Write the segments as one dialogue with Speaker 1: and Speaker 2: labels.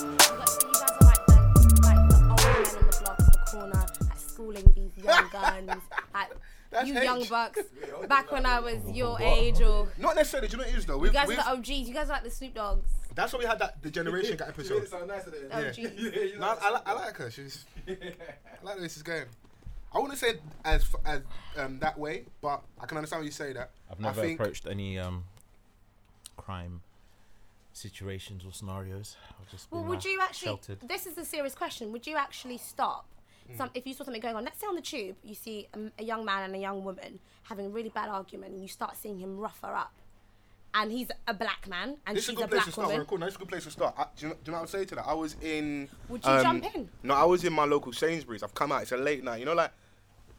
Speaker 1: ones at
Speaker 2: That's
Speaker 1: you
Speaker 2: H.
Speaker 1: young bucks back when I was your age or
Speaker 2: Not necessarily. Do you know what it is though?
Speaker 1: you
Speaker 2: We've,
Speaker 1: guys are
Speaker 2: we've,
Speaker 1: the OGs. You guys are like the Snoop Dogs.
Speaker 2: that's why we had that the generation gap
Speaker 3: You made
Speaker 2: episode.
Speaker 3: it sound nicer there.
Speaker 1: OGs.
Speaker 3: Yeah, you
Speaker 2: No, I, I, li- I like her. She's I like the way this is going. I wouldn't say as f- as um, that way, but I can understand why you say that.
Speaker 4: I've
Speaker 2: I
Speaker 4: never
Speaker 2: think-
Speaker 4: approached any um, crime situations or scenarios. I've just
Speaker 1: Well,
Speaker 4: been,
Speaker 1: would
Speaker 4: uh,
Speaker 1: you actually?
Speaker 4: sheltered.
Speaker 1: This is a serious question. Would you actually stop?
Speaker 2: Hmm.
Speaker 1: Some, if you saw something going on, let's say on the tube, you see a, m- a young man and a young woman having a really bad argument, and you start seeing him rough her up, and he's a black man and
Speaker 2: This is a
Speaker 1: she's
Speaker 2: good
Speaker 1: a
Speaker 2: place to
Speaker 1: black
Speaker 2: start.
Speaker 1: woman.
Speaker 2: We're cool. No, this is a good place to start. I, do, you know, do you know what I'm saying to that? I was in. um,
Speaker 1: Would you jump in?
Speaker 2: No, I was in my local Sainsbury's. I've come out. It's a late night. You know, like,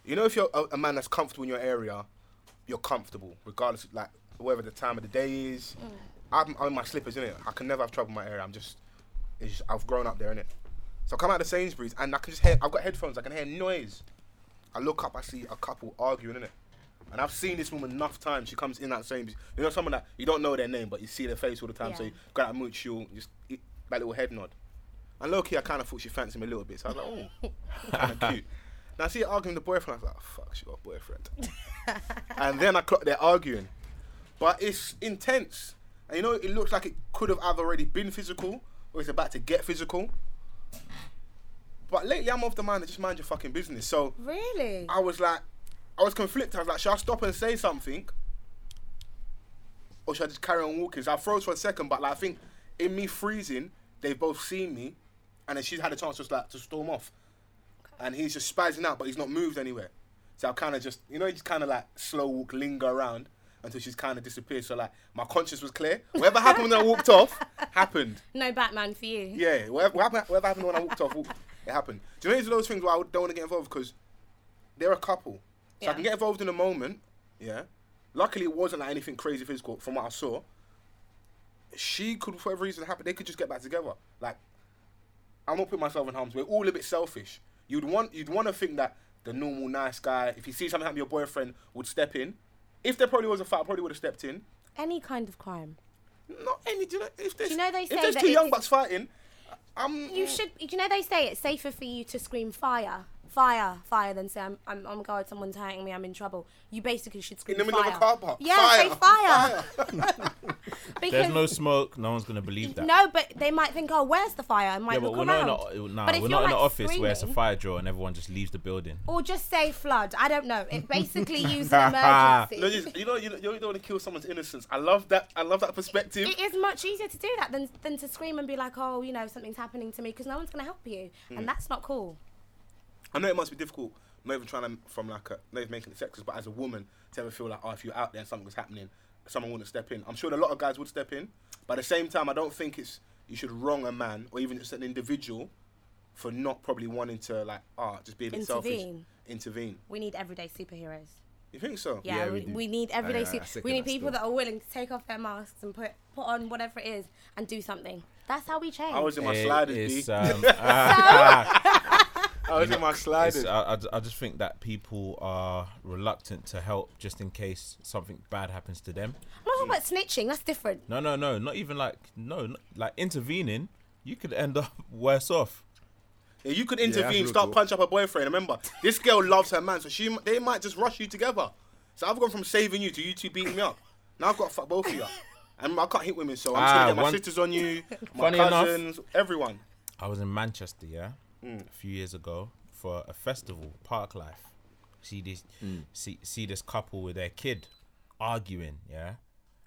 Speaker 2: you know, if you're a, a man that's comfortable in your area, you're comfortable regardless, of, like, whatever the time of the day is.
Speaker 1: Mm.
Speaker 2: I'm, I'm in my slippers, innit? I can never have trouble in my area. I'm just, it's just I've grown up there, innit? So I come out of Sainsbury's and I can just hear. I've got headphones. I can hear noise. I look up, I see a couple arguing in it. And I've seen this woman enough times. She comes in that same, you know, someone that you don't know their name, but you see their face all the time. So
Speaker 1: Yeah.
Speaker 2: you got that mutual, just eat that little head nod. And low key, I kind of thought she fancied me a little bit. So I was like, oh, kind of cute. Now I see her arguing with the boyfriend. I was like, oh, fuck, she got a boyfriend. and then I clocked they're arguing, but it's intense. And you know, it looks like it could have either already been physical or it's about to get physical. But lately, I'm of the mind that just mind your fucking business. So
Speaker 1: Really?
Speaker 2: I was like, I was conflicted. I was like, should I stop and say something? Or should I just carry on walking? So I froze for a second, but like, I think in me freezing, they both seen me, and then she's had a chance just like to storm off, and he's just spazzing out, but he's not moved anywhere. So I kind of just, you know, you just kind of like slow walk, linger around until she's kind of disappeared. So like, my conscience was clear. Whatever happened when I walked off happened.
Speaker 1: No Batman for you.
Speaker 2: Yeah, whatever, what happened, whatever happened when I walked off, walked- it happened. Do you know, it's those things where I don't want to get involved because they're a couple. So I
Speaker 1: Yeah.
Speaker 2: can get involved in a moment, yeah. Luckily, it wasn't like anything crazy physical from what I saw. She could, for whatever reason, happen. They could just get back together. Like, I'm not putting myself in harm's way. All a bit selfish. You'd want, you'd want to think that the normal nice guy, if he sees something happen, to your boyfriend would step in. If there probably was a fight, I probably would have stepped in.
Speaker 1: Any kind of crime.
Speaker 2: Not any. Do you know, if there's,
Speaker 1: you know they
Speaker 2: if
Speaker 1: say
Speaker 2: there's
Speaker 1: that
Speaker 2: two young
Speaker 1: it's-
Speaker 2: bucks fighting, I'm.
Speaker 1: You should. You know they say it's safer for you to scream fire, fire, fire than say I'm I'm on guard. Someone's hurting me. I'm in trouble. You basically should scream
Speaker 2: In the middle
Speaker 1: fire.
Speaker 2: of a car park.
Speaker 1: Yeah,
Speaker 2: fire.
Speaker 1: say fire.
Speaker 4: There's
Speaker 1: Because-
Speaker 4: no smoke. No one's gonna believe that.
Speaker 1: No, but they might think, oh, where's the fire? And might
Speaker 4: yeah, but
Speaker 1: look
Speaker 4: we're
Speaker 1: around.
Speaker 4: not in a, nah,
Speaker 1: But if
Speaker 4: we're
Speaker 1: you're,
Speaker 4: not in an
Speaker 1: like,
Speaker 4: office where it's a
Speaker 1: screaming-
Speaker 4: fire drill and everyone just leaves the building.
Speaker 1: Or just say flood. I don't know. It basically used an emergency.
Speaker 2: No, you, you know, you, you don't want to kill someone's innocence. I love that. I love that perspective.
Speaker 1: it is much easier to do that than, than to scream and be like, oh, you know, something's happening to me because no one's going to help you.
Speaker 2: Mm.
Speaker 1: And that's not cool.
Speaker 2: I know it must be difficult. Not even trying to from like a, not even making it sexist, but as a woman to ever feel like, oh, if you're out there and something's happening, someone wouldn't step in. I'm sure a lot of guys would step in, but at the same time, I don't think it's you should wrong a man or even just an individual for not probably wanting to like, ah, just be a bit selfish.
Speaker 1: Intervene.
Speaker 2: Intervene.
Speaker 1: We need everyday superheroes.
Speaker 2: You think so?
Speaker 1: Yeah,
Speaker 4: Yeah, we
Speaker 1: we,
Speaker 4: do.
Speaker 1: we, need everyday
Speaker 3: yeah, I
Speaker 1: su-
Speaker 3: second
Speaker 1: We need
Speaker 3: that
Speaker 1: people
Speaker 3: still.
Speaker 1: that are willing to take off their masks and put, put on whatever it is and do something. That's how we change.
Speaker 2: I was in my
Speaker 4: It
Speaker 2: sliders,
Speaker 4: is,
Speaker 2: B.
Speaker 4: um,
Speaker 2: I was in my
Speaker 4: It's-
Speaker 2: sliders.
Speaker 4: I, I ju- I just think that people are reluctant to help just in case something bad happens to them.
Speaker 1: I'm not talking about snitching. That's different.
Speaker 4: No, no, no, not even like no, not, like intervening. You could end up worse off.
Speaker 2: Yeah, you could
Speaker 3: that's
Speaker 2: intervene,
Speaker 3: real
Speaker 2: start
Speaker 3: talk.
Speaker 2: punch up her boyfriend. Remember, this girl loves her man, so she m- they might just rush you together. So I've gone from saving you to you two beating me up. Now I've got to fuck both of you. And I can't hit women, so I'm just
Speaker 4: Ah,
Speaker 2: gonna get my
Speaker 4: one-
Speaker 2: sisters on you, my
Speaker 4: Funny enough-
Speaker 2: cousins, everyone.
Speaker 4: I was in Manchester, yeah, a few years ago for a festival, Park Life. See this, see see this couple with their kid arguing, yeah,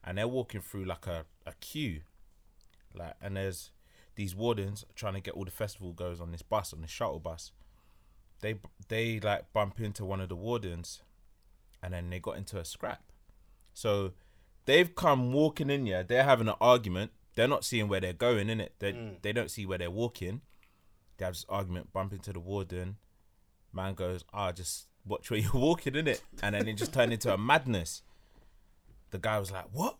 Speaker 4: and they're walking through like a a queue, like, and there's these wardens trying to get all the festival goers on this bus, on this shuttle bus. They they like bump into one of the wardens, and then they got into a scrap. So they've come walking in here. They're having an argument. They're not seeing where they're going, in it. They
Speaker 1: Mm.
Speaker 4: they don't see where they're walking. They have this argument, bump into the warden. Man goes, ah, just watch where you're walking, in it. And then it just turned into a madness. The guy was like, what,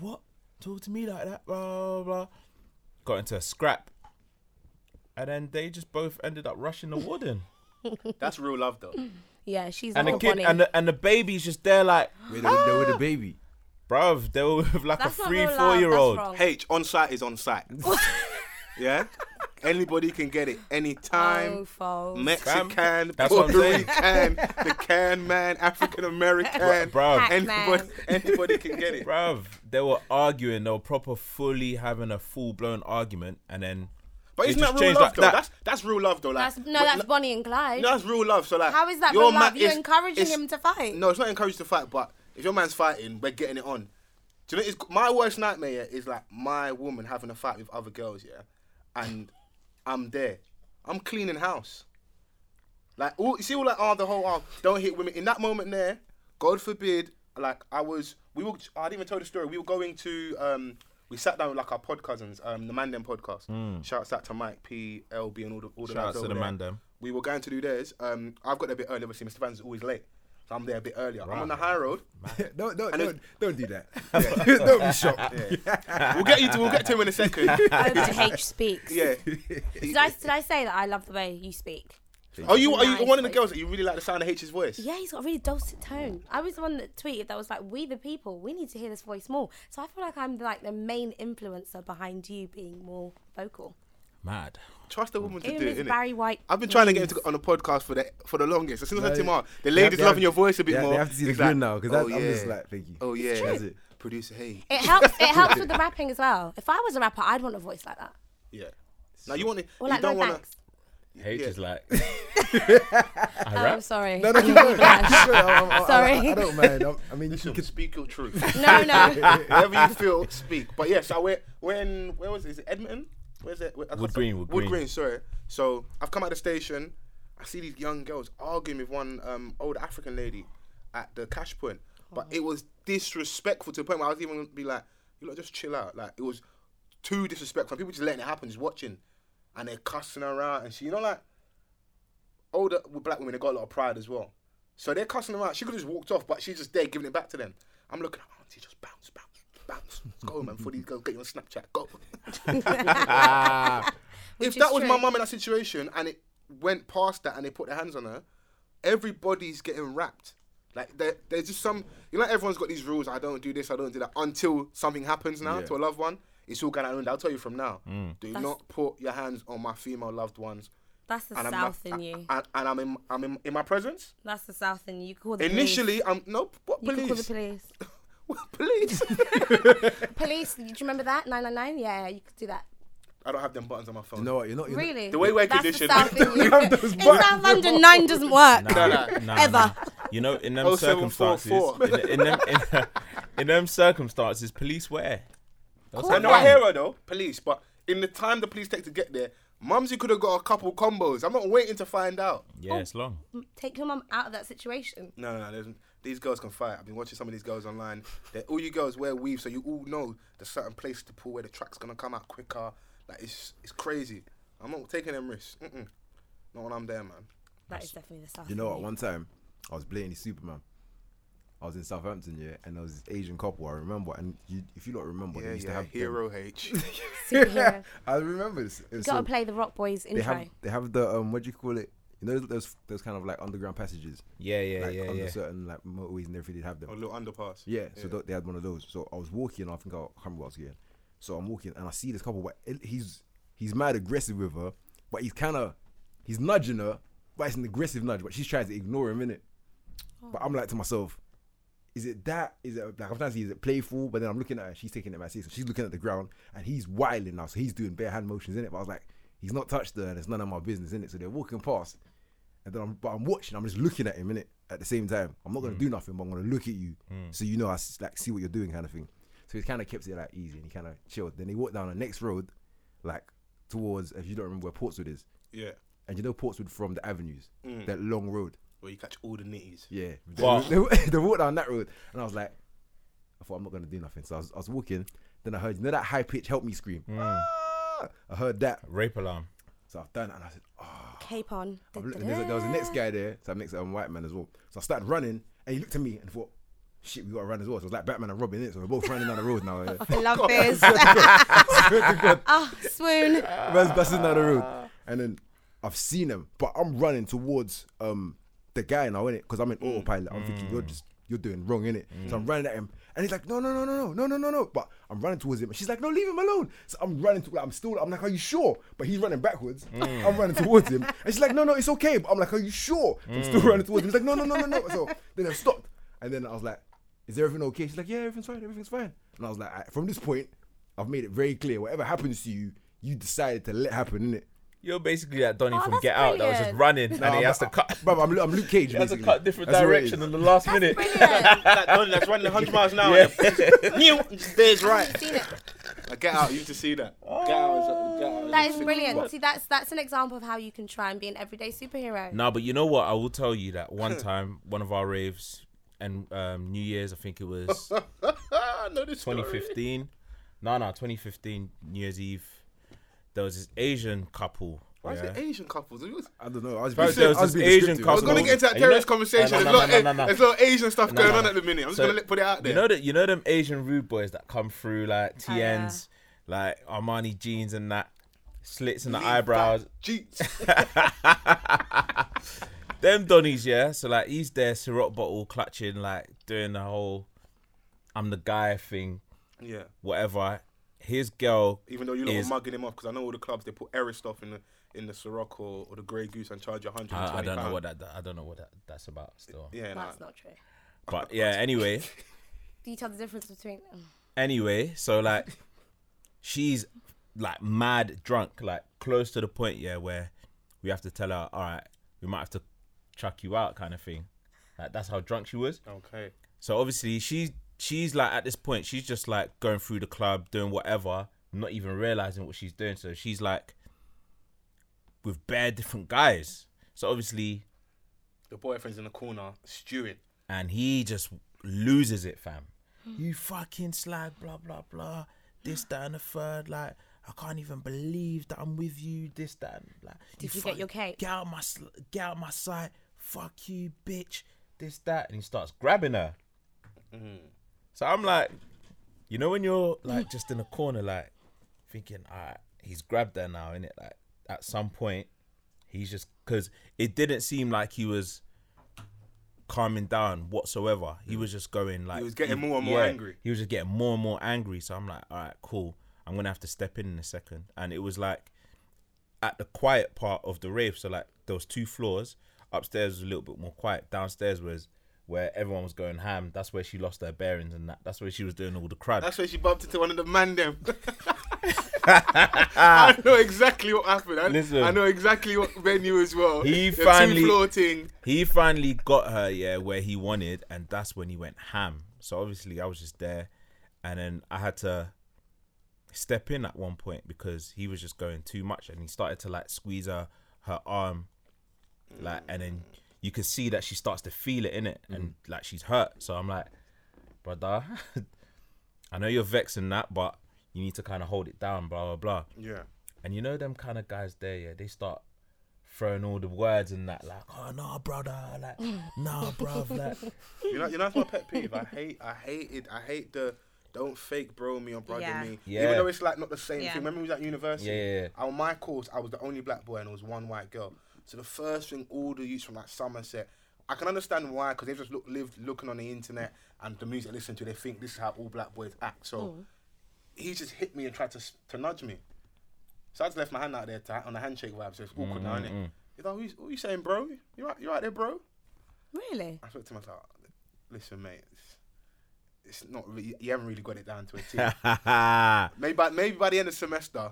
Speaker 4: what? Talk to me like that, blah blah. blah. Got into a scrap, and then they just both ended up rushing the warden.
Speaker 2: That's real love, though.
Speaker 1: Yeah, she's
Speaker 4: and the
Speaker 1: not
Speaker 4: kid
Speaker 1: funny.
Speaker 4: and the, and the baby's just there like,
Speaker 3: Wait, they, were- they were the baby.
Speaker 4: bruv, they were with like
Speaker 1: that's
Speaker 4: a
Speaker 1: not
Speaker 4: three,
Speaker 1: real love.
Speaker 4: four year
Speaker 1: That's
Speaker 4: old.
Speaker 1: wrong.
Speaker 2: H on site is on site. yeah, Anybody can get it
Speaker 1: Oh,
Speaker 2: anytime.
Speaker 1: Mofos.
Speaker 2: Mexican,
Speaker 4: That's what I'm
Speaker 2: Puerto
Speaker 4: saying.
Speaker 2: Rican, the can man, African American,
Speaker 4: Bruh, bruv.
Speaker 2: anybody, anybody can get it.
Speaker 4: Bruv, they were arguing. They were proper, fully having a full blown argument, and then.
Speaker 2: But
Speaker 4: they
Speaker 2: isn't
Speaker 4: just
Speaker 2: that real
Speaker 4: changed
Speaker 2: love
Speaker 4: like
Speaker 2: though?
Speaker 4: that.
Speaker 2: That's that's real love though. Like
Speaker 1: that's, no, that's Bonnie and Clyde.
Speaker 2: No, that's real love. So like,
Speaker 1: How is that
Speaker 2: your
Speaker 1: real
Speaker 2: man-
Speaker 1: love? You're
Speaker 2: it's-
Speaker 1: encouraging
Speaker 2: it's-
Speaker 1: him to fight.
Speaker 2: No, it's not encouraged to fight. But if your man's fighting, we're getting it on. Do you know? It's, my worst nightmare yeah, is like my woman having a fight with other girls, yeah, and I'm there. I'm cleaning house. Like, all, you see all that, oh, the whole, oh, don't hit women. In that moment there, God forbid, like, I was, we were, I didn't even tell the story. We were going to, um, we sat down with, like, our pod cousins, um, the Mandem podcast. Shouts out to Mike P, LB, and all the, all the
Speaker 4: Hmm. Shouts
Speaker 2: lads
Speaker 4: to
Speaker 2: over
Speaker 4: the
Speaker 2: there.
Speaker 4: Mandem.
Speaker 2: We were going to do theirs. Um, I've got there a bit early, obviously. Mr. Vans is always late. So I'm there a bit earlier. I'm on the high road.
Speaker 3: don't, don't,
Speaker 2: And it's-
Speaker 3: don't, don't do that. don't be shocked.
Speaker 2: We'll get you to, we'll get to him in a second.
Speaker 1: OBH speaks.
Speaker 2: yeah.
Speaker 1: Did I, did I say that I love the way you speak?
Speaker 2: Are you, are you one of the
Speaker 1: Nice.
Speaker 2: girls that you really like the sound of H's voice?
Speaker 1: Yeah, he's got a really dulcet tone. I was the one that tweeted that was like, "We the people, we need to hear this voice more." So I feel like I'm like the main influencer behind you being more vocal.
Speaker 4: Mad.
Speaker 2: Trust a woman to
Speaker 1: Even
Speaker 2: do
Speaker 1: if
Speaker 2: it, innit?
Speaker 1: Barry White.
Speaker 2: I've been trying to get him to, on the podcast for the for the longest. As soon as I
Speaker 3: No,
Speaker 2: said him
Speaker 3: yeah.
Speaker 2: out, the
Speaker 3: They have-
Speaker 2: ladies
Speaker 3: they have-
Speaker 2: loving your voice a bit
Speaker 3: they have-
Speaker 2: more.
Speaker 3: They have to see the
Speaker 2: It's
Speaker 3: grin now because
Speaker 2: oh,
Speaker 3: I'm
Speaker 2: yeah.
Speaker 3: just like, thank you.
Speaker 2: oh yeah,
Speaker 3: That's it.
Speaker 2: producer, hey,
Speaker 1: It helps. It helps with the rapping as well. If I was a rapper, I'd want a voice like that.
Speaker 2: yeah. Now you want to,
Speaker 1: Or
Speaker 2: you
Speaker 1: like
Speaker 2: don't
Speaker 1: Lloyd
Speaker 2: want to.
Speaker 1: Banks.
Speaker 4: H
Speaker 2: Yeah.
Speaker 4: is like. I
Speaker 1: Oh,
Speaker 4: rap.
Speaker 1: sorry.
Speaker 3: No, no, keep going. Keep going. I'm- I'm-
Speaker 1: Sorry.
Speaker 3: I, I don't mind. I'm, I mean, you
Speaker 2: You
Speaker 3: should.
Speaker 2: can speak your truth.
Speaker 1: no, no.
Speaker 2: Whatever you feel, speak. But yeah, so we're, we're in, where was it? Is it Edmonton? Where's it? Where- I can't
Speaker 4: Wood
Speaker 2: say-
Speaker 4: Green, Wood Green.
Speaker 2: sorry. So I've come out of the station. I see these young girls arguing with one um, old African lady at the cash point. But
Speaker 1: Oh.
Speaker 2: it was disrespectful to the point where I was even gonna be like, you know, just chill out. Like, it was too disrespectful. People just letting it happen, just watching. And they're cussing her out. And she, you know, like, older with black women, they got a lot of pride as well. So they're cussing her out. She could have just walked off, but she's just there giving it back to them. I'm looking at auntie, just bounce, bounce, bounce. Go, man, for these girls, get you on Snapchat, go. if
Speaker 1: is
Speaker 2: that was my
Speaker 1: true.
Speaker 2: mum in that situation and it went past that and they put their hands on her, everybody's getting wrapped. Like, there, there's just some, you know, everyone's got these rules I don't do this, I don't do that, until something happens now to a loved one. It's all going to I'll tell you from now. Do not put your hands on my female loved ones.
Speaker 1: That's the
Speaker 2: And I'm
Speaker 1: south
Speaker 2: not,
Speaker 1: in you.
Speaker 2: And, and I'm in, I'm in, in my presence.
Speaker 1: That's the south in you. You call the
Speaker 2: Initially, I'm no what
Speaker 1: police. you could call the
Speaker 2: police?
Speaker 1: police.
Speaker 2: What police?
Speaker 1: Police. Do you remember that? Nine nine nine. Yeah, you could do that.
Speaker 2: I don't have them buttons on my phone.
Speaker 3: You know what? You're not. You're
Speaker 1: Really?
Speaker 2: The way we're
Speaker 1: That's the
Speaker 2: conditioned.
Speaker 1: South in, you.
Speaker 3: have those
Speaker 1: in
Speaker 3: buttons.
Speaker 1: South London, nine doesn't work.
Speaker 4: Nah,
Speaker 2: nah,
Speaker 4: nah,
Speaker 1: Ever.
Speaker 4: nah. You know, in them
Speaker 2: Oh, seven, four,
Speaker 4: circumstances,
Speaker 2: four.
Speaker 4: in, in them, in, in them circumstances, police wear.
Speaker 2: I know I hear her though, police. But in the time the police take to get there, Mumsy could have got a couple combos. I'm not waiting to find out.
Speaker 1: Oh.
Speaker 4: Yeah, it's long.
Speaker 1: Take your mum out of that situation.
Speaker 2: No, no, there's, these girls can fight. I've been watching some of these girls online. They're, all you girls wear weave, so you all know the certain place to pull where the track's gonna come out quicker. Like it's it's crazy. I'm not taking them risks. Mm-mm. Not when I'm there, man.
Speaker 1: That is definitely the south.
Speaker 3: You know
Speaker 1: in
Speaker 3: what? One time, I was blatantly Superman. I was in Southampton, yeah, and there was this Asian couple. I remember, and you, if you lot remember,
Speaker 2: Yeah,
Speaker 3: they used
Speaker 2: yeah.
Speaker 3: to have
Speaker 2: Hero H.
Speaker 1: Superhero.
Speaker 3: I remember this. It was
Speaker 1: Gotta
Speaker 3: so-
Speaker 1: play the Rock Boys
Speaker 3: they
Speaker 1: intro.
Speaker 3: have they have the um what do you call it? You know those those kind of like underground passages.
Speaker 4: Yeah, yeah,
Speaker 3: like,
Speaker 4: yeah,
Speaker 3: under
Speaker 4: yeah.
Speaker 3: certain like motorways and everything. They have them.
Speaker 2: a little underpass.
Speaker 3: Yeah, so th- they had one of those. So I was walking, I think I can't remember what I was getting. So I'm walking and I see this couple, but it- he's he's mad aggressive with her, but he's kind of he's nudging her, but it's an aggressive nudge, but she's trying to ignore him, innit? But I'm like to myself, is it that? Is it like I'm trying to see, is it playful? But then I'm looking at her, she's taking it my so she's looking at the ground and he's wilding now, so he's doing bare hand motions in it. But I was like, he's not touched her and it's none of my business in it. So they're walking past, and then I'm but I'm watching, I'm just looking at him in it at the same time. I'm not gonna do nothing, but I'm gonna look at you so you know I s- like see what you're doing kind of thing. So he kind of kept it like easy and he kind of chilled. Then he walked down the next road, like towards if you don't remember where Portswood is,
Speaker 2: Yeah.
Speaker 3: and you know Portswood from the avenues, that long road.
Speaker 2: Where you catch all the nitties.
Speaker 3: Yeah. They,
Speaker 4: Wow.
Speaker 3: they, they walked down that road, and I was like, I thought I'm not gonna do nothing. So I was, I was walking, then I heard you know that high pitch help me scream. Ah! I heard that,
Speaker 4: Rape alarm.
Speaker 3: so I've done, it and I said, oh.
Speaker 1: Cape on.
Speaker 3: I'm look- and there's a, there was a next guy there, so I'm next to a white man as well. So I started running, and he looked at me and thought, "Shit, we gotta run as well." So it was like Batman and Robin, innit? So we're both running down the road now. Yeah.
Speaker 1: I love this. Ah, swoon.
Speaker 3: Man's busting down the road, and then I've seen him, but I'm running towards um the guy now, innit? Because I'm in autopilot. I'm thinking you're just you're doing wrong, innit? So I'm running at him, and he's like, no, no, no, no, no, no, no, no, no. But I'm running towards him, and she's like, no, leave him alone. So I'm running to, like, I'm still, I'm like, are you sure? But he's running backwards. I'm running towards him, and she's like, no, no, it's okay. But I'm like, are you sure? So I'm still running towards him. He's like, no, no, no, no, no. So then I stopped, and then I was like, is everything okay? She's like, yeah, everything's fine, everything's fine. And I was like, "Alright, from this point, I've made it very clear, whatever happens to you, you decided to let happen, innit?
Speaker 4: You're basically that Donny
Speaker 1: Oh,
Speaker 4: from
Speaker 1: that's
Speaker 4: Get Out that was just
Speaker 1: brilliant.
Speaker 4: running and
Speaker 3: I'm-
Speaker 4: he has to cut.
Speaker 3: Bro, I'm, I'm Luke Cage.
Speaker 4: He has to
Speaker 3: basically.
Speaker 4: cut different
Speaker 3: That's what it
Speaker 4: direction
Speaker 3: is.
Speaker 4: in the last minute.
Speaker 1: Brilliant.
Speaker 2: That Donny that's running 100 miles an hour.
Speaker 4: Yeah.
Speaker 2: New there's right.
Speaker 1: Seen it.
Speaker 2: Now Get out. You used to see that. Get out. is- Get out is-
Speaker 1: That is brilliant. See, that's that's an example of how you can try and be an everyday superhero.
Speaker 4: No, but you know what? I will tell you that one time, one of our raves and um, New Year's, I think it was
Speaker 2: I know this story.
Speaker 4: 2015. No, no, 2015 New Year's Eve. There was this Asian couple.
Speaker 2: Why is
Speaker 4: yeah?
Speaker 2: it Asian couples? It was-
Speaker 3: I don't know. I was
Speaker 4: Bro,
Speaker 3: being,
Speaker 4: there was
Speaker 3: I was
Speaker 4: this
Speaker 3: being
Speaker 4: Asian
Speaker 3: descriptive.
Speaker 2: I was
Speaker 4: couple.
Speaker 2: going to get into that
Speaker 4: And you know-
Speaker 2: terrorist conversation.
Speaker 4: No, no,
Speaker 2: There's a
Speaker 4: no,
Speaker 2: lot
Speaker 4: no, no, no.
Speaker 2: there's a lot of Asian stuff
Speaker 4: No,
Speaker 2: going
Speaker 4: no.
Speaker 2: on at the minute. I'm just
Speaker 4: So,
Speaker 2: going to put it out there.
Speaker 4: You know that you know them Asian rude boys that come through like
Speaker 1: Oh, yeah.
Speaker 4: TNs, like Armani jeans and that slits in the
Speaker 2: Leave
Speaker 4: eyebrows.
Speaker 2: that Jeets.
Speaker 4: Them Donnies, yeah. So like he's there, Ciroc bottle clutching, like doing the whole I'm the guy thing,
Speaker 2: yeah.
Speaker 4: whatever. His girl
Speaker 2: Even though you lot were
Speaker 4: is-
Speaker 2: mugging him off, because I know all the clubs they put Eric stuff in the in the Ciroc or, or the Grey Goose and charge you 120
Speaker 4: I, I don't know
Speaker 2: pound.
Speaker 4: what that I don't know what that, that's about still.
Speaker 2: Yeah, nah.
Speaker 1: That's not true.
Speaker 4: But yeah, anyway.
Speaker 1: Do you tell the difference between?
Speaker 4: Anyway, so like she's like mad drunk, like close to the point, yeah, where we have to tell her, all right, we might have to chuck you out kind of thing. Like that's how drunk she was.
Speaker 2: Okay.
Speaker 4: So obviously she's she's like at this point, she's just like going through the club, doing whatever, not even realizing what she's doing. So she's like with bare different guys. So obviously
Speaker 2: The boyfriend's in the corner stewing.
Speaker 4: and he just loses it, fam. You fucking slag, blah blah blah. This, that, and the third. Like, I can't even believe that I'm with you. This, that, and like.
Speaker 1: Did you get
Speaker 4: fuck-
Speaker 1: your cake?
Speaker 4: Get out my, sl- get out my sight. Fuck you, bitch. This, that, and he starts grabbing her. So I'm like, you know, when you're like just in a corner, like thinking, all right, he's grabbed her now, innit? Like at some point, he's just because it didn't seem like he was calming down whatsoever. He was just going like
Speaker 2: was getting more and more angry.
Speaker 4: He was just getting more and more angry. So I'm like, all right, cool. I'm gonna have to step in in a second. And it was like at the quiet part of the rave. So like there was two floors. Upstairs was a little bit more quiet. Downstairs was where everyone was going ham. That's where she lost her bearings and that. That's where she was doing all the crud.
Speaker 2: That's when she bumped into one of the man them. I know exactly what happened. I,
Speaker 4: Listen.
Speaker 2: I know exactly what venue as well.
Speaker 4: He
Speaker 2: the
Speaker 4: finally-
Speaker 2: two floor thing.
Speaker 4: he finally got her yeah where he wanted and that's when he went ham so obviously i was just there and then i had to step in at one point because he was just going too much and he started to like squeeze her her arm like and then you could see that she starts to feel it in it and like she's hurt so i'm like brother i know you're vexing that but you need to kind of hold it down blah blah blah
Speaker 2: Yeah.
Speaker 4: and you know them kind of guys there, yeah, they start throwing all the words and that, like, oh no, brother, like, nah, bruv, like,
Speaker 2: You know, you know, that's my pet peeve. I hate, I hated, I hate the don't fake bro me or brother
Speaker 1: Yeah.
Speaker 2: me.
Speaker 4: Yeah.
Speaker 2: Even though it's like not the same
Speaker 1: Yeah.
Speaker 2: thing. Remember, we was at university.
Speaker 4: Yeah, yeah,
Speaker 2: On my course, I was the only black boy and there was one white girl. So the first thing all the youths from like Somerset, I can understand why because they've just look, lived looking on the internet and the music they listen to, they think this is how all black boys act. So
Speaker 1: Oh.
Speaker 2: he just hit me and tried to s- to nudge me. So I just left my hand out there to, on the handshake vibe. So it's awkward
Speaker 4: Mm,
Speaker 2: now, innit? He's like, what you, what you saying, bro? You right, you right there, bro?
Speaker 1: Really?
Speaker 2: I spoke to myself. Listen, mate, it's, it's not. Really, you haven't really got it down to a T. maybe, by, maybe by the end of semester,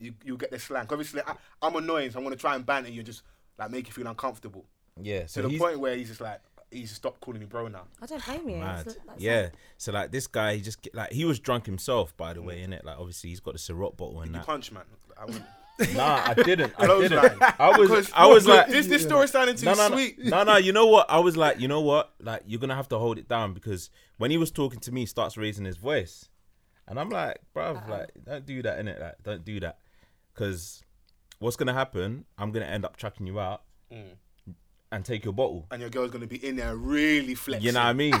Speaker 2: you you get the slang. Obviously, I, I'm annoying, so I'm gonna try and banter you, and just like make you feel uncomfortable
Speaker 4: yeah. So
Speaker 2: to the
Speaker 4: he's
Speaker 2: point where he's just like, he's just stopped calling me bro now.
Speaker 1: I don't blame you.
Speaker 4: mad.
Speaker 1: That's- that's-
Speaker 4: yeah. So like this guy, he just get- like he was drunk himself, by the way, innit? Like obviously he's got the Ciroc bottle and
Speaker 2: Mm. You
Speaker 4: that.
Speaker 2: punch, man. I wouldn't.
Speaker 4: Nah, I didn't. I
Speaker 2: Close
Speaker 4: didn't.
Speaker 2: line.
Speaker 4: I was.
Speaker 2: Because-
Speaker 4: I was
Speaker 2: because
Speaker 4: like,
Speaker 2: this this story's sounding too
Speaker 4: no, no,
Speaker 2: sweet.
Speaker 4: No, no, no, you know what? I was like, you know what? Like, you're gonna have to hold it down because when he was talking to me, he starts raising his voice, and I'm like, bruv,
Speaker 2: Uh-huh.
Speaker 4: like, don't do that, innit? Like, don't do that, because what's gonna happen? I'm gonna end up chucking you out
Speaker 2: Mm.
Speaker 4: and take your bottle.
Speaker 2: And your girl's gonna be in there really flexing.
Speaker 4: You know what I mean?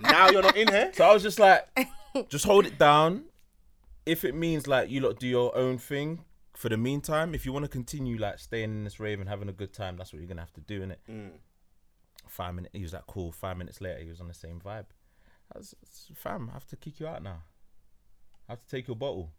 Speaker 2: now you're not in here.
Speaker 4: so I was just like, just hold it down. If it means like you lot do your own thing for the meantime, if you want to continue like staying in this rave and having a good time, that's what you're gonna have to do, innit? Five minutes. He was like, cool. Five minutes later, he was on the same vibe. I was, fam, I have to kick you out now. I have to take your bottle,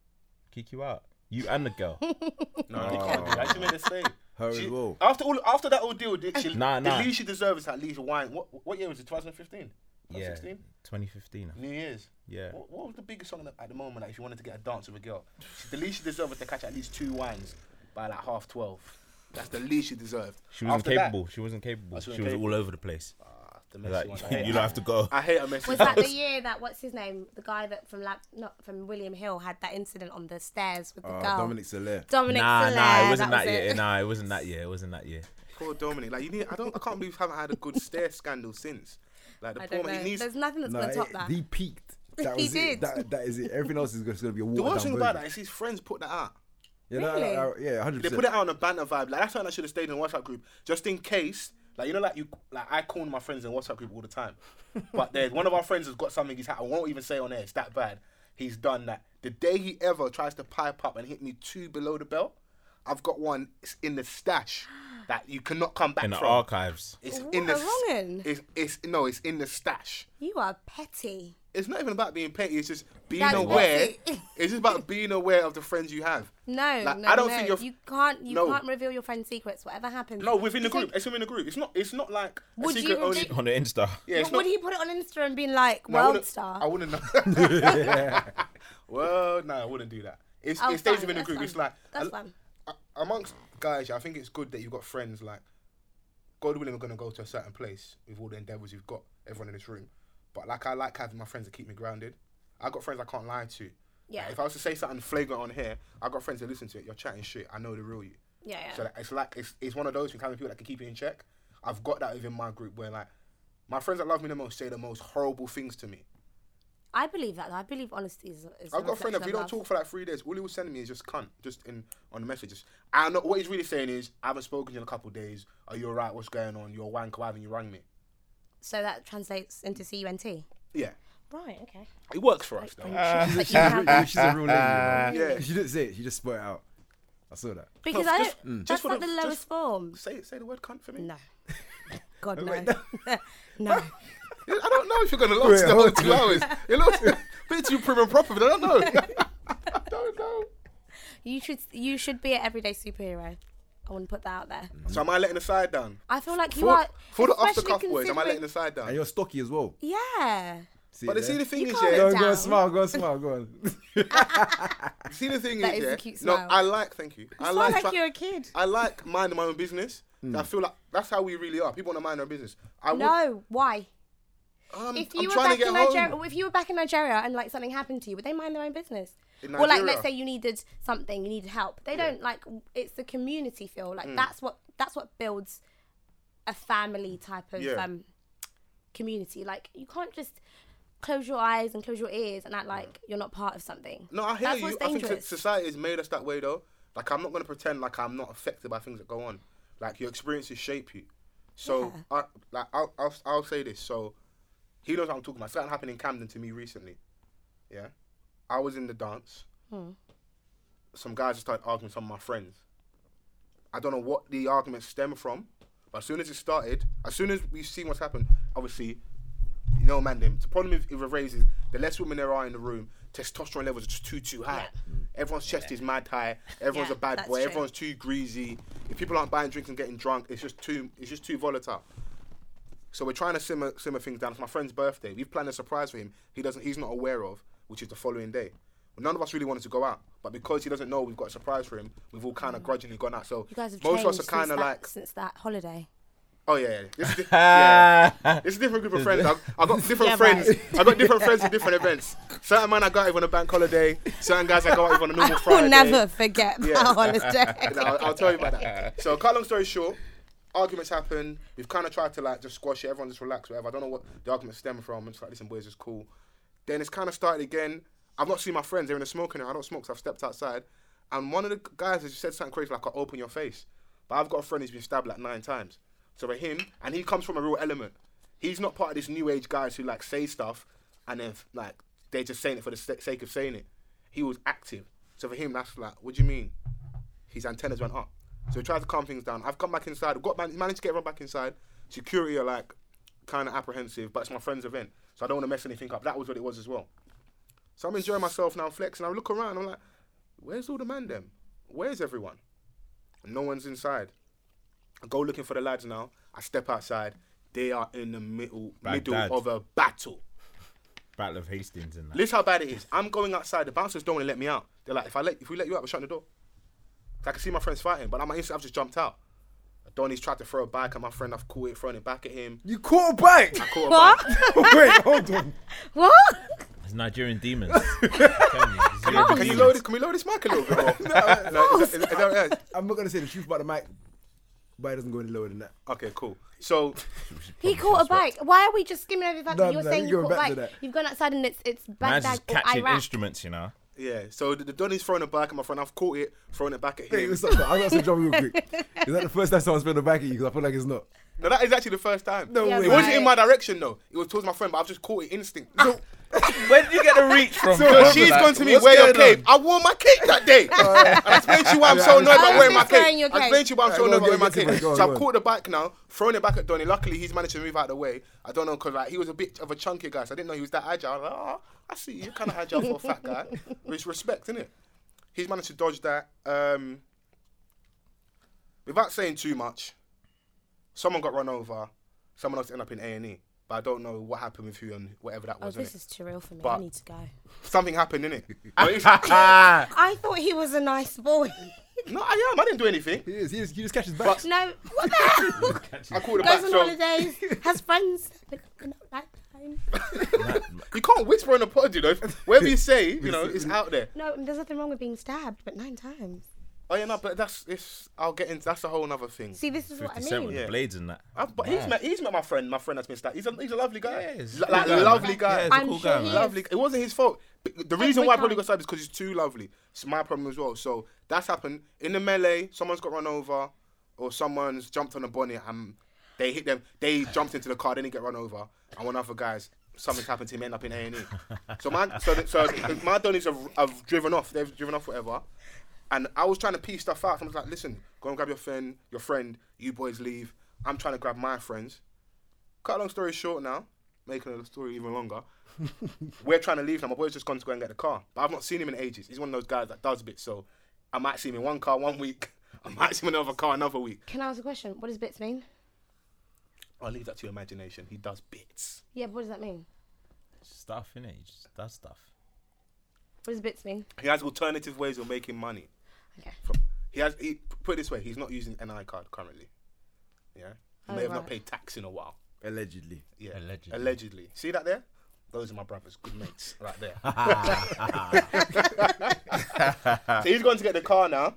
Speaker 4: kick you out. You and the girl.
Speaker 2: No, you can't do that. She made a stay.
Speaker 3: Her
Speaker 2: She-
Speaker 3: as well.
Speaker 2: After all, after that ordeal, did she,
Speaker 4: Nah, nah.
Speaker 2: the least she deserves is at least a wine. What, what year was it? 2015,
Speaker 4: yeah.
Speaker 2: 2016,
Speaker 4: 2015. I-
Speaker 2: New Year's.
Speaker 4: Yeah.
Speaker 2: What, what was the biggest song at the moment? Like, if you wanted to get a dance with a girl, the least she deserved was to catch at least two wines by like half twelve. That's the least she deserved.
Speaker 4: She wasn't
Speaker 2: After that-
Speaker 4: capable. She wasn't capable.
Speaker 2: That's
Speaker 4: She
Speaker 2: what
Speaker 4: was
Speaker 2: I'm saying.
Speaker 4: all over the place.
Speaker 2: Ah, the messy
Speaker 4: Like,
Speaker 2: ones. I
Speaker 4: you
Speaker 2: hate-
Speaker 4: don't have to go.
Speaker 2: I hate a messy.
Speaker 1: Was that the year that what's his name, the guy that from Lab, not from William Hill, had that incident on the stairs with the
Speaker 3: Uh,
Speaker 1: girl?
Speaker 3: Dominic Soler.
Speaker 1: Dominic
Speaker 4: nah,
Speaker 1: Soler,
Speaker 4: nah, it wasn't
Speaker 1: that
Speaker 4: that,
Speaker 1: was
Speaker 4: year.
Speaker 1: it.
Speaker 4: Nah, it wasn't that year. It wasn't that year.
Speaker 2: Poor Dominic. Like you need. I don't. I can't believe we haven't had a good stair scandal since. Like the
Speaker 1: I
Speaker 2: poor
Speaker 1: don't
Speaker 2: man.
Speaker 1: know.
Speaker 2: He needs.
Speaker 1: There's nothing that's
Speaker 3: No,
Speaker 1: gonna
Speaker 3: it,
Speaker 1: top that.
Speaker 3: he peaked. That
Speaker 1: He
Speaker 3: was
Speaker 1: did.
Speaker 3: it. That, that is it. Everything else is just going to be a
Speaker 2: The
Speaker 3: watered
Speaker 2: worst
Speaker 3: down
Speaker 2: thing
Speaker 3: version.
Speaker 2: about that is his friends put that out.
Speaker 3: Yeah, no, no,
Speaker 1: Really?
Speaker 3: no, uh, yeah, hundred
Speaker 2: They
Speaker 3: percent.
Speaker 2: put it out on a banner vibe. Like that's something I should have stayed in the WhatsApp group, just in case. Like you know, like you, like I call my friends in WhatsApp group all the time. But there's one of our friends has got something he's had. I won't even say on air. It's that bad. He's done that. The day he ever tries to pipe up and hit me two below the belt, I've got one it's in the stash that you cannot come back
Speaker 4: In the
Speaker 2: from.
Speaker 4: archives.
Speaker 2: It's
Speaker 1: What
Speaker 2: in the.
Speaker 1: a wrong'un.
Speaker 2: It's, it's no, it's in the stash.
Speaker 1: You are petty.
Speaker 2: It's not even about being petty. It's just being
Speaker 1: That's
Speaker 2: aware.
Speaker 1: petty.
Speaker 2: it's just about being aware of the friends you have.
Speaker 1: No,
Speaker 2: Like,
Speaker 1: no,
Speaker 2: I don't
Speaker 1: no.
Speaker 2: think you're-
Speaker 1: you can't. You
Speaker 2: No.
Speaker 1: can't reveal your friend's secrets. Whatever happens.
Speaker 2: No, within the
Speaker 1: It's like-
Speaker 2: group. It's within the group. It's not. It's not like a
Speaker 1: Would you
Speaker 2: secret only.
Speaker 1: ridic-
Speaker 4: On the Insta.
Speaker 2: Yeah, it's
Speaker 1: But would
Speaker 2: not-
Speaker 1: he put it on Insta and been like,
Speaker 2: No,
Speaker 1: world star?
Speaker 2: I wouldn't. I wouldn't know. well, no, I wouldn't do that. It's,
Speaker 1: Oh,
Speaker 2: it stays
Speaker 1: fine,
Speaker 2: within the
Speaker 1: that's
Speaker 2: group.
Speaker 1: fine.
Speaker 2: It's like
Speaker 1: That's
Speaker 2: a-
Speaker 1: fine.
Speaker 2: a- amongst guys. I think it's good that you've got friends. Like, God willing, we're gonna go to a certain place with all the endeavors you've got. Everyone in this room, but like I like having my friends that keep me grounded. I got friends I can't lie to. Like,
Speaker 1: Yeah.
Speaker 2: if I was to say something flagrant on here, I got friends that listen to it. You're chatting shit. I know the real you.
Speaker 1: Yeah, yeah.
Speaker 2: So like, it's like it's, it's one of those things. Kind of people that can keep it in check. I've got that within my group where like my friends that love me the most say the most horrible things to me.
Speaker 1: I believe that. though. I believe honesty is. is
Speaker 2: I've got a friend that
Speaker 1: reflection
Speaker 2: if we
Speaker 1: of
Speaker 2: don't
Speaker 1: love.
Speaker 2: talk for like three days, all he was sending me is just cunt, just in on the messages. And what he's really saying is, I haven't spoken to you in a couple of days. Are you alright? What's going on? You're a wanker. Why haven't you rang me?
Speaker 1: So that translates into C U N T.
Speaker 2: Yeah,
Speaker 1: Right. Okay.
Speaker 2: it works for us though.
Speaker 3: She's,
Speaker 1: you
Speaker 3: a
Speaker 1: have-
Speaker 3: real- she's a real lady. You know?
Speaker 2: Yeah.
Speaker 3: She didn't say it. She just spit it out. I saw that.
Speaker 1: Because
Speaker 2: No,
Speaker 1: I
Speaker 2: just- Mm.
Speaker 1: don't.
Speaker 2: just
Speaker 1: that's
Speaker 2: for
Speaker 1: not
Speaker 2: the-
Speaker 1: the lowest
Speaker 2: just-
Speaker 1: form.
Speaker 2: Say say the word cunt for me.
Speaker 1: No. God no. no.
Speaker 2: I don't know if you're gonna last the whole two hours. It looks a bit too prim and proper. But I don't know. I don't know.
Speaker 1: You should. You should be an everyday superhero. I want to put that out there.
Speaker 2: So am I letting the side down?
Speaker 1: I feel like you
Speaker 2: For,
Speaker 1: are.
Speaker 2: for the off the
Speaker 1: especially
Speaker 2: cuff boys, am I letting the
Speaker 1: considering-
Speaker 2: side
Speaker 3: And
Speaker 2: down?
Speaker 3: you're stocky as well.
Speaker 1: Yeah.
Speaker 3: See
Speaker 2: But
Speaker 3: it
Speaker 2: the, see
Speaker 3: there?
Speaker 2: the thing
Speaker 1: You
Speaker 2: is,
Speaker 1: can't
Speaker 2: yeah,
Speaker 1: let
Speaker 3: Go on, go
Speaker 1: down.
Speaker 3: on, smile, go on, smile, go on.
Speaker 2: See the thing
Speaker 1: That
Speaker 2: is,
Speaker 1: is a
Speaker 2: yeah.
Speaker 1: cute
Speaker 2: no,
Speaker 1: smile.
Speaker 2: I like. Thank you. I
Speaker 1: I
Speaker 2: like.
Speaker 1: like
Speaker 2: try-
Speaker 1: you're a kid.
Speaker 2: I like minding my own business. I feel like that's how we really are. People want to mind their business. I would,
Speaker 1: No. Why?
Speaker 2: um,
Speaker 1: If
Speaker 2: I'm
Speaker 1: you were
Speaker 2: trying to
Speaker 1: back
Speaker 2: get
Speaker 1: in
Speaker 2: home.
Speaker 1: Nigeria, if you were back in Nigeria and like something happened to you, would they mind their own business?
Speaker 2: In
Speaker 1: Or like,
Speaker 2: Nigeria?
Speaker 1: let's say you needed something, you needed help. They don't like. It's the community feel.
Speaker 2: Mm.
Speaker 1: Like that's what that's what builds a family type of
Speaker 2: Yeah.
Speaker 1: um, community. Like you can't just close your eyes and close your ears and act like you're not part of something.
Speaker 2: Mm. No, I hear
Speaker 1: that's
Speaker 2: you.
Speaker 1: What's
Speaker 2: I think
Speaker 1: dangerous.
Speaker 2: so- society has made us that way though. Like I'm not gonna pretend like I'm not affected by things that go on. Like your experiences shape you. So I, like I'll, I'll I'll say this. So he knows what I'm talking about. Something happened in Camden to me recently. Yeah, I was in the dance.
Speaker 1: Hmm.
Speaker 2: Some guys just started arguing with some of my friends. I don't know what the arguments stem from, but as soon as it started, as soon as we've seen what's happened, obviously you know, man, them. The problem with, with raves is the less women there are in the room, testosterone levels are just too, too high. Everyone's chest is mad high. Everyone's
Speaker 1: Yeah,
Speaker 2: a bad
Speaker 1: that's
Speaker 2: boy.
Speaker 1: true.
Speaker 2: Everyone's too greasy. If people aren't buying drinks and getting drunk, it's just too, it's just too volatile. So we're trying to simmer, simmer things down. It's my friend's birthday. We've planned a surprise for him. He doesn't, he's not aware of, which is the following day. None of us really wanted to go out, but because he doesn't know we've got a surprise for him, we've all kind of grudgingly gone out. So
Speaker 1: Mm. you guys have
Speaker 2: most of us
Speaker 1: changed
Speaker 2: are kind
Speaker 1: since
Speaker 2: of
Speaker 1: that-
Speaker 2: like,
Speaker 1: since that holiday.
Speaker 2: Oh yeah, yeah. This is di- yeah. It's a different group of friends. I've, I've got different
Speaker 1: Yeah,
Speaker 2: friends. I've got different friends at different events. Certain man I go out with on a bank holiday. Certain guys I go out with on a normal Friday.
Speaker 1: I'll never forget
Speaker 2: Yeah.
Speaker 1: that holiday.
Speaker 2: No, I'll, I'll tell you about that. So, cut long story short, arguments happen. We've kind of tried to like just squash it. Everyone just relax, whatever. I don't know what the arguments stem from. I'm just like, listen, boys, it's cool. Then it's kind of started again. I've not seen my friends. They're in the smoking room. I don't smoke, so I've stepped outside. And one of the guys has said something crazy like, "I'll open your face." But I've got a friend who's been stabbed like nine times. So for him, and he comes from a real element. He's not part of this new age guys who like say stuff and then like they're just saying it for the sa- sake of saying it. He was active. So for him, that's like, what do you mean? his antennas went up. So he tried to calm things down. I've come back inside. We've got man- managed to get everyone back inside. Security are like, kind of apprehensive, but it's my friend's event, so I don't want to mess anything up. That was what it was as well. So I'm enjoying myself now, I'm flexing. I look around, I'm like, where's all the man them? Where's everyone? No one's inside. I go looking for the lads now. I step outside. They are in the middle
Speaker 4: Baghdad.
Speaker 2: middle of a battle.
Speaker 4: Battle of Hastings and that.
Speaker 2: Listen how bad it is. I'm going outside. The bouncers don't want to let me out. They're like, if I let, if we let you out, we're shutting the door. 'Cause I can see my friends fighting, but I'm instant. I've just jumped out. Donnie's tried to throw it back at my friend. I've caught it, thrown it back at him.
Speaker 3: You caught a bike.
Speaker 2: Caught it back.
Speaker 1: What?
Speaker 3: Wait, hold on.
Speaker 1: what?
Speaker 4: It's Nigerian demons. I'm telling you, it's Nigerian
Speaker 2: Can you
Speaker 4: demons.
Speaker 2: load it? Can we load this mic a little bit more? Like, is that- is that- is that what it is?
Speaker 3: I'm not gonna say the truth about the mic, but it doesn't go any lower than that.
Speaker 2: Okay, cool. So
Speaker 1: He caught a bike. Why are we just skimming over the fact
Speaker 3: No,
Speaker 1: that you're
Speaker 3: no,
Speaker 1: saying
Speaker 3: you're
Speaker 1: you caught a
Speaker 3: back to
Speaker 1: bike?
Speaker 3: that.
Speaker 1: You've gone outside and it's it's Baghdad
Speaker 4: Man's just
Speaker 1: or
Speaker 4: catching
Speaker 1: Iraq.
Speaker 4: instruments, you know.
Speaker 2: yeah, so the, the Donnie's throwing it back at my friend. I've caught it, thrown it back at
Speaker 3: Hey,
Speaker 2: him.
Speaker 3: what's up? though? I got some trouble real quick. Is that the first time someone's been the back at you? Because I feel like it's not.
Speaker 2: No, that is actually the first time. No
Speaker 3: Yeah,
Speaker 2: It
Speaker 3: way.
Speaker 2: wasn't in
Speaker 1: right.
Speaker 2: my direction though. It was towards my friend, but I've just caught it instinct. So
Speaker 4: Where did you get the reach from?
Speaker 2: so she's gone to me,
Speaker 4: what's
Speaker 2: wear your
Speaker 4: going
Speaker 2: cape. I wore my cape that day. I explained to you why I'm so
Speaker 3: Yeah,
Speaker 2: annoyed about
Speaker 1: I'm
Speaker 2: wearing my
Speaker 1: just wearing
Speaker 2: cape.
Speaker 1: your
Speaker 2: I explained to you why I'm
Speaker 3: cape.
Speaker 2: so annoyed about
Speaker 3: Yeah,
Speaker 2: wearing
Speaker 3: go
Speaker 2: my
Speaker 3: on, go on,
Speaker 2: cape.
Speaker 3: go on,
Speaker 2: So
Speaker 3: go
Speaker 2: I've
Speaker 3: on.
Speaker 2: caught the bike now, thrown it back at Donny. Luckily, he's managed to move out of the way. I don't know because like, he was a bit of a chunky guy, so I didn't know he was that agile. I was like, oh, I see you kind of agile for a fat guy. Which respect, innit? He's managed to dodge that. Um, without saying too much, someone got run over. Someone else ended up in A and E, but I don't know what happened with who and whatever that
Speaker 1: Oh,
Speaker 2: was.
Speaker 1: this
Speaker 2: innit?
Speaker 1: is too real for me. I
Speaker 2: But-
Speaker 1: need to go.
Speaker 2: Something happened in it.
Speaker 1: I thought he was a nice boy.
Speaker 2: no, I am. I didn't do anything.
Speaker 3: He is. He just, he just catches back.
Speaker 2: But-
Speaker 1: no, what the hell?
Speaker 2: I called it back.
Speaker 1: Goes on
Speaker 2: So
Speaker 1: holidays, has friends. But not that time.
Speaker 2: you can't whisper on the pod, you know. Whatever you say, you know, it's out there.
Speaker 1: No, there's nothing wrong with being stabbed, but nine times.
Speaker 2: Oh yeah, no, but that's it's. I'll get into. That's a whole other thing.
Speaker 1: See, this is what I
Speaker 4: 57
Speaker 1: mean.
Speaker 4: with
Speaker 2: Yeah.
Speaker 4: blades and that.
Speaker 2: I've, but he's met. He's met my friend. My friend that's been stabbed. He's a he's a lovely guy.
Speaker 4: Yeah, he's a
Speaker 2: like
Speaker 4: cool guy,
Speaker 2: lovely
Speaker 4: man.
Speaker 2: guy.
Speaker 4: Yeah, he's a
Speaker 1: I'm
Speaker 4: cool
Speaker 1: sure
Speaker 4: guy,
Speaker 1: he
Speaker 4: man.
Speaker 1: is.
Speaker 2: lovely. It wasn't his fault. B- The reason
Speaker 1: Every
Speaker 2: why I probably
Speaker 1: time.
Speaker 2: got stabbed is because he's too lovely. It's my problem as well. So that's happened in the melee. Someone's got run over, or someone's jumped on a bonnet and they hit them. They jumped into the car. They didn't get run over. And one other guy's something's happened to him. End up in A and E. So my so the- so the- my donnies have, have driven off. They've driven off whatever. And I was trying to piece stuff out. I was like, listen, go and grab your friend, your friend. You boys leave. I'm trying to grab my friends. Cut a long story short now, making the story even longer. We're trying to leave now. My boy's just gone to go and get the car. But I've not seen him in ages. He's one of those guys that does bits. So I might see him in one car one week. I might see him in another car another week.
Speaker 1: Can I ask a question? What does bits mean?
Speaker 2: I'll leave that to your imagination. He does bits.
Speaker 1: Yeah, but what does that mean?
Speaker 4: Stuff, innit? He just does stuff.
Speaker 1: What does bits mean?
Speaker 2: He has alternative ways of making money.
Speaker 1: Okay.
Speaker 2: He has. He, put it this way, he's not using NI card currently. Yeah, he
Speaker 1: Oh,
Speaker 2: may have not
Speaker 1: right.
Speaker 2: paid tax in a while.
Speaker 3: Allegedly.
Speaker 2: Yeah,
Speaker 4: Allegedly.
Speaker 2: Allegedly. See that there? Those are my brothers, good mates, right there. so he's going to get the car now.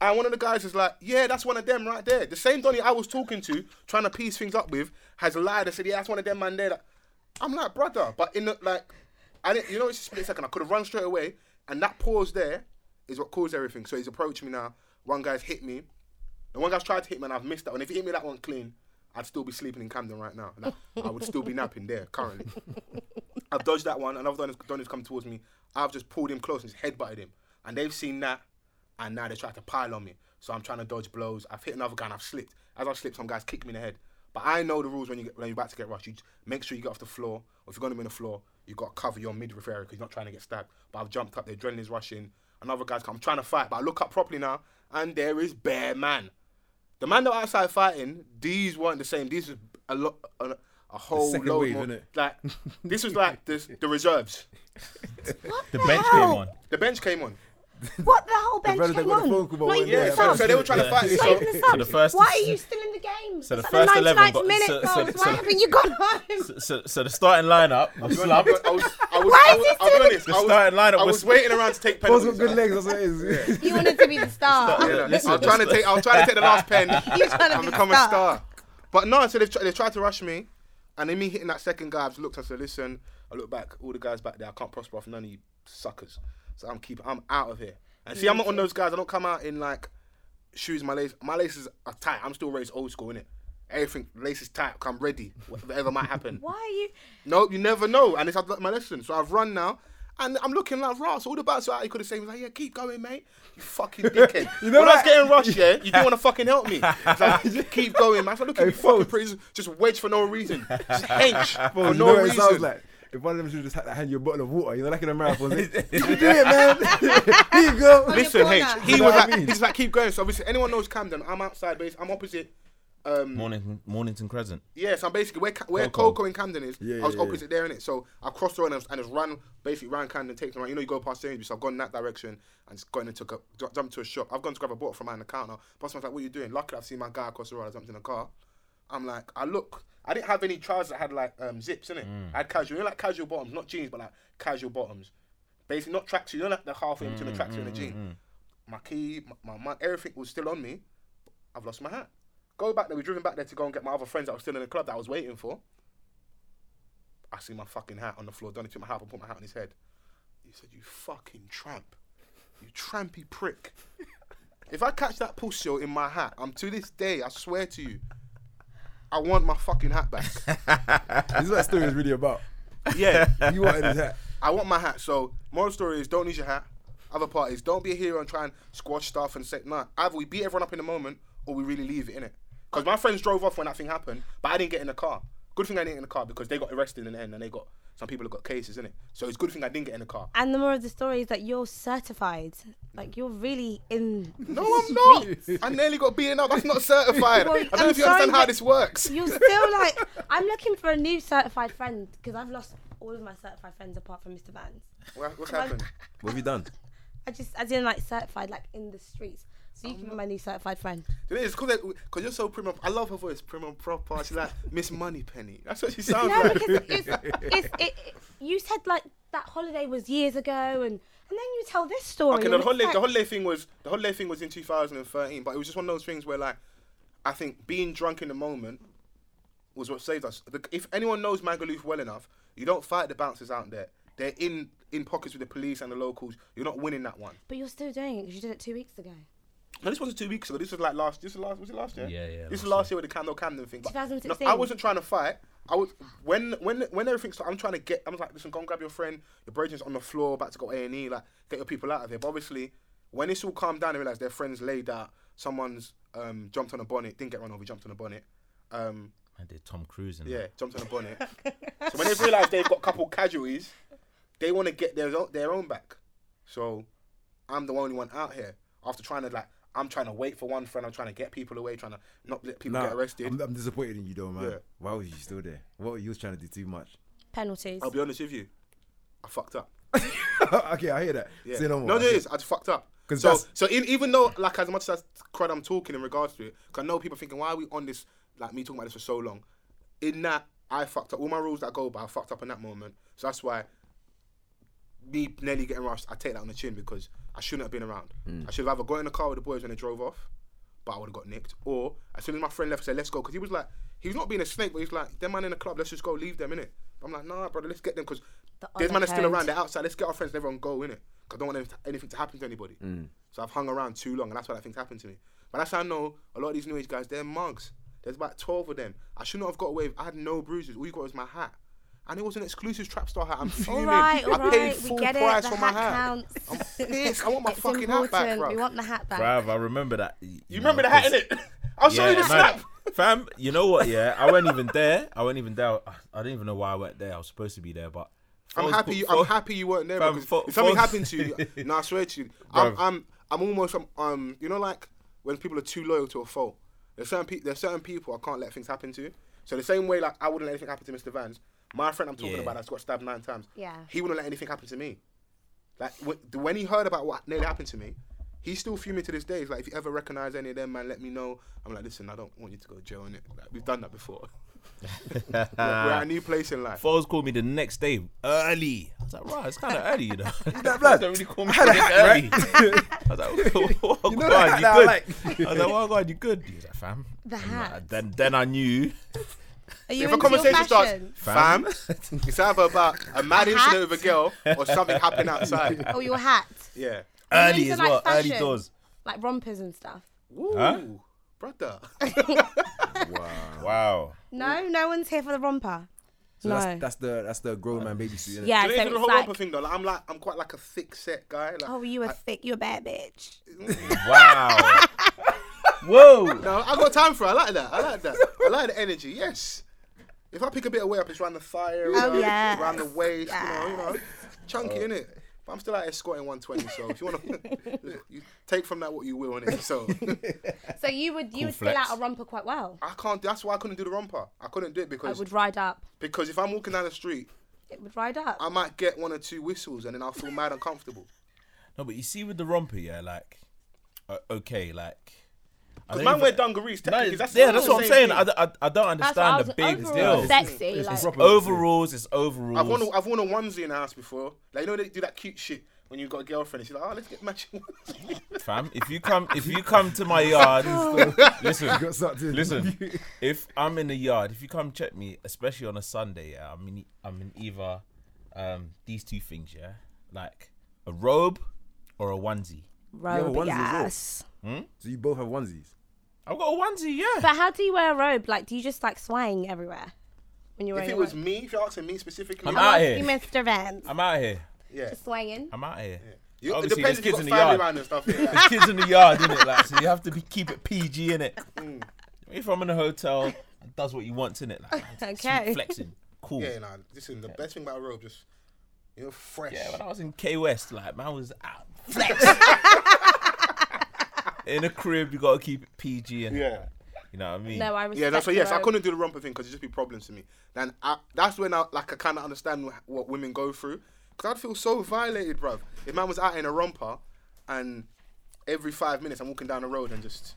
Speaker 2: And one of the guys is like, yeah, that's one of them right there. The same Donny I was talking to, trying to piece things up with, has lied and said, yeah, that's one of them man there. that-" I'm like, brother, but in the, like, I didn't, you know, it's a split second. I could have run straight away, and that pause there is what caused everything. So he's approached me now. One guy's hit me. The one guy's tried to hit me, and I've missed that one. If he hit me that one clean, I'd still be sleeping in Camden right now. Like, I would still be napping there currently. I've dodged that one. Another one has, one has come towards me. I've just pulled him close and just headbutted him. And they've seen that, and now they try to pile on me. So I'm trying to dodge blows. I've hit another guy and I've slipped. As I slip, some guys kick me in the head. But I know the rules when you get, when you're about to get rushed. You j- make sure you get off the floor. Or if you're going to be on the floor, you got to cover your midriff area because you're not trying to get stabbed. But I've jumped up. The adrenaline's rushing. Another guy's come. I'm trying to fight, but I look up properly now, and there is Bear Man. The man that were outside fighting, these weren't the same. These was a lot, a, a whole
Speaker 3: second
Speaker 2: load
Speaker 3: wave,
Speaker 2: more.
Speaker 3: innit?
Speaker 2: Like this was like this, the reserves.
Speaker 4: The bench
Speaker 1: hell?
Speaker 4: came on.
Speaker 2: The bench came on.
Speaker 1: What the whole
Speaker 3: brother
Speaker 1: bench
Speaker 3: that
Speaker 1: came
Speaker 3: got the
Speaker 1: on?
Speaker 3: phone call, but
Speaker 1: Not
Speaker 3: when-
Speaker 1: even
Speaker 3: Yeah,
Speaker 1: the
Speaker 3: but-
Speaker 1: subs.
Speaker 2: So they were trying to fight me.
Speaker 1: Not
Speaker 2: So
Speaker 1: even the
Speaker 4: the
Speaker 1: subs.
Speaker 4: first-
Speaker 1: Why are you still in the game?
Speaker 4: so the
Speaker 1: It's
Speaker 4: first
Speaker 1: like
Speaker 4: 11
Speaker 1: 99th
Speaker 4: got-
Speaker 1: minute
Speaker 4: so-
Speaker 1: goals.
Speaker 4: so- so-
Speaker 1: Why haven't you gone home?
Speaker 4: So, so the starting lineup was
Speaker 2: I
Speaker 4: slumped.
Speaker 2: was, I was, I was,
Speaker 1: Why
Speaker 2: I
Speaker 1: is
Speaker 2: was,
Speaker 1: he
Speaker 2: I'll be honest,
Speaker 4: The
Speaker 2: I was,
Speaker 4: starting lineup
Speaker 2: I
Speaker 4: was-
Speaker 2: was waiting around to take
Speaker 3: Paul's
Speaker 2: penalties.
Speaker 3: got good legs. That's what it is.
Speaker 1: you wanted to be the star.
Speaker 2: Yeah,
Speaker 4: listen,
Speaker 2: I'll try to
Speaker 4: listen.
Speaker 2: take. I'll try to take the last pen
Speaker 1: You're trying to
Speaker 2: and
Speaker 1: be
Speaker 2: become a
Speaker 1: star.
Speaker 2: star. But no, so they've, tr- they've tried to rush me, and in me hitting that second guy, I've looked and said, "Listen, I look back, all the guys back there, I can't prosper off none of you suckers. So I'm keeping. I'm out of here. And see, I'm not one of those guys. I don't come out in like shoes. My lace, my laces are tight. I'm still raised old school, innit? Everything laces tight. I'm ready. Whatever might happen.
Speaker 1: Why are you?
Speaker 2: No, you never know, and it's I've learnt my lesson. So I've run now, And I'm looking like, rah, so all the bouncers out, he could have said, he was like, yeah, keep going, mate. You fucking dickhead.
Speaker 3: You know
Speaker 2: when I was
Speaker 3: that-
Speaker 2: getting rushed, yeah, you didn't want to fucking help me. It's like, just keep going, man. So look at
Speaker 3: Hey,
Speaker 2: you fucking
Speaker 3: Foles.
Speaker 2: prison, just wedge for no reason. Just hench
Speaker 3: Bro,
Speaker 2: for
Speaker 3: you know
Speaker 2: no
Speaker 3: what it sounds
Speaker 2: reason.
Speaker 3: like? If one of them should just ha- hand you a bottle of water, you know, like in a marathon. You can do it, man. Here you go.
Speaker 2: Listen,
Speaker 1: corner.
Speaker 2: H,
Speaker 3: You
Speaker 2: he
Speaker 3: know
Speaker 2: was
Speaker 3: what I
Speaker 2: like,
Speaker 3: mean?
Speaker 2: he's like, keep going. So obviously, anyone knows Camden, I'm outside base, I'm opposite. Um,
Speaker 4: Mornington, Mornington Crescent.
Speaker 2: Yeah, so I'm basically where Ca- where
Speaker 4: Coco.
Speaker 2: Coco, in Camden is.
Speaker 3: Yeah,
Speaker 2: I was
Speaker 3: yeah, yeah.
Speaker 2: opposite there in it, so I crossed the road and I, was- and just ran basically ran Camden, taken around. You know, you go past Sainsbury's, so I've gone in that direction and just gone and took a ju- jumped to a shop. I've gone to grab a bottle from behind the counter. Boss man's like, "What you doing?" Luckily, I've seen my guy across the road. I jumped in the car. I'm like, I look. I didn't have any trousers that had like um, zips in it.
Speaker 3: Mm.
Speaker 2: I had casual, you know, like casual bottoms, not jeans, but like casual bottoms. Basically, not tracksuit. You know, like the halfway between
Speaker 3: Mm,
Speaker 2: the tracksuit and the jean. My key, my, my, my everything was still on me. I've lost my hat. Go back there. We driven back there to go and get my other friends that were still in the club that I was waiting for. I see my fucking hat on the floor. Donny took my hat and put my hat on his head. He said, "You fucking tramp, you trampy prick." if I catch that pussy in my hat, I'm to this day. I swear to you, I want my fucking hat back.
Speaker 3: This is what that story is really about.
Speaker 2: yeah,
Speaker 3: You wanted his hat.
Speaker 2: I want my hat. So moral story is don't lose your hat. Other part is don't be a hero and try and squash stuff and say nah. Either we beat everyone up in the moment or we really leave it in it. Because my friends drove off when that thing happened, but I didn't get in the car. Good thing I didn't get in the car because they got arrested in the end and they got some people have got cases in it. So it's good thing I didn't get in the car.
Speaker 1: And the moral of the story is that you're certified. Like you're really in.
Speaker 2: No, I'm not. I nearly got beaten up. That's not certified. I don't know
Speaker 1: I'm
Speaker 2: if you
Speaker 1: sorry,
Speaker 2: understand how
Speaker 1: but-
Speaker 2: this works.
Speaker 1: You're still like. I'm looking for a new certified friend because I've lost all of my certified friends apart from Mr. Vans.
Speaker 2: What- What's happened?
Speaker 3: What have you done?
Speaker 1: I just I didn't like certified like in the streets. So you can be my new certified friend.
Speaker 2: It is because you're so prim. and- I love her voice, prim and proper. She's like Miss Money Penny. That's what she sounds
Speaker 1: No,
Speaker 2: like.
Speaker 1: because it's, it's, it, it- you said like that holiday was years ago, and and then you tell this story.
Speaker 2: Okay,
Speaker 1: and
Speaker 2: the
Speaker 1: it's
Speaker 2: holiday,
Speaker 1: like-
Speaker 2: the holiday thing was the holiday thing was in 2013, but it was just one of those things where like I think being drunk in the moment was what saved us. The, if anyone knows Magaluf well enough, you don't fight the bouncers out there. They're in in pockets with the police and the locals. You're not winning that one.
Speaker 1: But you're still doing it because you did it two weeks ago.
Speaker 2: No, this wasn't two weeks ago. This was like last. This was last. Was it last year?
Speaker 4: Yeah, yeah,
Speaker 2: This was
Speaker 4: last
Speaker 2: last year with the Camden Camden thing. but-
Speaker 1: 2016.
Speaker 2: No, I wasn't trying to fight. I was when when when everything started. I'm trying to get. I was like, listen, go and grab your friend. Your brethren's on the floor, about to go A and E. Like, get your people out of here. But obviously, when it's all calmed down, and realize their friends laid out. Someone's um, jumped on a bonnet. Didn't get run over. Jumped on a bonnet. Um,
Speaker 4: I did Tom Cruise and
Speaker 2: yeah, jumped on a bonnet. so when they realise they've got a couple casualties, they want to get their own, their own back. So I'm the only one out here after trying to like I'm trying to wait for one friend. I'm trying to get people away, trying to not let people
Speaker 3: Nah,
Speaker 2: get arrested.
Speaker 3: I'm, I'm disappointed in you, though, man.
Speaker 2: Yeah.
Speaker 3: Why was you still there? What you was trying to do too much?
Speaker 1: Penalties.
Speaker 2: I'll be honest with you, I fucked up.
Speaker 3: okay, I hear that.
Speaker 2: Yeah.
Speaker 3: Say no more.
Speaker 2: no,
Speaker 3: I
Speaker 2: there
Speaker 3: hear-
Speaker 2: is. I just fucked up.
Speaker 3: 'Cause
Speaker 2: So,
Speaker 3: that's-
Speaker 2: so in, even though, like, as much as I crud I'm talking in regards to it, 'cause I know people thinking, why are we on this, like, me talking about this for so long? In that, I fucked up. All my rules that I go by, I fucked up in that moment. So that's why me nearly getting rushed, I take that on the chin because I shouldn't have been around. I should have either got in the car with the boys when they drove off, but I would have got nicked. Or as soon as my friend left, I said, let's go. Because he was like, he was not being a snake, but he's like, them man in the club, let's just go leave them, innit? I'm like, nah, brother, let's get them because
Speaker 1: The
Speaker 2: there's man that's still
Speaker 1: undercode.
Speaker 2: around, they're outside, let's get our friends and everyone go, innit? Because I don't want anyth- anything to happen to anybody. So I've hung around too long and that's why that thing's happened to me. But that's how I know a lot of these new age guys, they're mugs. There's about 12 of them. I should not have got away with, I had no bruises. All you got was my hat. And it was an exclusive trap star hat. I'm
Speaker 1: all
Speaker 2: fuming.
Speaker 1: right, all
Speaker 2: I
Speaker 1: right,
Speaker 2: paid full
Speaker 1: we get
Speaker 2: price
Speaker 1: it. The
Speaker 2: for my
Speaker 1: hat,
Speaker 2: hat.
Speaker 1: counts.
Speaker 2: I'm pissed. I want my
Speaker 1: It's
Speaker 2: fucking hat back,
Speaker 1: important.
Speaker 2: bruv.
Speaker 1: We want the hat back.
Speaker 4: Bruv, I remember that. You
Speaker 2: You remember the hat in it? I'll show you the snap.
Speaker 4: Fam, you know what? Yeah, I wasn't even there. I wasn't even there. I- I didn't even know why I went there. I was supposed to be there, but
Speaker 2: I'm
Speaker 4: Foles
Speaker 2: happy. You,
Speaker 4: put-
Speaker 2: I'm
Speaker 4: Foles-
Speaker 2: happy you weren't there
Speaker 4: Fam,
Speaker 2: because
Speaker 4: fo-
Speaker 2: if something
Speaker 4: fo-
Speaker 2: happened to you, no, I swear to you, I'm,
Speaker 4: Bruv.
Speaker 2: I'm, I'm almost, um, um, you know, like when people are too loyal to a fault. There's certain people. There's certain people I can't let things happen to. So the same way, like I wouldn't let anything happen to Mr. Vans. My friend I'm talking
Speaker 4: Yeah.
Speaker 2: about that's got stabbed nine times.
Speaker 1: Yeah.
Speaker 2: He wouldn't let anything happen to me. Like wh- when he heard about what nearly happened to me, he's still fuming to this day. He's like, if you ever recognize any of them, man, let me know. I'm like, listen, I don't want you to go to jail in it. Like, we've done that before. we're, we're at a new place in life.
Speaker 4: Foles called me the next day early. I was like, right, it's kind of early, you know.
Speaker 3: that blood?
Speaker 4: Don't really call me
Speaker 3: I had a hat,
Speaker 4: early.
Speaker 3: right?
Speaker 4: I was like, oh,
Speaker 3: You know
Speaker 4: God,
Speaker 3: that hat
Speaker 4: you
Speaker 3: that I
Speaker 4: good?
Speaker 3: like?
Speaker 4: I was like, oh, God, you good? He was like, fam.
Speaker 1: The
Speaker 4: And, uh,
Speaker 1: hat.
Speaker 4: Then, then I knew.
Speaker 1: Are you
Speaker 2: if a
Speaker 1: into
Speaker 2: conversation
Speaker 1: your
Speaker 2: starts,
Speaker 1: fashion?
Speaker 2: fam, it's either about a
Speaker 1: hat?
Speaker 2: mad incident with a girl or something happened outside.
Speaker 1: or your hat.
Speaker 2: Yeah.
Speaker 1: Are you
Speaker 4: Early
Speaker 1: into,
Speaker 4: as
Speaker 1: like,
Speaker 4: well. Early
Speaker 1: fashion?
Speaker 4: doors.
Speaker 1: Like rompers and stuff.
Speaker 2: Woo,
Speaker 4: Huh?
Speaker 2: brother.
Speaker 3: Wow.
Speaker 4: Wow.
Speaker 1: No, no one's here for the romper.
Speaker 3: So
Speaker 5: No.
Speaker 3: that's that's the that's the grown man baby suit. innit?
Speaker 1: Yeah,
Speaker 2: Do you
Speaker 1: so
Speaker 2: know the
Speaker 1: it's
Speaker 2: whole
Speaker 1: like,
Speaker 2: romper thing though? Like, I'm like, I'm quite like a thick set guy. Like,
Speaker 1: oh, you a thick, you a bad bitch.
Speaker 4: Wow.
Speaker 5: Whoa.
Speaker 2: no, I got time for. it. I like that. I like that. I like the energy. Yes. If I pick a bit of weight up, it's around the thigh, area,
Speaker 1: Oh, yes.
Speaker 2: around the waist. You know, you know, chunky in it. But I'm still out here squatting 120. So if you want to, you take from that what you will in it. So
Speaker 1: So you would you would fill
Speaker 4: flex.
Speaker 1: out a romper quite well.
Speaker 2: I can't. That's why I couldn't do the romper. I couldn't do it
Speaker 1: I
Speaker 2: because
Speaker 1: would ride up.
Speaker 2: because if I'm walking down the street,
Speaker 1: It would ride up.
Speaker 2: I might get one or two whistles and then I'll feel mad uncomfortable.
Speaker 4: No, but you see with the romper, yeah, like, uh, okay, like. I
Speaker 2: Because
Speaker 4: don't
Speaker 2: man
Speaker 4: even-
Speaker 2: wear dungarees.
Speaker 4: No,
Speaker 2: Technically, that's
Speaker 4: yeah, that's
Speaker 2: the
Speaker 4: what I'm
Speaker 2: same
Speaker 4: saying.
Speaker 2: thing.
Speaker 4: I, d- I, I don't
Speaker 1: That's what I
Speaker 4: understand
Speaker 1: was-
Speaker 4: the biggest
Speaker 1: overall
Speaker 4: deal.
Speaker 1: sexy. like,
Speaker 3: proper-
Speaker 4: Overalls is overalls.
Speaker 2: I've worn, a, I've worn a onesie in the house before. Like you know they do that cute shit when you've got a girlfriend. And she's like, oh, let's get matching. ones."
Speaker 4: fam. If you come, if you come to my yard,
Speaker 3: You
Speaker 4: listen,
Speaker 3: got sucked in.
Speaker 4: listen. If I'm in the yard, if you come check me, especially on a Sunday, yeah, I'm in, I'm in either um, these two things, yeah, like a robe or a onesie.
Speaker 3: have a
Speaker 5: Robe,
Speaker 3: onesie as well.
Speaker 5: yes.
Speaker 3: so you both have onesies.
Speaker 4: I've got a onesie, yeah.
Speaker 1: But how do you wear a robe? Like, do you just like swang everywhere when you're
Speaker 2: if
Speaker 1: wearing
Speaker 2: it
Speaker 1: a
Speaker 2: was
Speaker 1: robe?
Speaker 2: me, if you're asking me specifically,
Speaker 4: I'm
Speaker 1: I'm
Speaker 4: out
Speaker 1: asking
Speaker 4: here.
Speaker 1: Mr. Vance.
Speaker 4: I'm out here.
Speaker 2: yeah.
Speaker 1: Just swanging.
Speaker 4: I'm out here.
Speaker 2: You, it
Speaker 4: Obviously,
Speaker 2: depends if
Speaker 4: there's
Speaker 2: you've
Speaker 4: kids in
Speaker 2: got
Speaker 4: the
Speaker 2: family
Speaker 4: yard.
Speaker 2: around and stuff. Yeah.
Speaker 4: There's kids in the yard, innit? Like, so you have to be keep it PG, innit?
Speaker 2: Mm.
Speaker 4: If I'm in a hotel, it does what you want, innit? Like, it's
Speaker 1: Okay.
Speaker 4: flexing, cool.
Speaker 2: yeah, nah. Listen, the best thing about a robe, just you're fresh.
Speaker 4: Yeah, when I was in K West, like man was out flex. in the crib, you gotta keep it PG and
Speaker 2: Yeah.
Speaker 4: you know what I mean.
Speaker 1: No, I respect.
Speaker 2: Yeah, that's so
Speaker 1: the
Speaker 2: yes, I
Speaker 1: robe.
Speaker 2: couldn't do the romper thing because it'd just be problems to me. And I, that's when I like I kind of understand wh- what women go through because I'd feel so violated, bruv. If man was out in a romper, and every five minutes I'm walking down the road and just,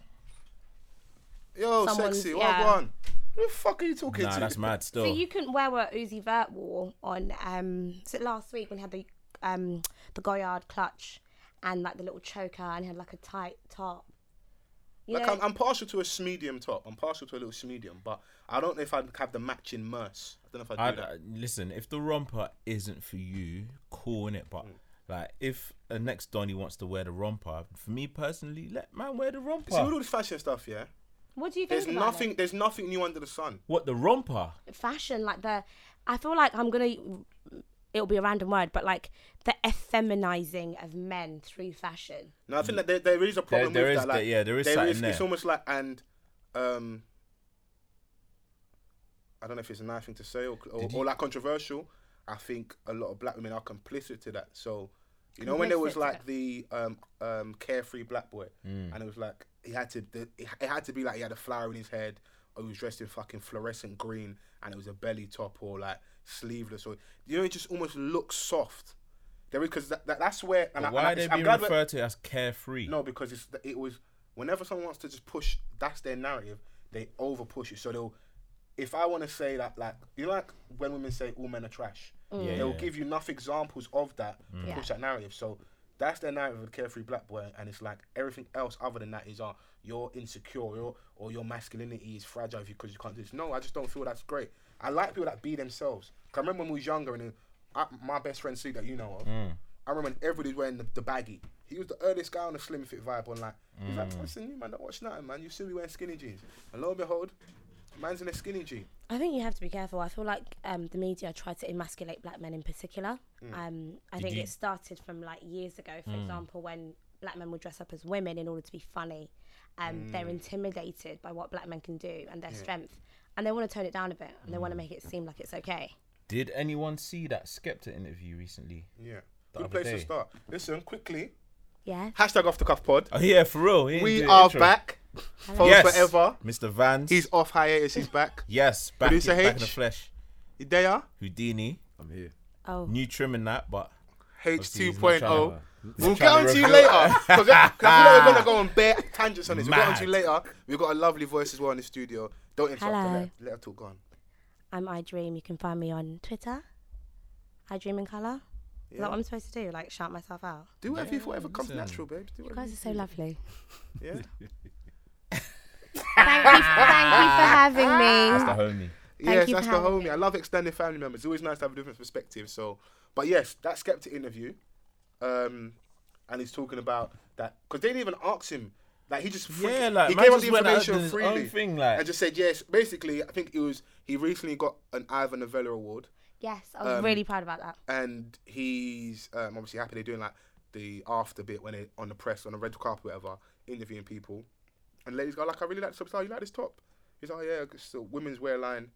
Speaker 2: yo,
Speaker 1: Someone's-
Speaker 2: sexy,
Speaker 1: yeah.
Speaker 2: what one? Who the fuck are you talking
Speaker 4: nah,
Speaker 2: to?
Speaker 4: that's mad still.
Speaker 1: So you couldn't wear what Uzi Vert wore on um was it last week when he had the um the Goyard clutch and like the little choker and he had like a tight top. You
Speaker 2: Like
Speaker 1: know,
Speaker 2: I'm, I'm partial to a medium top. I'm partial to a little medium, but I don't know if I'd have the matching merce. I don't know if I'd
Speaker 4: I,
Speaker 2: do that.
Speaker 4: I- listen, if the romper isn't for you, cool in it, but
Speaker 2: Mm.
Speaker 4: like if a next Donny wants to wear the romper, for me personally, let man wear the romper.
Speaker 2: See with all this fashion stuff, yeah.
Speaker 1: what do you think?
Speaker 2: There's
Speaker 1: about
Speaker 2: nothing. There's nothing new under the sun.
Speaker 4: what the romper?
Speaker 1: it? fashion like the. I feel like I'm gonna. It'll be a random word, but like the effeminizing of men through fashion.
Speaker 2: No, I think that there, there is a problem
Speaker 4: Mm. there
Speaker 2: with
Speaker 4: is
Speaker 2: that. Like,
Speaker 4: that- yeah, there is something
Speaker 2: It's
Speaker 4: there.
Speaker 2: almost like and um, I don't know if it's a nice thing to say or or,
Speaker 4: Did you-
Speaker 2: or like controversial. I think a lot of black women are complicit to that. So you know when there
Speaker 1: Complicit
Speaker 2: was
Speaker 1: to
Speaker 2: like the um, um, carefree black boy,
Speaker 4: Mm.
Speaker 2: and it was like he had to the, it it had to be like he had a flower in his head. Or he was dressed in fucking fluorescent green, and it was a belly top or like sleeveless, or you know, it just almost looks soft. There is because that, that, that's where. And I, and
Speaker 4: Why
Speaker 2: I-
Speaker 4: are they
Speaker 2: I'm
Speaker 4: being
Speaker 2: glad we're-
Speaker 4: referred to as carefree?
Speaker 2: no, because it's it was whenever someone wants to just push, that's their narrative. They over push it, so they'll. If I want to say that, like you know, like when women say all men are trash,
Speaker 4: Yeah,
Speaker 2: they'll
Speaker 4: yeah. Mm.
Speaker 2: give you enough examples of that to
Speaker 1: Yeah.
Speaker 2: push that narrative. So that's their narrative of the carefree black boy, and it's like everything else other than that is uh, you're insecure or, or your masculinity is fragile because you can't do this. No, I just don't feel that's great. I like people that be themselves. 'Cause I remember when we was younger and uh, I, my best friend Sue that you know of,
Speaker 4: Mm.
Speaker 2: I remember when everybody was wearing the, the baggy. He was the earliest guy on the slim fit vibe on like, he's like,
Speaker 4: Mm.
Speaker 2: listen, you man, don't watch nothing, man. You still be wearing skinny jeans. And lo and behold, man's in a skinny jean.
Speaker 1: I think you have to be careful. I feel like um, the media tried to emasculate black men in particular. Um, I think
Speaker 4: you-
Speaker 1: it started from like years ago, for example, when black men would dress up as women in order to be funny. Um, They're intimidated by what black men can do and their strength, and they want to tone it down a bit and they want to make it seem like it's okay.
Speaker 4: Did anyone see that Skepta interview recently?
Speaker 2: Yeah.
Speaker 4: The
Speaker 2: Good
Speaker 4: other
Speaker 2: place to
Speaker 4: day.
Speaker 2: start. Listen, quickly,
Speaker 1: Yeah.
Speaker 2: hashtag off the cuff pod.
Speaker 4: Oh yeah, for real. he didn't do
Speaker 2: We
Speaker 4: the
Speaker 2: are
Speaker 4: intro.
Speaker 2: back. For
Speaker 4: Yes,
Speaker 2: forever.
Speaker 4: Mr. Vans.
Speaker 2: He's off hiatus, he's back.
Speaker 4: Yes, back, in,
Speaker 2: Producer
Speaker 4: back in the
Speaker 2: H.
Speaker 4: flesh.
Speaker 2: They are
Speaker 4: Houdini,
Speaker 3: I'm here.
Speaker 1: Oh.
Speaker 4: new trim and that, but Obviously, he's not
Speaker 2: H2.0.
Speaker 4: trying
Speaker 2: oh. We'll
Speaker 4: trying
Speaker 2: get
Speaker 4: to
Speaker 2: on to you
Speaker 4: reveal
Speaker 2: later. Because I feel like we're going to go on bare tangents on this. We'll get on
Speaker 4: Mad.
Speaker 2: to you later. We've got a lovely voice as well in the studio. Don't interrupt her.
Speaker 1: Hello.
Speaker 2: Let, let her talk. Go on.
Speaker 1: I'm I Dream. You can find me on Twitter. I Dream in Colour. Is that what I'm supposed to do? Like shout myself out?
Speaker 2: Do whatever, you- whatever comes
Speaker 4: listen.
Speaker 2: natural, babes. Do
Speaker 1: You
Speaker 2: whatever.
Speaker 1: guys are so lovely.
Speaker 2: Yeah.
Speaker 1: thank, you, thank you for having me.
Speaker 4: the homie.
Speaker 2: Yes,
Speaker 1: you
Speaker 2: that's
Speaker 1: for
Speaker 2: the
Speaker 1: having
Speaker 2: homie. I love extended family members. It's always nice to have a different perspective. So, but yes, that skeptic interview, um, and he's talking about that because they didn't even ask him Like he just free,
Speaker 4: Yeah, like,
Speaker 2: he
Speaker 4: man
Speaker 2: gave us
Speaker 4: just
Speaker 2: the
Speaker 4: went out
Speaker 2: information
Speaker 4: doing his own
Speaker 2: freely
Speaker 4: thing, like-
Speaker 2: and just said yes. Basically, I think it was he recently got an Ivan Novello Award,
Speaker 1: Yes, I was
Speaker 2: Um,
Speaker 1: really proud about that.
Speaker 2: and he's um, obviously happy they're doing like the after bit when they on the press on the red carpet, whatever, interviewing people, and ladies go like, "I really like this superstar. You like this top?" He's like, "Oh, "Yeah, it's a women's wear line."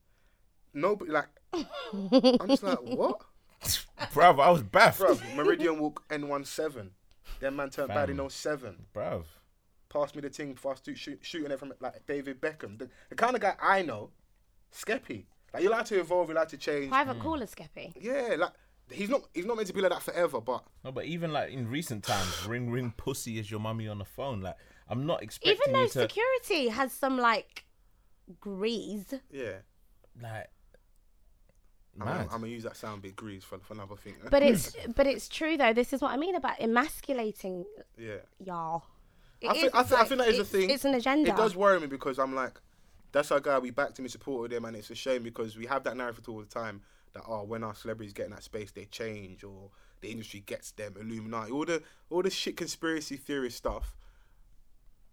Speaker 2: Nobody like, I'm just like, what?
Speaker 4: Bruv, I was
Speaker 2: Bro,
Speaker 4: baffed.
Speaker 2: Meridian Walk N17. That man turned bad in
Speaker 4: Fam.
Speaker 2: 07.
Speaker 4: Bruv.
Speaker 2: Pass me the thing for us to shoot, shooting it from like David Beckham. The, the kind of guy I know, Skeppy. Like you like to evolve, you like to change.
Speaker 1: Private caller, Skeppy.
Speaker 2: Yeah, like he's not he's not meant to be like that forever, but
Speaker 4: No, but even like in recent times, ring ring pussy is your mummy on the phone. Like, I'm not expecting
Speaker 1: Even though
Speaker 4: you to
Speaker 1: security has some like grease.
Speaker 2: yeah.
Speaker 4: like.
Speaker 2: I'm, I'm
Speaker 4: Mad.
Speaker 2: gonna use that sound bit grease for, for another thing.
Speaker 1: But it's but it's true though. This is what I mean about emasculating
Speaker 2: yeah.
Speaker 1: y'all. It
Speaker 2: I think,
Speaker 1: is,
Speaker 2: I, think, I
Speaker 1: like,
Speaker 2: think that is a
Speaker 1: it's-
Speaker 2: thing.
Speaker 1: It's an agenda.
Speaker 2: It does worry me because I'm like, that's our guy. We backed him, we supported him, and it's a shame because we have that narrative all the time that oh, when our celebrities get in that space, they change or the industry gets them Illuminati, all the all the shit conspiracy theory stuff.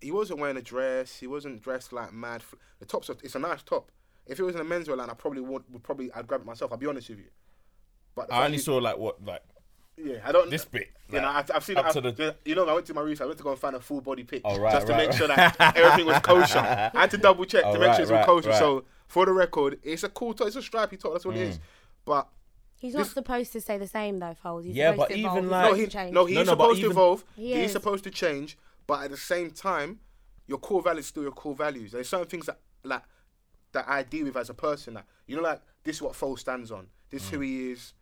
Speaker 2: He wasn't wearing a dress. He wasn't dressed like mad. F- the top's a, it's a nice top. If it was in a menswear line, I probably would, would probably I'd grab it myself. I'll be honest with you. But the
Speaker 4: I
Speaker 2: fact
Speaker 4: only
Speaker 2: is-
Speaker 4: saw like what like
Speaker 2: yeah, I don't
Speaker 4: this bit.
Speaker 2: you know,
Speaker 4: like,
Speaker 2: I've, I've seen.
Speaker 4: up
Speaker 2: I've,
Speaker 4: to the-
Speaker 2: You know, I went to my research. I went to go and find a full body pic
Speaker 4: Oh, right,
Speaker 2: just to
Speaker 4: right,
Speaker 2: make sure
Speaker 4: right.
Speaker 2: that everything was kosher. I had to double check
Speaker 4: Oh,
Speaker 2: to make
Speaker 4: right,
Speaker 2: sure it's all
Speaker 4: right,
Speaker 2: kosher.
Speaker 4: right.
Speaker 2: So for the record, it's a cool top. It's a stripy top. That's what it
Speaker 4: Mm.
Speaker 2: is. But
Speaker 1: He's not
Speaker 2: this-
Speaker 1: supposed to say the same though, Foles. He's
Speaker 4: Yeah,
Speaker 1: supposed
Speaker 4: but
Speaker 1: to
Speaker 4: even
Speaker 1: evolve. He's
Speaker 2: no,
Speaker 4: like-
Speaker 1: supposed
Speaker 2: he,
Speaker 1: to change.
Speaker 2: no, he's
Speaker 4: No, no, but
Speaker 2: supposed to
Speaker 4: even-
Speaker 2: evolve.
Speaker 1: He
Speaker 2: he's
Speaker 1: is.
Speaker 2: supposed to change. But at the same time, your core values still your core values. There's certain things that like that I deal with as a person. Like you know, like this is what Foles stands on. This
Speaker 4: Mm.
Speaker 2: is who he is.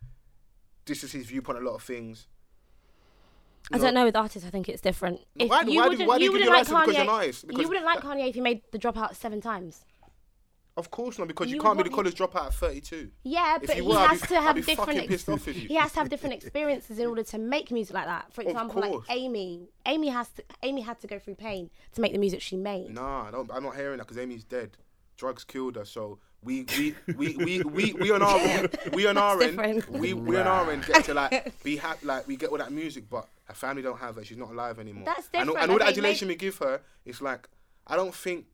Speaker 2: This is his viewpoint on a lot of things.
Speaker 1: I don't know with artists. I think it's different. If
Speaker 2: why-
Speaker 1: you
Speaker 2: why do-
Speaker 1: wouldn't,
Speaker 2: why do
Speaker 1: you
Speaker 2: you
Speaker 1: wouldn't
Speaker 2: give your
Speaker 1: like
Speaker 2: license because you're an
Speaker 1: Kanye.
Speaker 2: artist?
Speaker 1: you
Speaker 2: Because
Speaker 1: wouldn't like Kanye if he made the dropout seven times.
Speaker 2: Of course not, because you,
Speaker 1: You
Speaker 2: can't be the
Speaker 1: would
Speaker 2: college dropout at 32.
Speaker 1: Yeah,
Speaker 2: If
Speaker 1: but
Speaker 2: you
Speaker 1: he
Speaker 2: were, I'd
Speaker 1: has
Speaker 2: be-
Speaker 1: to
Speaker 2: I'd
Speaker 1: have
Speaker 2: be
Speaker 1: different.
Speaker 2: fucking pissed off with you.
Speaker 1: he has to have different experiences in order to make music like that. For example, like
Speaker 2: course.
Speaker 1: Amy. Amy has to. Amy had to go through pain to make the music she made.
Speaker 2: Nah, I don't, I'm not hearing that because Amy's dead. Drugs killed her, so we we we we we, we on our we, we on our end
Speaker 1: different.
Speaker 2: we we on our end get to like be happy like we get all that music, but her family don't have her. She's not alive anymore.
Speaker 1: That's
Speaker 2: And, all-
Speaker 1: different.
Speaker 2: and all
Speaker 1: I
Speaker 2: the
Speaker 1: think
Speaker 2: adulation
Speaker 1: may-
Speaker 2: we give her, it's like I don't think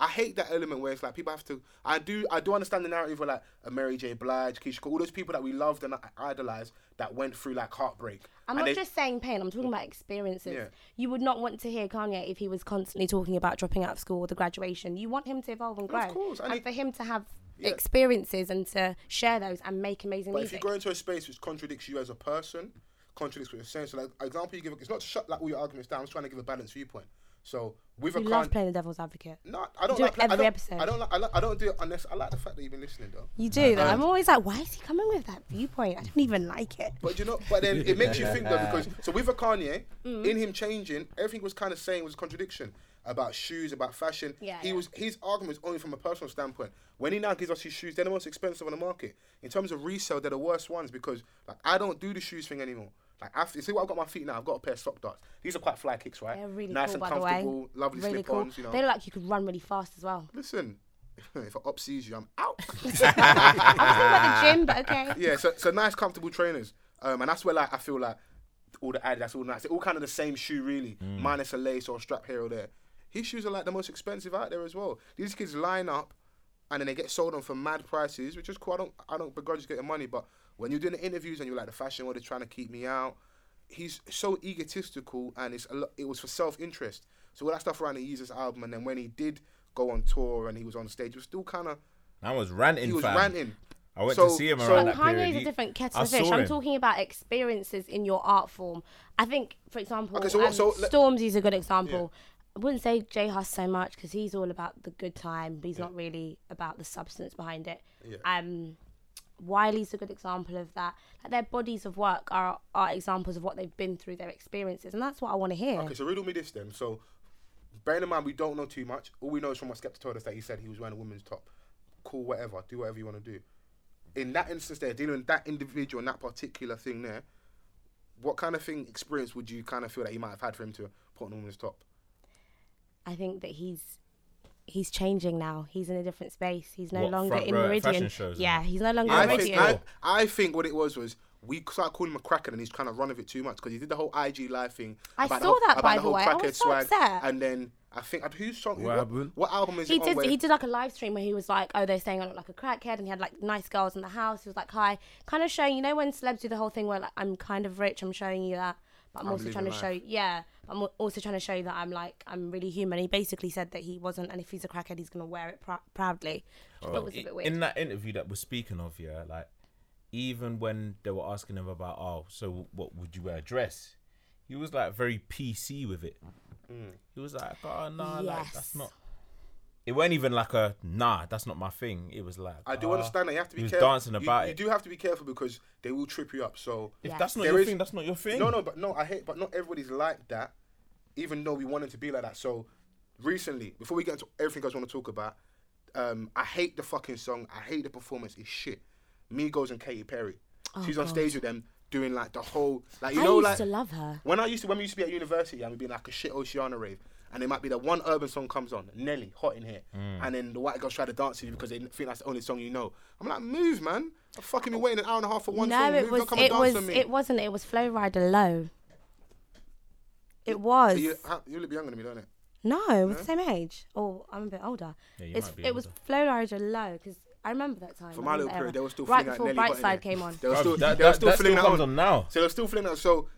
Speaker 2: I hate that element where it's like people have to. I do I do understand the narrative of like a Mary J. Blige, Keisha Cole, all those people that we loved and idolized that went through like heartbreak.
Speaker 1: I'm
Speaker 2: And
Speaker 1: not
Speaker 2: they-
Speaker 1: just saying pain. I'm talking about experiences.
Speaker 2: Yeah.
Speaker 1: You would not want to hear Kanye if he was constantly talking about dropping out of school or the graduation. You want him to evolve and grow,
Speaker 2: course, and
Speaker 1: and
Speaker 2: he-
Speaker 1: for him to have experiences and to share those and make amazing
Speaker 2: But if you
Speaker 1: music.
Speaker 2: go into a space which contradicts you as a person, contradicts what you're saying. So, like example, you give it's not to shut like all your arguments down. I'm just trying to give a balanced viewpoint. So with
Speaker 1: You
Speaker 2: a
Speaker 1: love
Speaker 2: con-
Speaker 1: playing the devil's advocate.
Speaker 2: no, I don't
Speaker 1: do
Speaker 2: like
Speaker 1: it
Speaker 2: play- I
Speaker 1: every
Speaker 2: don't,
Speaker 1: episode.
Speaker 2: I don't like, I, like, I don't do it unless I like the fact that you've been listening though.
Speaker 1: You do though. I'm always like, why is he coming with that viewpoint? I don't even like it.
Speaker 2: But you know, but then it makes you think though because so with a Kanye,
Speaker 1: Mm-hmm.
Speaker 2: in him changing, everything was kind of saying was a contradiction about shoes, about fashion.
Speaker 1: Yeah,
Speaker 2: he
Speaker 1: yeah.
Speaker 2: was his argument was only from a personal standpoint. When he now gives us his shoes, they're the most expensive on the market in terms of resale. They're the worst ones because like I don't do the shoes thing anymore. Like I you see what I've got on my feet now. I've got a pair of sock darts. These are quite fly kicks, right?
Speaker 1: They're really cool,
Speaker 2: nice and
Speaker 1: by the way.
Speaker 2: comfortable, lovely
Speaker 1: really cool.
Speaker 2: slip-ons. You
Speaker 1: They
Speaker 2: know,
Speaker 1: look like you could run really fast as well.
Speaker 2: listen. If I up sees you, I'm out.
Speaker 1: I was talking about the gym, but okay.
Speaker 2: yeah, so so nice, comfortable trainers, um, and that's where like I feel like all the Adidas, all nice, they're all kind of the same shoe really,
Speaker 4: Mm.
Speaker 2: minus a lace or a strap here or there. His shoes are like the most expensive out there as well. These kids line up, and then they get sold on for mad prices, which is cool. I don't I don't begrudge getting money, but when you're doing the interviews and you're like the fashion world is trying to keep me out, he's so egotistical and it's a lo- it was for self interest. So all that stuff around the Yeezus album, and then when he did go on tour and he was on stage, it was still kind of
Speaker 4: I was ranting.
Speaker 2: he was
Speaker 4: fam.
Speaker 2: ranting.
Speaker 4: I went
Speaker 2: So-
Speaker 4: to see him
Speaker 2: so-
Speaker 4: around
Speaker 1: But
Speaker 4: that period.
Speaker 1: Kanye's a
Speaker 4: He-
Speaker 1: different kettle
Speaker 4: I
Speaker 1: of fish.
Speaker 4: saw
Speaker 1: I'm
Speaker 4: him.
Speaker 1: talking about experiences in your art form. I think, for example,
Speaker 2: Okay, so what-
Speaker 1: um,
Speaker 2: so let-
Speaker 1: Stormzy's a good example. I wouldn't say J Hus so much because he's all about the good time, but he's not really about the substance behind it. Um, Wiley's a good example of that. Like their bodies of work are are examples of what they've been through, their experiences, and that's what I want to hear.
Speaker 2: Okay, so riddle me this then. So, bearing in mind we don't know too much. All we know is from what Skepta told us that he said he was wearing a woman's top. Cool, whatever. Do whatever you want to do. In that instance, there dealing with that individual and that particular thing there. What kind of thing experience would you kind of feel that he might have had for him to put on a woman's top?
Speaker 1: I think that he's he's changing now. He's in a different space. He's no
Speaker 4: What,
Speaker 1: longer
Speaker 4: front
Speaker 1: in
Speaker 4: row at
Speaker 1: Meridian.
Speaker 4: fashion shows and
Speaker 1: Yeah,
Speaker 4: that?
Speaker 1: he's no longer
Speaker 2: I
Speaker 1: in
Speaker 2: think,
Speaker 1: Meridian.
Speaker 2: I, I think what it was was we started calling him a cracker and he's trying to run with it too much because he did the whole IG live thing.
Speaker 1: I
Speaker 2: about
Speaker 1: saw
Speaker 2: whole-
Speaker 1: that,
Speaker 2: about
Speaker 1: by
Speaker 2: the
Speaker 1: the
Speaker 2: whole
Speaker 1: way. I
Speaker 2: crackhead
Speaker 1: was so
Speaker 2: swag,
Speaker 1: upset.
Speaker 2: And then I think and whose song?
Speaker 3: What
Speaker 2: what,
Speaker 3: happened?
Speaker 2: What album is
Speaker 1: He
Speaker 2: it on?
Speaker 1: did.
Speaker 2: where-
Speaker 1: He did like a live stream where he was like, "Oh, they're saying I look like a crackhead," and he had like nice girls in the house. He was like, "Hi," kind of showing you know when celebs do the whole thing where like I'm kind of rich, I'm showing you that, but I'm, also
Speaker 2: living
Speaker 1: trying to
Speaker 2: life.
Speaker 1: show yeah, but I'm al- also trying to show you that I'm like I'm really human. He basically said that he wasn't, and if he's a crackhead, he's gonna wear it prou- proudly. Which I
Speaker 2: Oh.
Speaker 1: thought was a bit weird.
Speaker 4: in that interview that we're speaking of, yeah, like even when they were asking him about, oh, so what would you wear a dress? He was like very PC with it.
Speaker 2: Mm.
Speaker 4: He was like, oh nah, like
Speaker 1: Yes.
Speaker 4: that's not. It wasn't even like a nah, that's not my thing. It was like
Speaker 2: I do
Speaker 4: "Ah."
Speaker 2: understand that you have to be
Speaker 4: he was
Speaker 2: careful.
Speaker 4: dancing
Speaker 2: You-
Speaker 4: about
Speaker 2: you,
Speaker 4: it.
Speaker 2: do have to be careful because they will trip you up. So
Speaker 4: If
Speaker 1: Yeah.
Speaker 4: that's not
Speaker 2: There
Speaker 4: your
Speaker 2: is-
Speaker 4: thing, that's not your thing.
Speaker 2: No, no, but no, I hate, but not everybody's like that, even though we wanted to be like that. So, recently, before we get into everything else I want to talk about, um, I hate the fucking song. I hate the performance. It's shit. Migos and Katy Perry. She's on stage with them doing like the whole, like you
Speaker 1: Oh, I
Speaker 2: know,
Speaker 1: used
Speaker 2: like
Speaker 1: to love her.
Speaker 2: when I used to when we used to be at university and we'd be in like a shit Oceana rave. And it might be that one urban song comes on, Nelly, hot in here,
Speaker 4: Mm.
Speaker 2: and then the white girls try to dance to you because they think that's the only song you know. I'm like, move, man! I've fucking been waiting an hour and a half for one
Speaker 1: no,
Speaker 2: song.
Speaker 1: it
Speaker 2: Move,
Speaker 1: was.
Speaker 2: don't come and
Speaker 1: It
Speaker 2: dance
Speaker 1: was.
Speaker 2: on me.
Speaker 1: It wasn't. It was Flow Rider Low. It was.
Speaker 2: You, how, you look younger than me, don't it?
Speaker 1: No, we're the same age. Oh, I'm a bit older.
Speaker 4: you
Speaker 1: it's,
Speaker 4: might be
Speaker 1: it was Flow Rider Low because I remember that time.
Speaker 2: For
Speaker 1: I
Speaker 2: my little
Speaker 1: remember
Speaker 2: period,
Speaker 1: that
Speaker 2: they were still
Speaker 1: right
Speaker 2: feeling
Speaker 1: before
Speaker 2: like Nelly Hutton.
Speaker 1: Brightside came on.
Speaker 2: They were
Speaker 4: Bruv,
Speaker 2: still,
Speaker 4: that-
Speaker 2: they were
Speaker 4: that-
Speaker 2: still
Speaker 4: that
Speaker 2: feeling
Speaker 4: still
Speaker 2: that
Speaker 4: comes
Speaker 2: on.
Speaker 4: on now.
Speaker 2: So they were still feeling that. So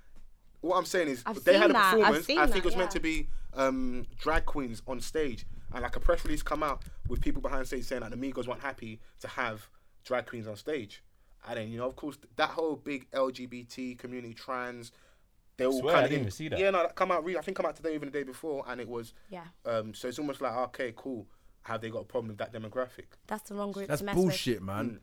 Speaker 2: what I'm saying is,
Speaker 1: I've
Speaker 2: they had
Speaker 1: seen
Speaker 2: a
Speaker 1: that, I've
Speaker 2: performance.
Speaker 1: seen
Speaker 2: I think
Speaker 1: that,
Speaker 2: it was meant
Speaker 1: yeah.
Speaker 2: to be um, drag queens on stage, and like a press release come out with people behind stage saying that the Migos weren't happy to have drag queens on stage. And then you know, of course, that whole big LGBT community, trans, they all
Speaker 4: Swear, I
Speaker 2: kind of
Speaker 4: didn't even see that.
Speaker 2: Yeah, no, that come out. Re- I think come out today, even the day before, and it was.
Speaker 1: Yeah.
Speaker 2: Um, so it's almost like okay, cool. Have they got a problem with that demographic?
Speaker 1: That's the wrong group
Speaker 3: That's
Speaker 1: to mess
Speaker 3: bullshit, man.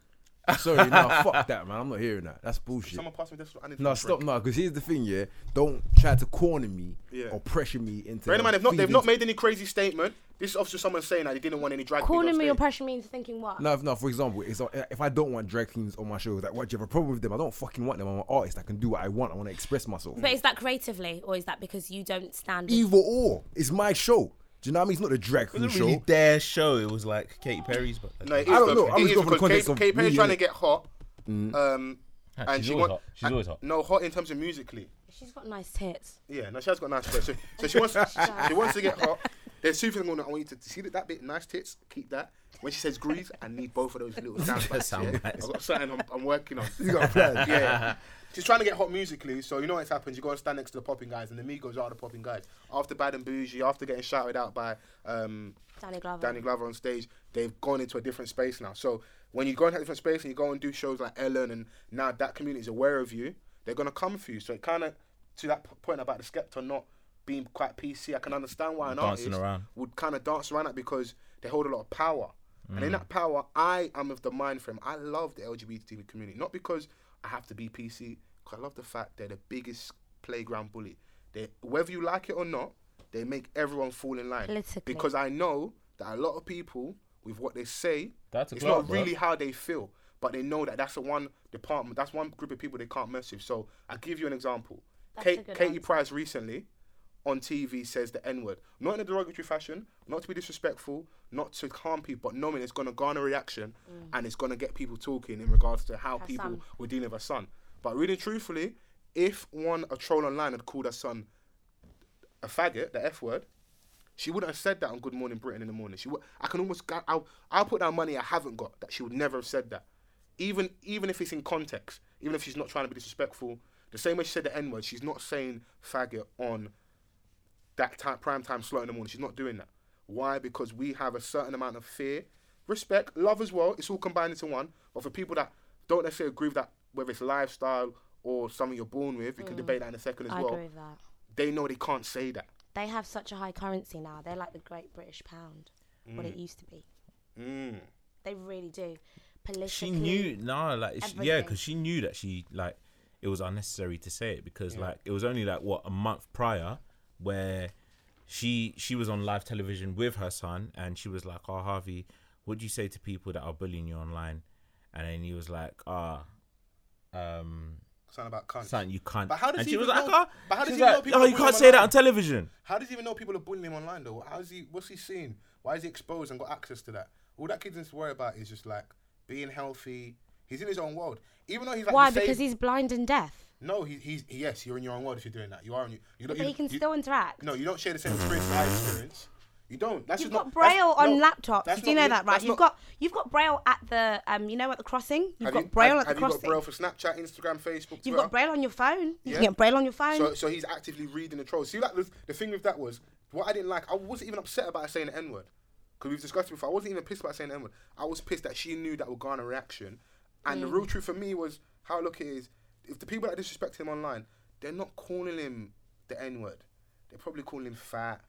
Speaker 3: Sorry, nah, fuck that, man. I'm not hearing that. That's bullshit.
Speaker 2: Someone pass me this. I need to
Speaker 3: No,
Speaker 2: drink.
Speaker 3: stop, no, because here's the thing, yeah. Don't try to corner me
Speaker 2: Yeah.
Speaker 3: or pressure me into.
Speaker 2: Bear in mind, they've not, they've
Speaker 3: feeding-
Speaker 2: not made any crazy statement. This is obviously someone saying that they didn't want any drag
Speaker 1: with.
Speaker 2: queens
Speaker 1: Calling
Speaker 2: on
Speaker 1: me or
Speaker 2: stage.
Speaker 1: pressuring me into thinking what?
Speaker 3: No, if- no. For example, it's, if I don't want drag queens on my shows, like, what do you have a problem with them? I don't fucking want them. I'm an artist. I can do what I want. I want to express myself.
Speaker 1: But is that creatively or is that because you don't stand? with-
Speaker 3: Either or, it's my show. Do you know what I mean? It's not a drag
Speaker 4: it
Speaker 3: queen
Speaker 4: wasn't
Speaker 3: show.
Speaker 4: really their show. It was like Katy Perry's, but
Speaker 2: No, it is,
Speaker 3: I don't
Speaker 2: though.
Speaker 3: know.
Speaker 2: It
Speaker 3: I'm just
Speaker 2: is
Speaker 3: going for the
Speaker 2: because
Speaker 3: context
Speaker 2: Kate,
Speaker 3: of
Speaker 2: Kate
Speaker 3: me
Speaker 2: Perry's
Speaker 3: and-
Speaker 2: trying to get hot.
Speaker 3: Mm.
Speaker 2: Um,
Speaker 4: Ah,
Speaker 2: and
Speaker 4: she's
Speaker 2: she
Speaker 4: always
Speaker 2: want-
Speaker 4: hot. She's
Speaker 2: and-
Speaker 4: always hot.
Speaker 2: No, hot in terms of musically.
Speaker 1: She's got nice tits.
Speaker 2: Yeah, no, she has got nice tits. So, so she wants she wants to get hot. There's two things going on. I want you to see that, that bit, nice tits, keep that. When she says grease, I need both of those little sound bites.
Speaker 4: Sound
Speaker 2: yeah?
Speaker 4: bites.
Speaker 2: I've got something I'm, I'm working on.
Speaker 3: You got a plan.
Speaker 2: yeah. She's trying to get hot musically, so you know what happens. You got to stand next to the popping guys, and the Migos are the popping guys. After Bad and Bougie, after getting shouted out by um,
Speaker 1: Danny Glover.
Speaker 2: Danny Glover on stage, they've gone into a different space now. So when you go into a different space and you go and do shows like Ellen, and now that community is aware of you, they're gonna come for you. So it kind of to that p- point about the Skepta not being quite PC, I can understand why an
Speaker 4: Dancing
Speaker 2: artist
Speaker 4: around.
Speaker 2: would kind of dance around that because they hold a lot of power. And in that power, I am of the mind frame. I love the LGBT community, not because I have to be PC. 'cause I love the fact they're the biggest playground bully. They, whether you like it or not, they make everyone fall in line.
Speaker 1: Politically.
Speaker 2: Because I know that a lot of people, with what they say,
Speaker 4: That's a
Speaker 2: it's
Speaker 4: club,
Speaker 2: not
Speaker 4: bro.
Speaker 2: really how they feel, but they know that that's the one department, that's one group of people they can't mess with. So I give you an example.
Speaker 1: That's a
Speaker 2: Kate,
Speaker 1: good
Speaker 2: Katie
Speaker 1: answer.
Speaker 2: Price recently on TV says the N word, not in a derogatory fashion, not to be disrespectful, not to harm people, but knowing it's going to garner reaction and it's going to get people talking in regards to how people
Speaker 1: Mm. son.
Speaker 2: were dealing with her son. But really, truthfully, if one a troll online had called her son a faggot, the F word, she wouldn't have said that on Good Morning Britain in the morning. She, would, I can almost, gu- I'll, I'll put down money I haven't got that she would never have said that, even even if it's in context, even if she's not trying to be disrespectful. The same way she said the N word, she's not saying faggot on that time, prime time slot in the morning. She's not doing that. Why? Because we have a certain amount of fear, respect, love as well. It's all combined into one. But for people that don't necessarily agree with that, whether it's lifestyle or something you're born with, we can debate that in a second as
Speaker 1: Mm. I
Speaker 2: well.
Speaker 1: agree with that.
Speaker 2: They know they can't say that.
Speaker 1: They have such a high currency now. They're like the Great British Pound, what
Speaker 2: Mm.
Speaker 1: it used to be. They really do. Politically,
Speaker 4: she knew no like she, yeah
Speaker 1: everything.
Speaker 4: because she knew that she like it was unnecessary to say it because like it was only like what a month prior where she she was on live television with her son and she was like oh harvey what do you say to people that are bullying you online and then he was like ah um
Speaker 2: Something about cunt.
Speaker 4: something you can't
Speaker 2: But how does
Speaker 4: and
Speaker 2: he
Speaker 4: she was
Speaker 2: even
Speaker 4: like
Speaker 2: know-
Speaker 4: ah
Speaker 2: but how does
Speaker 4: she
Speaker 2: he even
Speaker 4: was
Speaker 2: know
Speaker 4: like,
Speaker 2: people
Speaker 4: oh
Speaker 2: are
Speaker 4: you
Speaker 2: bullying
Speaker 4: can't
Speaker 2: him
Speaker 4: say that
Speaker 2: online?
Speaker 4: on television
Speaker 2: How does he even know people are bullying him online though? How's he? What's he seeing? Why is he exposed and got access to that? All that kid needs to worry about is just like being healthy. He's in his own world. Even though he's like
Speaker 1: Why?
Speaker 2: disabled-
Speaker 1: Because he's blind and deaf.
Speaker 2: no, he, he's yes, you're in your own world if you're doing that. You are. In, you, you,
Speaker 1: But he can still interact.
Speaker 2: No, you don't share the same experience I experience. You don't. That's
Speaker 1: You've
Speaker 2: just
Speaker 1: got
Speaker 2: not,
Speaker 1: Braille
Speaker 2: that's-
Speaker 1: on
Speaker 2: no, that's
Speaker 1: laptops. Do you know
Speaker 2: not lit-
Speaker 1: that, right?
Speaker 2: that's
Speaker 1: You've
Speaker 2: not-
Speaker 1: got you've got Braille at the um, you know, at the crossing. You've
Speaker 2: have
Speaker 1: got
Speaker 2: you-
Speaker 1: Braille
Speaker 2: have-
Speaker 1: at the
Speaker 2: have you
Speaker 1: crossing.
Speaker 2: got Braille for Snapchat, Instagram, Facebook?
Speaker 1: You've
Speaker 2: Twitter?
Speaker 1: got Braille on your phone. You
Speaker 2: Yeah.
Speaker 1: can get Braille on your phone.
Speaker 2: So, so he's actively reading the trolls. See, like the, the thing with that was what I didn't like. I wasn't even upset about her saying the N word because we've discussed it before. I wasn't even pissed about saying the N word. I was pissed that she knew that would garner reaction. And the real truth for me was how I look at it is if the people that disrespect him online, they're not calling him the N word. They're probably calling him fat.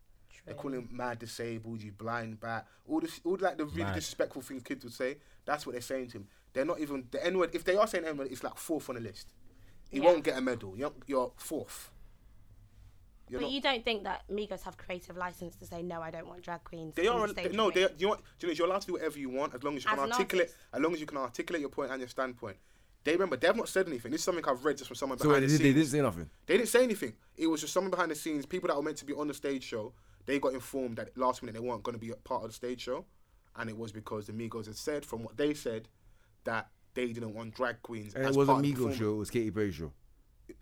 Speaker 2: They're calling him mad, disabled, you blind, bat. All this, all like the really disrespectful things kids would say. That's what they're saying to him. They're not even the N word. If they are saying N word, it's like fourth on the list. You
Speaker 1: Yeah.
Speaker 2: won't get a medal. You're, you're fourth. You're
Speaker 1: but
Speaker 2: not-
Speaker 1: you don't think that Migos have creative license to say no, I don't want drag queens.
Speaker 2: they
Speaker 1: on
Speaker 2: are
Speaker 1: the stage
Speaker 2: no.
Speaker 1: with
Speaker 2: They
Speaker 1: me."
Speaker 2: are, you know, what- do you know, you're allowed to do whatever you want as long as you
Speaker 1: As
Speaker 2: can
Speaker 1: an
Speaker 2: articulate.
Speaker 1: artist.
Speaker 2: As long as you can articulate your point and your standpoint. They remember they've not said anything. This is something I've read just from someone
Speaker 3: So
Speaker 2: behind
Speaker 3: they,
Speaker 2: the
Speaker 3: did,
Speaker 2: scenes.
Speaker 3: they didn't say nothing.
Speaker 2: They didn't say anything. It was just someone behind the scenes, people that were meant to be on the stage show. They got informed that last minute they weren't going to be a part of the stage show, and it was because the Migos had said, from what they said, that they didn't want drag queens.
Speaker 3: And
Speaker 2: as
Speaker 3: it wasn't
Speaker 2: part of the
Speaker 3: Migos
Speaker 2: performance.
Speaker 3: show. It was Katy Perry show.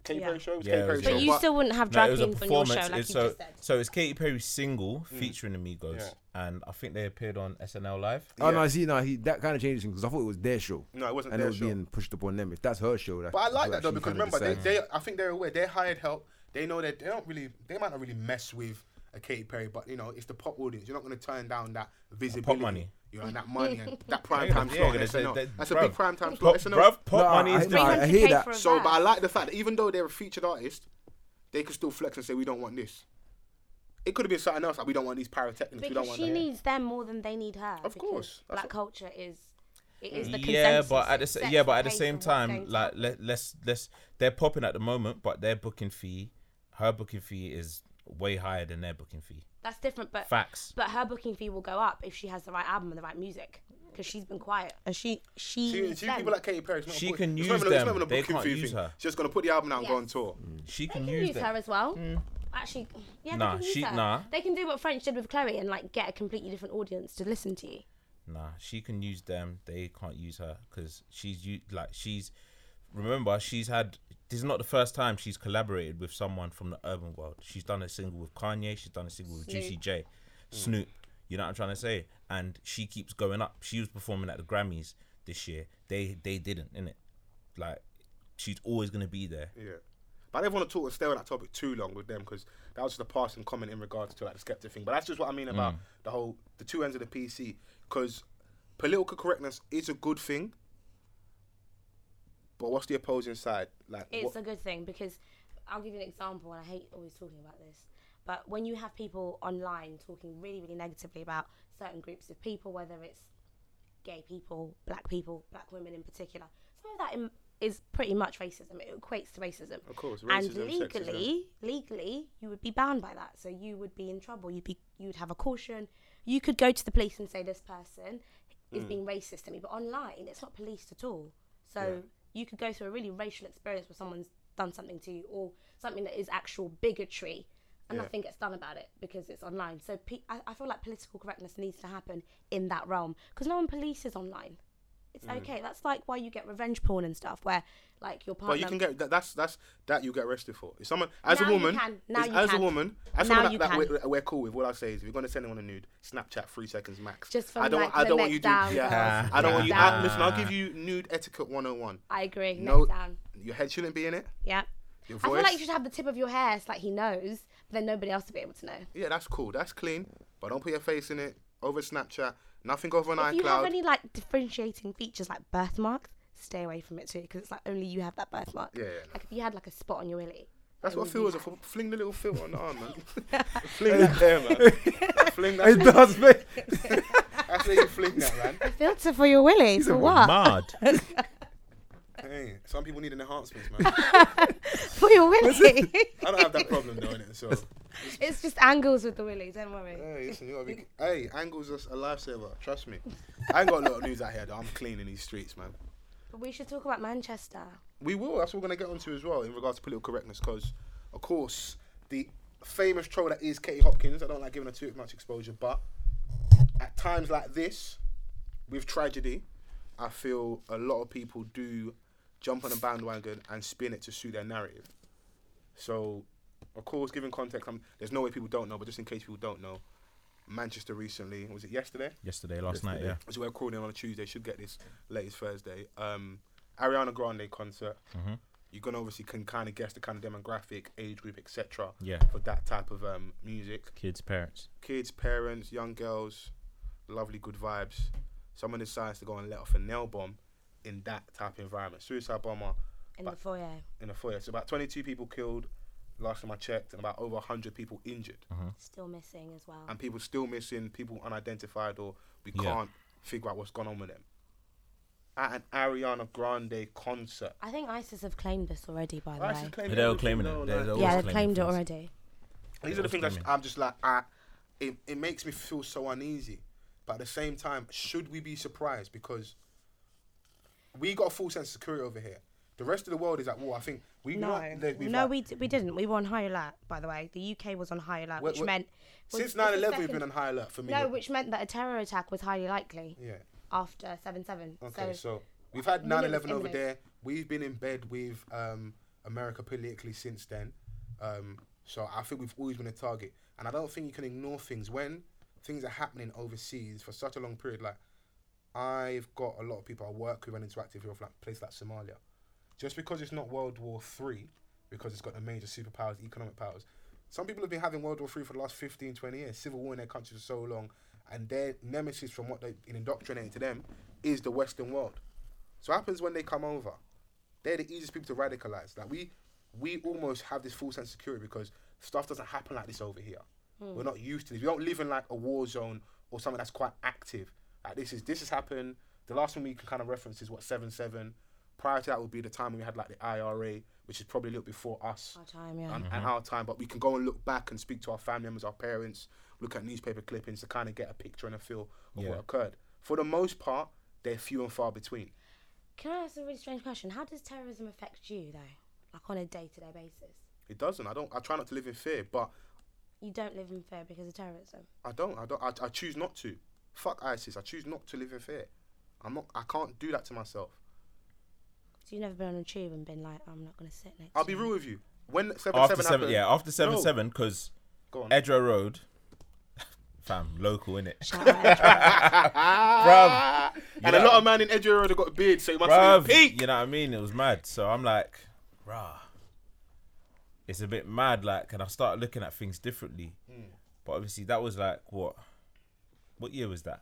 Speaker 2: Katy
Speaker 1: Yeah.
Speaker 2: Perry show. It was
Speaker 4: Yeah,
Speaker 2: Katy
Speaker 4: it
Speaker 2: Perry
Speaker 4: was
Speaker 2: show.
Speaker 1: But you
Speaker 2: but-
Speaker 1: still wouldn't have
Speaker 4: No,
Speaker 1: drag
Speaker 4: it was a
Speaker 1: queens on your show,
Speaker 4: performance.
Speaker 1: like you
Speaker 4: It's- so,
Speaker 1: just said.
Speaker 4: so it's Katy Perry's single
Speaker 2: Hmm.
Speaker 4: featuring the Migos, and I think they appeared on SNL Live.
Speaker 3: Oh no,
Speaker 2: Yeah.
Speaker 3: I see, no, he that kind of changes things because I thought it was their show.
Speaker 2: No, it wasn't
Speaker 3: And
Speaker 2: their
Speaker 3: it was
Speaker 2: show.
Speaker 3: being pushed upon them. If that's her show, that,
Speaker 2: But I like
Speaker 3: feel
Speaker 2: that though
Speaker 3: she
Speaker 2: because
Speaker 3: kinda
Speaker 2: remember they,
Speaker 3: decided.
Speaker 2: they I think they're aware they hired help. They know that they don't really they might not really mess with a Katy Perry, but you know it's the pop audience. You're not going to turn down that visibility,
Speaker 4: money.
Speaker 2: You know and that money and that prime
Speaker 4: Yeah,
Speaker 2: time
Speaker 4: yeah,
Speaker 2: slot.
Speaker 4: they-
Speaker 2: on SNL.
Speaker 4: they-
Speaker 2: That's a
Speaker 4: bruv,
Speaker 2: big prime time slot.
Speaker 4: Pop,
Speaker 2: SNL.
Speaker 4: bruv, pop
Speaker 3: No, I-
Speaker 4: money
Speaker 3: I-
Speaker 4: is
Speaker 3: no, I- I
Speaker 1: 300K
Speaker 3: hear
Speaker 1: for
Speaker 3: that.
Speaker 1: a-
Speaker 2: So, but I
Speaker 1: Right.
Speaker 2: like the fact that even though they're a featured artist, they can still flex and say we don't want this. It could have been something else like we don't want these pyrotechnics. we don't
Speaker 1: Because
Speaker 2: want
Speaker 1: she
Speaker 2: that.
Speaker 1: needs them more than they need her.
Speaker 2: Of
Speaker 1: because
Speaker 2: course, that's
Speaker 1: black
Speaker 2: what-
Speaker 1: culture is it is the
Speaker 4: yeah,
Speaker 1: consensus.
Speaker 4: but at the
Speaker 1: It
Speaker 4: sa-
Speaker 1: sets
Speaker 4: yeah, but at the
Speaker 1: pace
Speaker 4: same
Speaker 1: of what's
Speaker 4: time,
Speaker 1: going to
Speaker 4: like
Speaker 1: happen.
Speaker 4: let, let's let's they're popping at the moment, but their booking fee, her booking fee is way higher than their booking fee.
Speaker 1: that's different. But
Speaker 4: Facts.
Speaker 1: But her booking fee will go up if she has the right album and the right music because she's been quiet and she she.
Speaker 2: See,
Speaker 1: needs
Speaker 2: see
Speaker 1: them.
Speaker 2: people like Katy Perry. it's not
Speaker 4: She
Speaker 2: important.
Speaker 4: can
Speaker 2: It's not
Speaker 4: use
Speaker 2: even a- it's
Speaker 4: them.
Speaker 2: not even a
Speaker 4: They
Speaker 2: booking
Speaker 4: can't
Speaker 2: fee
Speaker 4: use
Speaker 2: thing.
Speaker 4: her. Mm.
Speaker 2: She's just going to put the album out and go on
Speaker 1: Yes.
Speaker 2: tour.
Speaker 4: She
Speaker 1: They
Speaker 4: can,
Speaker 1: can
Speaker 4: use,
Speaker 1: use
Speaker 4: them.
Speaker 1: her as well. Actually, yeah, they
Speaker 4: Nah,
Speaker 1: can use
Speaker 4: she-
Speaker 1: her.
Speaker 4: nah.
Speaker 1: They can do what French did with Chloe and like get a completely different audience to listen to you.
Speaker 4: Nah, she can use them. They can't use her because she's u- like she's. Remember, she's had. This is not the first time she's collaborated with someone from the urban world. She's done a single with Kanye. She's done a single with Juicy J, Snoop. You know what I'm trying to say? And she keeps going up. She was performing at the Grammys this year. They they didn't, innit? Like she's always gonna be there.
Speaker 2: Yeah. But I don't want to talk and stay on that topic too long with them because that was just a passing comment in regards to like the skeptic thing. But that's just what I mean about the whole the two ends of the PC because political correctness is a good thing. But what's the opposing side? Like
Speaker 1: It's
Speaker 2: what,
Speaker 1: a good thing because I'll give you an example, and I hate always talking about this. But when you have people online talking really, really negatively about certain groups of people, whether it's gay people, black people, black women in particular, some of that im- is pretty much racism. It equates to racism. Of
Speaker 2: course,
Speaker 1: and
Speaker 2: racism,
Speaker 1: legally, legally, you would be bound by that. So you would be in trouble. You'd be, you'd have a caution. You could go to the police and say this person is
Speaker 2: Hmm.
Speaker 1: being racist to me. But online, it's not policed at all. So you could go through a really racial experience where someone's done something to you or something that is actual bigotry and nothing gets done about it because it's online. So pe- I, I feel like political correctness needs to happen in that realm because no one polices online. It's
Speaker 2: Hmm.
Speaker 1: okay. That's like why you get revenge porn and stuff where like your partner.
Speaker 2: but you can get that, that's that's that you get arrested for. If someone as
Speaker 1: Now
Speaker 2: a
Speaker 1: you
Speaker 2: woman,
Speaker 1: can. Now
Speaker 2: as,
Speaker 1: you
Speaker 2: as a
Speaker 1: can.
Speaker 2: woman, as
Speaker 1: Now
Speaker 2: someone
Speaker 1: you
Speaker 2: that, that
Speaker 1: can.
Speaker 2: we're, we're cool with, what I say is, if you're gonna send anyone a nude, Snapchat three seconds max.
Speaker 1: Just from,
Speaker 2: I don't,
Speaker 1: like,
Speaker 2: I
Speaker 1: the
Speaker 2: don't
Speaker 1: neck
Speaker 2: want you to,
Speaker 1: down,
Speaker 2: yeah,
Speaker 1: girls.
Speaker 2: I don't want you.
Speaker 1: Neck
Speaker 2: I,
Speaker 1: down.
Speaker 2: listen, I'll give you nude etiquette 101.
Speaker 1: I agree. No.
Speaker 2: No,
Speaker 1: Down.
Speaker 2: your head shouldn't be in it.
Speaker 1: Yeah.
Speaker 2: Your
Speaker 1: I
Speaker 2: voice.
Speaker 1: feel like you should have the tip of your hair so like he knows, but then nobody else will be able to know.
Speaker 2: Yeah, that's cool. That's clean. But don't put your face in it over Snapchat. Nothing over on
Speaker 1: If you have
Speaker 2: iCloud.
Speaker 1: any like differentiating features like birthmarks, stay away from it too because it's like only you have that birthmark.
Speaker 2: Yeah, yeah, no.
Speaker 1: Like if you had like a spot on your willy.
Speaker 2: That's what
Speaker 1: only
Speaker 2: Phil
Speaker 1: you
Speaker 2: was
Speaker 1: have.
Speaker 2: for. Fling the little Phil on the arm, man. fling that there, man. fling
Speaker 3: It
Speaker 2: that.
Speaker 3: does, mate.
Speaker 2: That's where you fling that, man.
Speaker 1: Filter for your willy for what?
Speaker 4: Mad.
Speaker 2: Hey, some people need an enhancement, man.
Speaker 1: for your willy.
Speaker 2: I don't have that problem though, innit? So,
Speaker 1: it's just angles with the willy. Don't worry.
Speaker 2: hey, listen, you gotta be. Hey, angles is a lifesaver. Trust me. I ain't got a lot of news out here. Though. I'm clean in these streets, man.
Speaker 1: But we should talk about Manchester.
Speaker 2: We will. That's what we're going to get onto as well in regards to political correctness, because, of course, the famous troll that is Katie Hopkins. I don't like giving her too much exposure, but at times like this, with tragedy, I feel a lot of people do jump on a bandwagon and spin it to suit their narrative. So, of course, given context, i there's no way people don't know, but just in case people don't know, Manchester recently. Was it yesterday?
Speaker 4: Yesterday, last night, yeah.
Speaker 2: So we're calling on a Tuesday. Should get this latest Thursday. Um, Ariana Grande concert. You can obviously can kind of guess the kind of demographic, age group, etc.
Speaker 4: Yeah.
Speaker 2: For that type of um, music,
Speaker 4: Kids, parents.
Speaker 2: kids, parents, young girls, lovely good vibes. Someone decides to go and let off a nail bomb in that type of environment. Suicide bomber
Speaker 1: in the foyer.
Speaker 2: in a foyer. So about 22 people killed last time I checked, and about over 100 people injured.
Speaker 1: Still missing as well.
Speaker 2: And people still missing, people unidentified, or we
Speaker 4: Yeah.
Speaker 2: can't figure out what's going on with them. At an Ariana Grande concert.
Speaker 1: I think ISIS have claimed this already, by the
Speaker 2: I actually
Speaker 1: way.
Speaker 2: claim
Speaker 4: They're all
Speaker 2: everything,
Speaker 4: claiming
Speaker 2: though,
Speaker 4: it. They're-
Speaker 2: like-
Speaker 4: they're
Speaker 1: yeah,
Speaker 4: always
Speaker 1: they've
Speaker 4: claiming
Speaker 1: claimed it
Speaker 4: things.
Speaker 1: already.
Speaker 2: These are the
Speaker 4: They're
Speaker 2: things
Speaker 4: all
Speaker 2: that
Speaker 4: claiming.
Speaker 2: I'm just like, I, it, it makes me feel so uneasy. But at the same time, should we be surprised? Because we got a full sense of security over here. The rest of the world is like, well, I think we
Speaker 1: No,
Speaker 2: know that we've
Speaker 1: no,
Speaker 2: had-
Speaker 1: we, d- we didn't. We were on high alert, by the way. The UK was on high alert,
Speaker 2: We're-
Speaker 1: which
Speaker 2: we're-
Speaker 1: meant was-
Speaker 2: since
Speaker 1: was the
Speaker 2: 9 11, we've
Speaker 1: second-
Speaker 2: been on high alert for me.
Speaker 1: No, which meant that a terror attack was highly likely
Speaker 2: yeah.
Speaker 1: after seven seven. so
Speaker 2: Okay, so we've had
Speaker 1: we knew it
Speaker 2: 9
Speaker 1: was
Speaker 2: 11 over
Speaker 1: imminent.
Speaker 2: there. We've been in bed with um, America politically since then. Um, so I think we've always been a target. And I don't think you can ignore things when things are happening overseas for such a long period. Like, I've got a lot of people I work with and interact with from like place like Somalia. Just because it's not World War Three, because it's got the major superpowers, economic powers. Some people have been having World War Three for the last 15, 20 years, civil war in their countries for so long, and their nemesis from what they've been indoctrinated to them is the Western world. So what happens when they come over? They're the easiest people to radicalize. Like we, we almost have this full sense of security because stuff doesn't happen like this over here. We're not used to this. We don't live in like a war zone or something that's quite active. Like this is this has happened. The last one we can kind of reference is what seven seven. Prior to that would be the time when we had like the IRA, which is probably a little before us
Speaker 1: our time, Oh, yeah.
Speaker 2: and, and
Speaker 4: Mm-hmm.
Speaker 2: our time, but we can go and look back and speak to our family members, our parents, look at newspaper clippings to kind of get a picture and a feel of
Speaker 4: Yeah.
Speaker 2: what occurred. For the most part, they're few and far between.
Speaker 1: Can I ask a really strange question? How does terrorism affect you though, like on a day to day basis?
Speaker 2: It doesn't. I don't. I try not to live in fear, but
Speaker 1: You don't live in fear because of terrorism.
Speaker 2: I don't. I don't. I, I choose not to. Fuck ISIS. I choose not to live in fear. I'm not. I can't do that to myself.
Speaker 1: So you've never been on a tube and been like, I'm not going to sit next.
Speaker 2: I'll
Speaker 1: to
Speaker 2: be
Speaker 1: you."
Speaker 2: real with you. When seven
Speaker 4: After
Speaker 2: seven,
Speaker 4: seven,
Speaker 2: happened,
Speaker 4: yeah, after seven
Speaker 2: No.
Speaker 4: seven, because
Speaker 2: Go on.
Speaker 4: Edra Road, fam, local innit?
Speaker 1: Shout out,
Speaker 4: Bruv,
Speaker 2: and a lot of man in Edgeware Road have got a beard, so you must
Speaker 4: bruv,
Speaker 2: be peak.
Speaker 4: you know what I mean? It was mad. So I'm like, rah, it's a bit mad. Like, and I started looking at things differently. But obviously, that was like what? What year was that?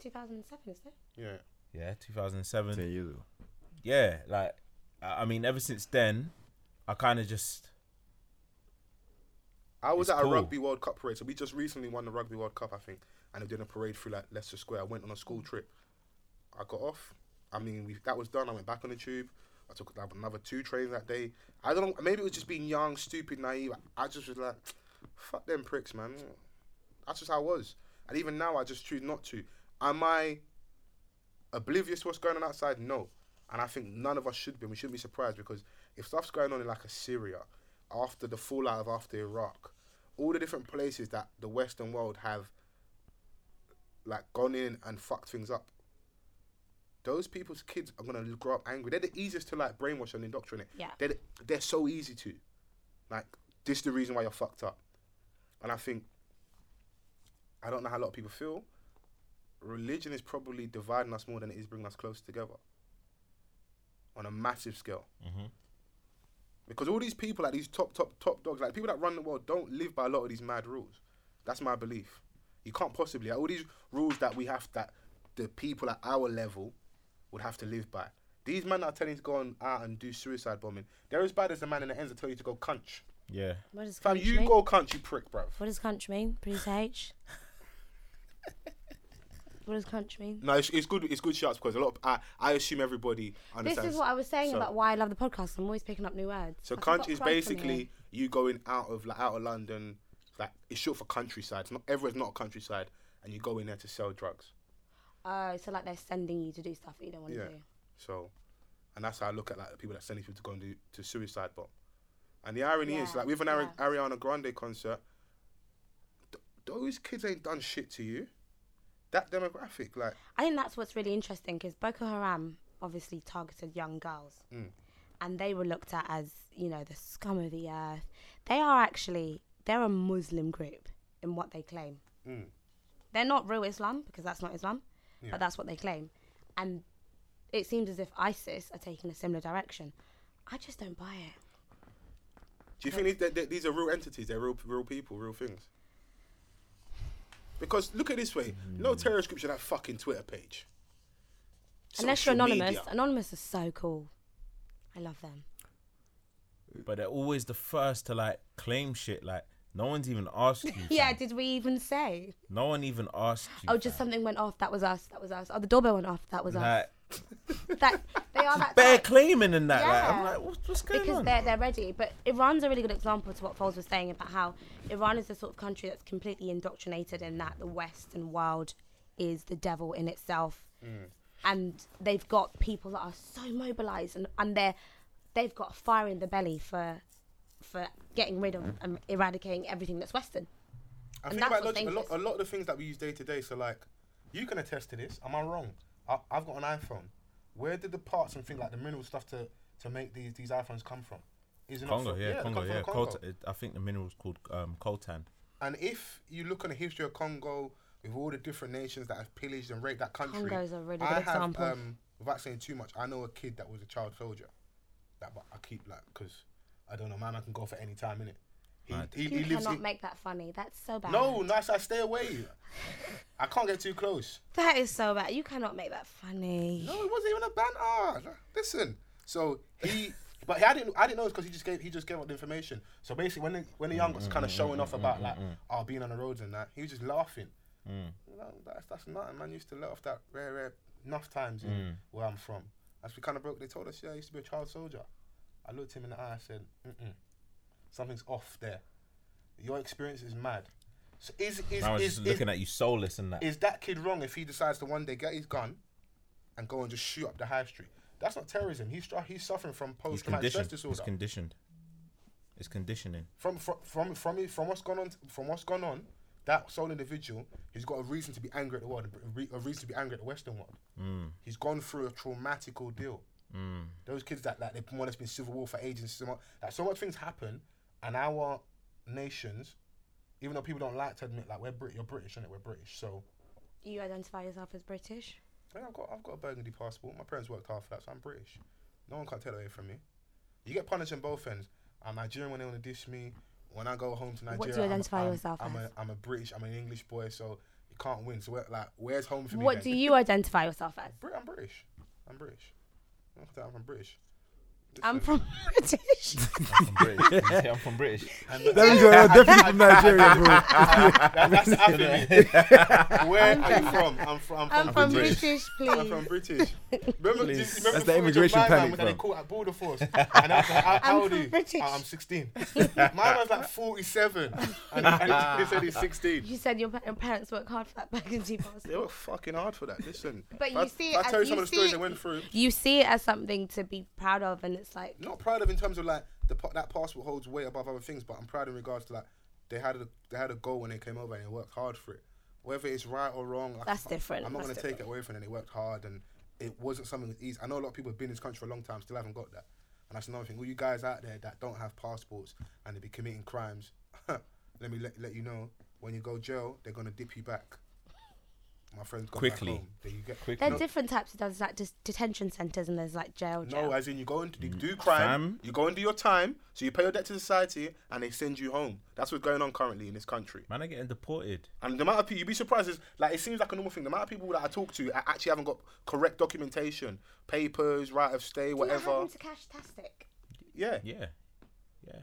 Speaker 1: 2007, is it?
Speaker 2: Yeah.
Speaker 4: Yeah, 2007.
Speaker 3: Ten years ago.
Speaker 4: yeah, like I I mean, ever since then, I kind of just
Speaker 2: I was
Speaker 4: It's
Speaker 2: at
Speaker 4: cool.
Speaker 2: a rugby World Cup parade, so we just recently won the rugby World Cup, I think, and they did a parade through like Leicester Square. I went on a school trip. I got off. I mean, we, that was done. I went back on the tube. I took like, another two trains that day. I don't know. Maybe it was just being young, stupid, naive. I just was like, fuck them pricks, man. That's just how I was. And even now, I just choose not to. Am I oblivious to what's going on outside? No. And I think none of us should be. We shouldn't be surprised because if stuff's going on in like a Syria, after the fallout of after Iraq, all the different places that the Western world have like gone in and fucked things up. Those people's kids are gonna grow up angry. They're the easiest to like brainwash and indoctrinate.
Speaker 1: Yeah.
Speaker 2: They're the- they're so easy to. Like this the reason why you're fucked up. And I think I don't know how a lot of people feel. Religion is probably dividing us more than it is bringing us closer together. On a massive scale. Because all these people, like these top, top, top dogs, like people that run the world, don't live by a lot of these mad rules. That's my belief. You can't possibly like, all these rules that we have that the people at our level would have to live by. These men that are telling you to go on out and do suicide bombing. They're as bad as the man in the ends that tell you to go cunch.
Speaker 4: yeah.
Speaker 1: What does
Speaker 2: Fam,
Speaker 1: country
Speaker 2: you
Speaker 1: mean?
Speaker 2: go cunch, you prick, bruv.
Speaker 1: What does country mean? Producer H. what does country mean?
Speaker 2: No, it's, it's good. It's good shouts because a lot. Of, I I assume everybody
Speaker 1: This
Speaker 2: understands.
Speaker 1: is what I was saying
Speaker 2: So-
Speaker 1: about why I love the podcast. I'm always picking up new words.
Speaker 2: So
Speaker 1: I forgot
Speaker 2: country is
Speaker 1: crime from here.
Speaker 2: basically you going out of like out of London, like it's short for countryside. It's not everywhere's not a countryside, and you go in there to sell drugs.
Speaker 1: Oh, so like they're sending you to do stuff that you don't want to
Speaker 2: Yeah.
Speaker 1: do.
Speaker 2: So, and that's how I look at like the people that send these people to go and do to suicide bomb. And the irony is
Speaker 1: Yeah,
Speaker 2: like with an Ari- Ariana Grande concert, th- those kids ain't done shit to you. That demographic, like
Speaker 1: I think that's what's really interesting because Boko Haram obviously targeted young girls,
Speaker 2: Mm.
Speaker 1: and they were looked at as you know the scum of the
Speaker 2: Mm.
Speaker 1: earth. They are actually they're a Muslim group in what they claim. They're not real Islam because that's not Islam, but that's what they claim. And it seems as if ISIS are taking a similar direction. I just don't buy it.
Speaker 2: Do you think these, that- that these are real entities? They're real, real people, real things. Because look at it this way: no terrorist group should have fucking Twitter page.
Speaker 1: Unless you're
Speaker 2: Social
Speaker 1: anonymous.
Speaker 2: media.
Speaker 1: Anonymous is so cool. I love them.
Speaker 4: But they're always the first to like claim shit. Like no one's even asked you.
Speaker 1: Yeah,
Speaker 4: fam.
Speaker 1: did we even say?
Speaker 4: No one even asked you.
Speaker 1: Oh, just
Speaker 4: fam.
Speaker 1: something went off. That was us. That was us. Oh, the doorbell went off. That was us.
Speaker 4: like
Speaker 1: That they are that
Speaker 4: bare
Speaker 1: type.
Speaker 4: claiming and that. Like, I'm
Speaker 1: Yeah.
Speaker 4: like, what's, what's going
Speaker 1: because
Speaker 4: on?
Speaker 1: they're they're ready. But Iran's a really good example to what Foles was saying about how Iran is the sort of country that's completely indoctrinated in that the Western world is the devil in itself,
Speaker 2: Mm.
Speaker 1: and they've got people that are so mobilized and and they're they've got a fire in the belly for for getting rid of and eradicating everything that's Western.
Speaker 2: I
Speaker 1: And
Speaker 2: think about
Speaker 1: that's what's
Speaker 2: logic, a lot, a
Speaker 1: dangerous.
Speaker 2: lot of the things that we use day to day. So like, you can attest to this. Am I wrong? I, I've got an iPhone. Where did the parts and things like the mineral stuff to to make these these iPhones come from? Is it not
Speaker 4: Congo,
Speaker 2: from-
Speaker 4: yeah,
Speaker 2: they come
Speaker 4: Congo,
Speaker 2: from
Speaker 4: yeah.
Speaker 2: Congo.
Speaker 4: Coltan, it- I think the mineral's called um, coltan.
Speaker 2: And if you look on the history of Congo, with all the different nations that have pillaged and raped that country,
Speaker 1: Congo's a really
Speaker 2: I
Speaker 1: good
Speaker 2: have,
Speaker 1: example.
Speaker 2: Um, without saying too much, I know a kid that was a child soldier. That, but I keep like, cause I don't know, my man can go for any time in it.
Speaker 4: Mad.
Speaker 2: He, he,
Speaker 1: You
Speaker 2: he lives.
Speaker 1: cannot
Speaker 2: in-
Speaker 1: make that funny. That's so bad.
Speaker 2: no, no, I said, stay away. I can't get too close.
Speaker 1: That is so bad. You cannot make that funny.
Speaker 2: No, it wasn't even a banter. Listen, so he, but he, I didn't, I didn't know because he just gave, he just gave up the information. So basically, when the, when the
Speaker 4: Mm,
Speaker 2: young was kind of showing off about like, oh, being on the roads and that, he was just laughing.
Speaker 4: Mm.
Speaker 2: No, that's that's nothing, man. Used to let off that rare, rare enough times in
Speaker 4: Mm.
Speaker 2: where I'm from. As we kind of broke, they told us, yeah, I used to be a child soldier. I looked him in the eye. I said, Mm-mm, something's off there. Your experience is mad. So is is
Speaker 4: I was
Speaker 2: is,
Speaker 4: just
Speaker 2: is,
Speaker 4: looking at you soulless and that.
Speaker 2: is that kid wrong if he decides to one day get his gun and go and just shoot up the high street? That's not terrorism. He's stru- he's suffering from
Speaker 4: He's
Speaker 2: post traumatic stress
Speaker 4: conditioned.
Speaker 2: disorder.
Speaker 4: He's conditioned. It's conditioning.
Speaker 2: from, from from from from what's gone on from what's gone on, that sole individual he's got a reason to be angry at the world, a re- a reason to be angry at the Western world.
Speaker 4: Mm.
Speaker 2: He's gone through a traumatic ordeal. Those kids that like they've more or less been civil war for ages. So much, like, so much things happen, and our nations, even though people don't like to admit, like we're Brit, you're British, and it we're British, so.
Speaker 1: You identify yourself as British.
Speaker 2: Yeah, I've got I've got a burgundy passport. My parents worked hard for that, so I'm British. No one can tell away from me. You get punished on both ends. I'm Nigerian when they want to dish me. When I go home to Nigeria,
Speaker 1: What do you
Speaker 2: I'm-
Speaker 1: identify
Speaker 2: I'm,
Speaker 1: yourself
Speaker 2: I'm
Speaker 1: as?
Speaker 2: A, I'm a British. I'm an English boy, so you can't win. So where, like, where's home for me?
Speaker 1: What
Speaker 2: then?
Speaker 1: do you identify yourself as?
Speaker 2: Brit- I'm British. I'm British. No one can tell I'm from British.
Speaker 1: I'm from British.
Speaker 4: I'm British. You say I'm from British.
Speaker 3: There we go. You're definitely from Nigeria, bro.
Speaker 2: That- that's the African. Where are you from? I'm from. I'm from,
Speaker 1: I'm from
Speaker 2: British.
Speaker 1: British,
Speaker 2: I'm
Speaker 1: please.
Speaker 2: from British. Remember, do you remember
Speaker 3: That's the
Speaker 2: Floyd
Speaker 3: immigration
Speaker 2: Jemima
Speaker 3: panic,
Speaker 2: when they
Speaker 3: bro.
Speaker 2: caught at border force. And I was like, how, how
Speaker 1: I'm
Speaker 2: old are
Speaker 1: from
Speaker 2: you?
Speaker 1: British.
Speaker 2: "Oh, I'm 16. My man's like 47. And, and he said he's 16.
Speaker 1: You said your, pa- your parents work hard for that burgundy
Speaker 2: They
Speaker 1: passport.
Speaker 2: were fucking hard for that. Listen.
Speaker 1: But
Speaker 2: if
Speaker 1: you
Speaker 2: I,
Speaker 1: see
Speaker 2: if
Speaker 1: it
Speaker 2: I tell you
Speaker 1: as-
Speaker 2: some
Speaker 1: you
Speaker 2: of the stories
Speaker 1: see
Speaker 2: they
Speaker 1: it-
Speaker 2: went through.
Speaker 1: You see it as something to be proud of, and it's like
Speaker 2: Not proud of in terms of like the pa- that passport holds way above other things, but I'm proud in regards to like they had a, they had a goal when they came over and they worked hard for it. Whether it's right or wrong, I-
Speaker 1: That's
Speaker 2: I-
Speaker 1: different.
Speaker 2: I'm not
Speaker 1: That's
Speaker 2: going to take it away from them. They worked hard and it wasn't something that's easy. I know a lot of people have been in this country for a long time, still haven't got that. And that's another thing. All you guys out there that don't have passports and they be committing crimes, let me let, let you know when you go jail, they're going to dip you back. My friends gone
Speaker 4: Quickly.
Speaker 2: Back home. There you get,
Speaker 4: Quickly.
Speaker 1: there are different types of there's like just detention centers and there's like jail. jail.
Speaker 2: No, as in you go and you do crime,
Speaker 4: Fam.
Speaker 2: you go and do your time, so you pay your debt to society, and they send you home. That's what's going on currently in this country.
Speaker 4: Man, are getting deported.
Speaker 2: And the amount of people you'd be surprised is like it seems like a normal thing. The amount of people that I talk to that actually haven't got correct documentation, papers, right of stay,
Speaker 1: What
Speaker 2: whatever.
Speaker 1: happened to Cash Tastic?
Speaker 2: Yeah.
Speaker 4: Yeah, yeah.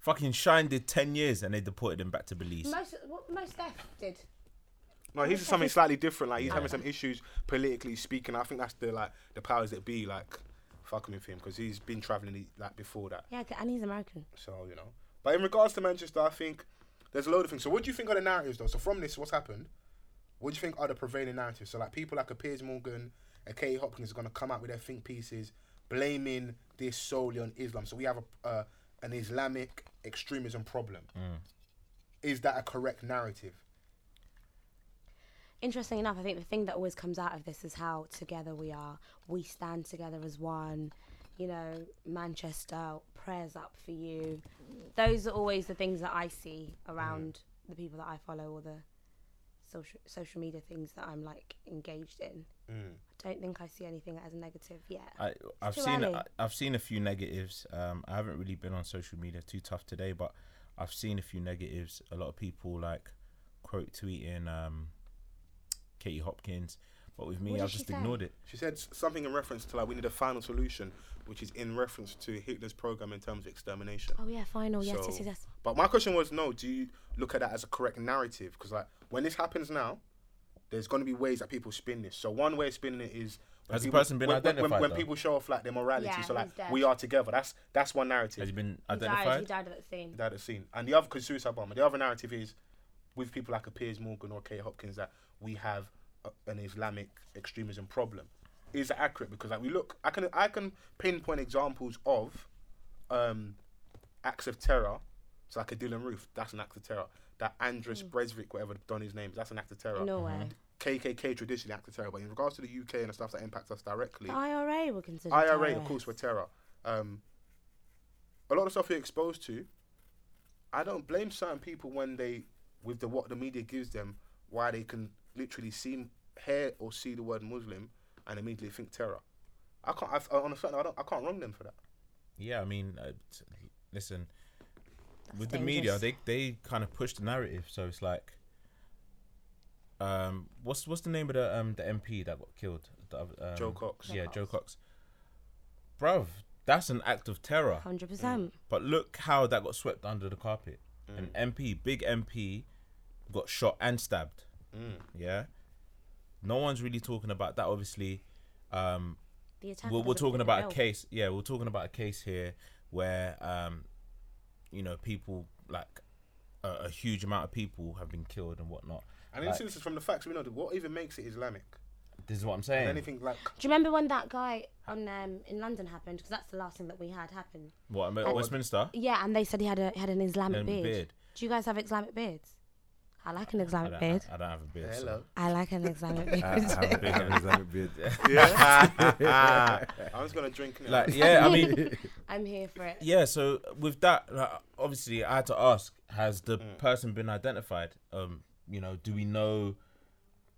Speaker 4: Fucking Shine did ten years and they deported him back to Belize.
Speaker 1: Most what most deaf did.
Speaker 2: No, he's just something slightly different. Like he's having some issues politically speaking. I think that's the like the powers that be like fucking with him because he's been traveling like before that.
Speaker 1: Yeah, and he's American.
Speaker 2: So you know, but in regards to Manchester, I think there's a load of things. So what do you think are the narratives though? So from this, what's happened? What do you think are the prevailing narratives? So like people like a Piers Morgan, a Katie Hopkins are going to come out with their think pieces blaming this solely on Islam. So we have a uh, an Islamic extremism problem. Is that a correct narrative?
Speaker 1: Interesting enough, I think the thing that always comes out of this is how together we are. We stand together as one. You know, Manchester, prayers up for you. Those are always the things that I see around the people that I follow or the social social media things that I'm like engaged in. I don't think I see anything as negative yet.
Speaker 4: I, I've
Speaker 1: too
Speaker 4: seen
Speaker 1: early.
Speaker 4: I, I've seen a few negatives. Um, I haven't really been on social media too tough today, but I've seen a few negatives. A lot of people like quote tweeting um, Katie Hopkins, but with
Speaker 1: What
Speaker 4: me,
Speaker 1: did
Speaker 4: I've
Speaker 1: she
Speaker 4: just
Speaker 1: say?
Speaker 4: ignored it.
Speaker 2: She said s- something in reference to like we need a final solution, which is in reference to Hitler's program in terms of extermination.
Speaker 1: oh yeah, final. Yes, yes,
Speaker 2: So-
Speaker 1: yes, yes.
Speaker 2: But my question was, no, do you look at that as a correct narrative? Because like when this happens now, there's going to be ways that people spin this. So one way of spinning it is when
Speaker 4: Has the
Speaker 2: people-
Speaker 4: person been
Speaker 2: when, when-
Speaker 4: identified,
Speaker 2: when,
Speaker 4: though?
Speaker 2: when people show off like their morality.
Speaker 1: Yeah,
Speaker 2: so
Speaker 1: he's
Speaker 2: like
Speaker 1: dead.
Speaker 2: we are together. That's that's one narrative.
Speaker 4: Has he been
Speaker 1: He died.
Speaker 4: identified?
Speaker 1: He died at the scene.
Speaker 2: that is seen. And the other, because suicide bomber, the other narrative is with people like a Piers Morgan or Kate Hopkins that we have a, an Islamic extremism problem. Is that accurate? Because like we look, I can I can pinpoint examples of um, acts of terror. So like a Dylan Roof, that's an act of terror. That Andres Breivik, whatever the Donny's name, is, that's an act of terror.
Speaker 1: No way.
Speaker 2: KKK traditionally act of terror, but in regards to the UK and the stuff that impacts us directly,
Speaker 1: The IRA were considered.
Speaker 2: IRA, of
Speaker 1: terrorists.
Speaker 2: course, were terror. Um, a lot of stuff you're exposed to. I don't blame certain people when they, with the what the media gives them, why they can literally see, hear, or see the word Muslim and immediately think terror. I can't. I've, on a certain, I don't. I can't wrong them for that.
Speaker 4: Yeah, I mean, uh, t- listen, with the
Speaker 1: dangerous.
Speaker 4: media, they they kind of push the narrative, so it's like, um, what's what's the name of the um the MP that got killed? The other- um,
Speaker 2: Joe Cox.
Speaker 4: Yeah, Joe Cox. Bruv, that's an act of terror.
Speaker 1: Hundred percent.
Speaker 4: But look how that got swept under the carpet.
Speaker 2: Mm.
Speaker 4: An MP, big MP, got shot and stabbed.
Speaker 2: Mm.
Speaker 4: Yeah, no one's really talking about that. Obviously, um,
Speaker 1: The attack.
Speaker 4: we're,
Speaker 1: was
Speaker 4: we're
Speaker 1: a
Speaker 4: talking
Speaker 1: bit
Speaker 4: about a
Speaker 1: ill.
Speaker 4: case yeah we're talking about a case here where um you know people like a, a huge amount of people have been killed and whatnot
Speaker 2: And
Speaker 4: Like,
Speaker 2: this is from the facts we know. What even makes it Islamic?
Speaker 4: this is what i'm saying
Speaker 2: Anything like
Speaker 1: Do you remember when that guy on um, in London happened? Because that's the last thing that we had happen.
Speaker 4: what I'm at westminster
Speaker 1: Yeah, and they said he had a he had an Islamic
Speaker 4: Um,
Speaker 1: beard.
Speaker 4: beard.
Speaker 1: Do you guys have Islamic beards? I like an
Speaker 4: I
Speaker 1: Islamic
Speaker 4: don't, Uh,
Speaker 1: beard.
Speaker 4: I, I don't have a beard so-
Speaker 2: hello?
Speaker 1: I like an Islamic beard.
Speaker 4: I, I have a
Speaker 3: Have an
Speaker 4: beard.
Speaker 3: Islamic beard.
Speaker 2: I'm just gonna drink. Now.
Speaker 4: like yeah i mean
Speaker 1: I'm here for it.
Speaker 4: yeah so with that like, obviously i had to ask has the person been identified um you know do we know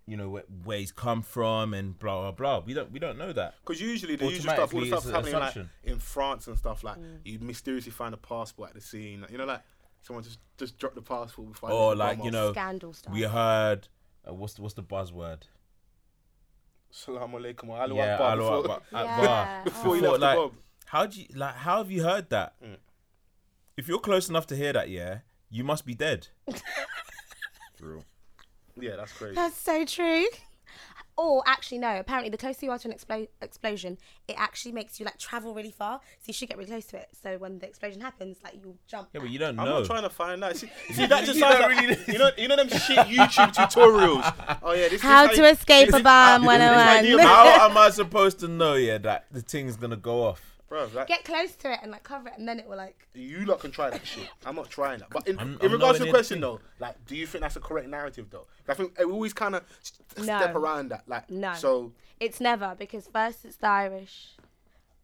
Speaker 4: you know where, where he's come from and blah blah blah we don't we don't know that
Speaker 2: Because usually the usual stuff, all the
Speaker 4: Automatically
Speaker 2: stuff's
Speaker 4: it's
Speaker 2: happening like
Speaker 4: assumption.
Speaker 2: in France and stuff like
Speaker 1: Mm.
Speaker 2: you mysteriously find a passport at the scene. You know, like someone just just dropped the passport before. I
Speaker 4: or
Speaker 2: let the
Speaker 4: like
Speaker 2: bomb
Speaker 4: you
Speaker 2: off.
Speaker 4: know
Speaker 1: Scandal stuff.
Speaker 4: we heard uh, what's the, what's the buzzword
Speaker 2: Salam alaikum or Allahu
Speaker 4: yeah
Speaker 2: Akbar
Speaker 4: Allahu
Speaker 2: before-
Speaker 4: Akbar, Akbar.
Speaker 1: Yeah.
Speaker 2: Before you
Speaker 4: Before,
Speaker 2: left the bomb.
Speaker 4: like,
Speaker 2: Mm.
Speaker 4: how do you like how have you heard that if you're close enough to hear that yeah you must be dead
Speaker 3: True.
Speaker 2: Yeah, that's crazy.
Speaker 1: That's so true. Or actually, no. Apparently, the closer you are to an explo- explosion, it actually makes you like travel really far. So you should get really close to it. So when the explosion happens, like you'll jump.
Speaker 4: yeah but
Speaker 1: back.
Speaker 4: you don't
Speaker 2: I'm
Speaker 4: know
Speaker 2: not trying to find that. See, see, that just
Speaker 4: You
Speaker 2: sounds
Speaker 4: don't
Speaker 2: like
Speaker 4: really-
Speaker 2: you know you know them shit YouTube tutorials. Oh yeah, this
Speaker 1: How
Speaker 2: this
Speaker 1: to escape
Speaker 2: this
Speaker 1: a
Speaker 2: is-
Speaker 1: bomb
Speaker 2: this is like the
Speaker 1: 101.
Speaker 4: how am i supposed to know yeah that the thing's gonna go off
Speaker 2: Bro, like,
Speaker 1: get close to it and like cover it, and then it will like.
Speaker 2: you lot can try that shit. I'm not trying that. But in,
Speaker 4: I'm-
Speaker 2: in
Speaker 4: I'm
Speaker 2: regards to the
Speaker 4: nowhere near the
Speaker 2: question
Speaker 4: thing.
Speaker 2: though, like, do you think that's a correct narrative though? I think we always kind of step around that. Like,
Speaker 1: No.
Speaker 2: So
Speaker 1: It's never because first it's the Irish,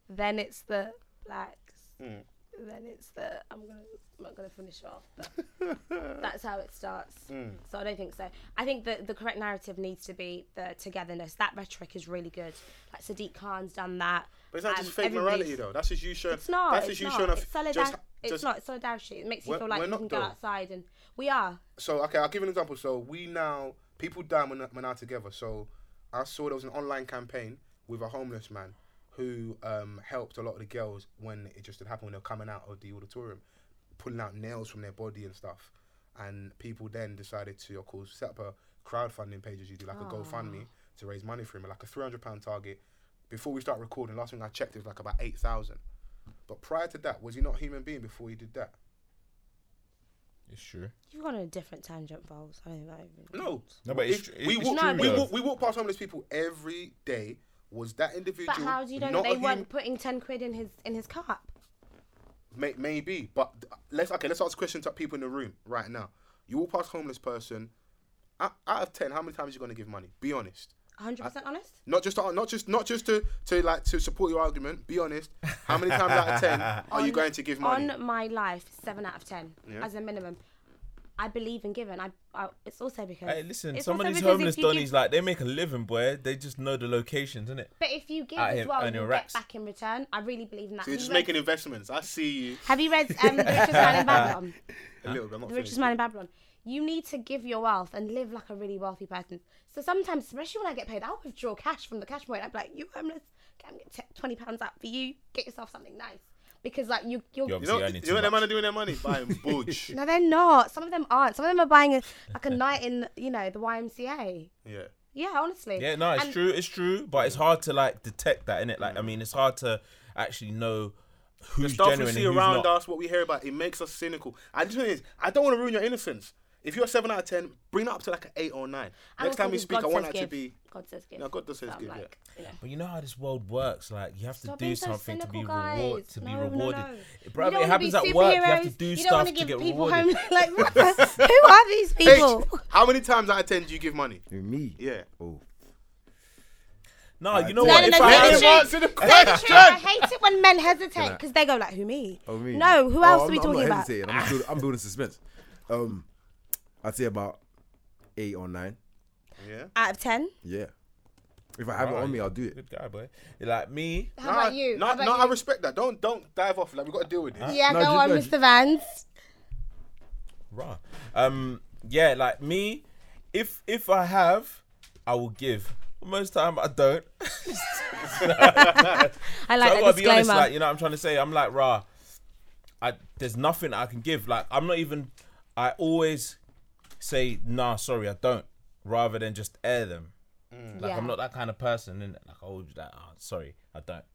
Speaker 1: then it's the blacks,
Speaker 2: Mm.
Speaker 1: then it's the I'm gonna I'm not gonna finish it off. But that's how it starts.
Speaker 2: Mm.
Speaker 1: So I don't think so. I think that the correct narrative needs to be the togetherness. That rhetoric is really good. Like Sadiq Khan's done that.
Speaker 2: But it's not
Speaker 1: and
Speaker 2: just fake
Speaker 1: everybody's-
Speaker 2: morality though. That's just you showing.
Speaker 1: It's not.
Speaker 2: That's
Speaker 1: it's
Speaker 2: just you
Speaker 1: not.
Speaker 2: showing. a-
Speaker 1: it's, solidar-
Speaker 2: just-
Speaker 1: it's
Speaker 2: just-
Speaker 1: not. It's solidarity. It makes you
Speaker 2: We're-
Speaker 1: feel like
Speaker 2: we're
Speaker 1: you
Speaker 2: not,
Speaker 1: can go
Speaker 2: though.
Speaker 1: outside and we are.
Speaker 2: So okay, I'll give you an example. So we now people die when when are together. So I saw there was an online campaign with a homeless man who um, helped a lot of the girls when it just had happened when they were coming out of the auditorium, pulling out nails from their body and stuff. And people then decided to, of course, set up a crowdfunding page as you do, like a GoFundMe, to raise money for him, like a three hundred pound target. Before we start recording, last thing I checked it was like about eight thousand. But prior to that, was he not a human being before he did that?
Speaker 4: it's true
Speaker 1: You've gone on a different tangent, Bowles. I don't know. Even
Speaker 2: No.
Speaker 4: No, but it's
Speaker 2: If-
Speaker 4: tr-
Speaker 2: we,
Speaker 4: it's
Speaker 2: walk,
Speaker 1: true,
Speaker 2: we,
Speaker 1: though.
Speaker 2: walk, we walk past homeless people every day. Was that individual?
Speaker 1: But how do you know
Speaker 2: not
Speaker 1: that they
Speaker 2: a
Speaker 1: weren't
Speaker 2: hum-
Speaker 1: putting ten quid in his in his cup?
Speaker 2: May, maybe, but let's okay. Let's ask questions to people in the room right now. You walk past homeless person. Out, out of ten, how many times are you going to give money? Be honest.
Speaker 1: hundred percent honest.
Speaker 2: Not just to, not just not just to, to like to support your argument. Be honest. How many times out of ten are you
Speaker 1: On-
Speaker 2: going to give money?
Speaker 1: On my life, seven out of ten as a minimum. I believe in giving. I, I it's also because
Speaker 4: Hey, listen,
Speaker 1: it's
Speaker 4: some of
Speaker 1: also
Speaker 4: these
Speaker 1: because if
Speaker 4: homeless
Speaker 1: you give-
Speaker 4: donnies, like, they make a living, boy. They just know the locations, innit?
Speaker 1: But if you give
Speaker 4: out
Speaker 1: as
Speaker 4: here
Speaker 1: well,
Speaker 4: earning
Speaker 1: you
Speaker 4: racks.
Speaker 1: get back in return. I really believe in that.
Speaker 2: So you're just
Speaker 1: Have you
Speaker 2: making
Speaker 1: read-
Speaker 2: investments. I see you
Speaker 1: Have you read um, The Richest Man in Babylon?
Speaker 2: a little bit. I'm not
Speaker 1: The Richest
Speaker 2: finished.
Speaker 1: Man in Babylon. You need to give your wealth and live like a really wealthy person. So sometimes, especially when I get paid, I'll withdraw cash from the cash point. I'm like, you homeless, can get t- twenty pounds out for you. Get yourself something nice because like you, you're.
Speaker 4: You're
Speaker 2: You know,
Speaker 4: See, I
Speaker 2: you
Speaker 4: need
Speaker 2: know
Speaker 4: too
Speaker 2: what that
Speaker 4: much.
Speaker 2: man are doing with their money? Buying budge.
Speaker 1: no, they're not. Some of them aren't. Some of them are buying a, like a night in, you know, the YMCA.
Speaker 2: Yeah.
Speaker 1: Yeah, honestly.
Speaker 4: Yeah, no, it's
Speaker 1: And-
Speaker 4: true, it's true, but it's hard to like detect that, innit? Like, I mean, it's hard to actually know
Speaker 2: Mm. The
Speaker 4: who's
Speaker 2: stuff
Speaker 4: genuine
Speaker 2: we
Speaker 4: and
Speaker 2: see
Speaker 4: who's
Speaker 2: around
Speaker 4: not.
Speaker 2: us, what we hear about, it makes us cynical. And the thing is, I don't want to ruin your innocence. If you're a seven out of ten, bring it up to like an eight or nine.
Speaker 1: and
Speaker 2: Next
Speaker 1: also
Speaker 2: time we
Speaker 1: because
Speaker 2: speak,
Speaker 1: God
Speaker 2: I want
Speaker 1: says
Speaker 2: that to
Speaker 1: give.
Speaker 2: be.
Speaker 1: God says give.
Speaker 2: No, God does says
Speaker 1: I'm
Speaker 2: give,
Speaker 1: like, yeah.
Speaker 4: But you know how this world works. Like you have to
Speaker 1: Stop
Speaker 4: do
Speaker 1: being so
Speaker 4: something to be
Speaker 1: cynical,
Speaker 4: reward
Speaker 1: guys.
Speaker 4: to
Speaker 1: No,
Speaker 4: be
Speaker 1: no,
Speaker 4: rewarded.
Speaker 1: no. You
Speaker 4: Bro,
Speaker 1: don't
Speaker 4: it
Speaker 1: wanna be
Speaker 4: happens at work. You have to
Speaker 1: superheroes.
Speaker 4: do
Speaker 1: You don't
Speaker 4: stuff
Speaker 1: wanna
Speaker 4: to
Speaker 1: give
Speaker 4: get
Speaker 1: people
Speaker 4: rewarded.
Speaker 1: Home, like, what? who are these people?
Speaker 2: H, how many times out of ten do you give money?
Speaker 3: Me?
Speaker 2: Yeah.
Speaker 3: Oh.
Speaker 4: No, you know
Speaker 1: No,
Speaker 4: what?
Speaker 1: no,
Speaker 4: If
Speaker 1: no,
Speaker 4: I
Speaker 1: say
Speaker 4: had
Speaker 1: the
Speaker 4: a-
Speaker 2: didn't
Speaker 1: truth.
Speaker 2: answer the
Speaker 1: Say the truth. I hate it when men hesitate because they go like, "Who me?
Speaker 3: Oh, me?
Speaker 1: No, who
Speaker 3: Oh,
Speaker 1: else
Speaker 3: I'm
Speaker 1: are we
Speaker 3: not-
Speaker 1: talking
Speaker 3: I'm not
Speaker 1: about?"
Speaker 3: hesitating. I'm, building, I'm building suspense. Um, I'd say about eight or nine.
Speaker 2: Yeah.
Speaker 1: Out of ten,
Speaker 3: Yeah. If I have it
Speaker 4: Wow,
Speaker 3: on me,
Speaker 4: you-
Speaker 3: I'll do it.
Speaker 4: Good guy, boy. Like me,
Speaker 1: how about you?
Speaker 2: No,
Speaker 1: How
Speaker 2: no,
Speaker 1: about
Speaker 2: I respect that. Don't don't dive off. Like we got to deal with
Speaker 1: you?
Speaker 2: this.
Speaker 1: yeah,
Speaker 3: No,
Speaker 1: go
Speaker 3: ju-
Speaker 1: on,
Speaker 3: no, ju-
Speaker 1: Mr. Vance.
Speaker 4: raw. Um, yeah, like me. If if I have, I will give. Most time I don't.
Speaker 1: I
Speaker 4: So
Speaker 1: like
Speaker 4: I
Speaker 1: that
Speaker 4: gotta be
Speaker 1: disclaimer.
Speaker 4: honest, like you know what I'm trying to say. I'm like rah. I there's nothing I can give. Like I'm not even. I always say nah, sorry, I don't. Rather than just air them. Like
Speaker 1: yeah.
Speaker 4: I'm not that kind of person. And like I always be like, oh, sorry, I don't.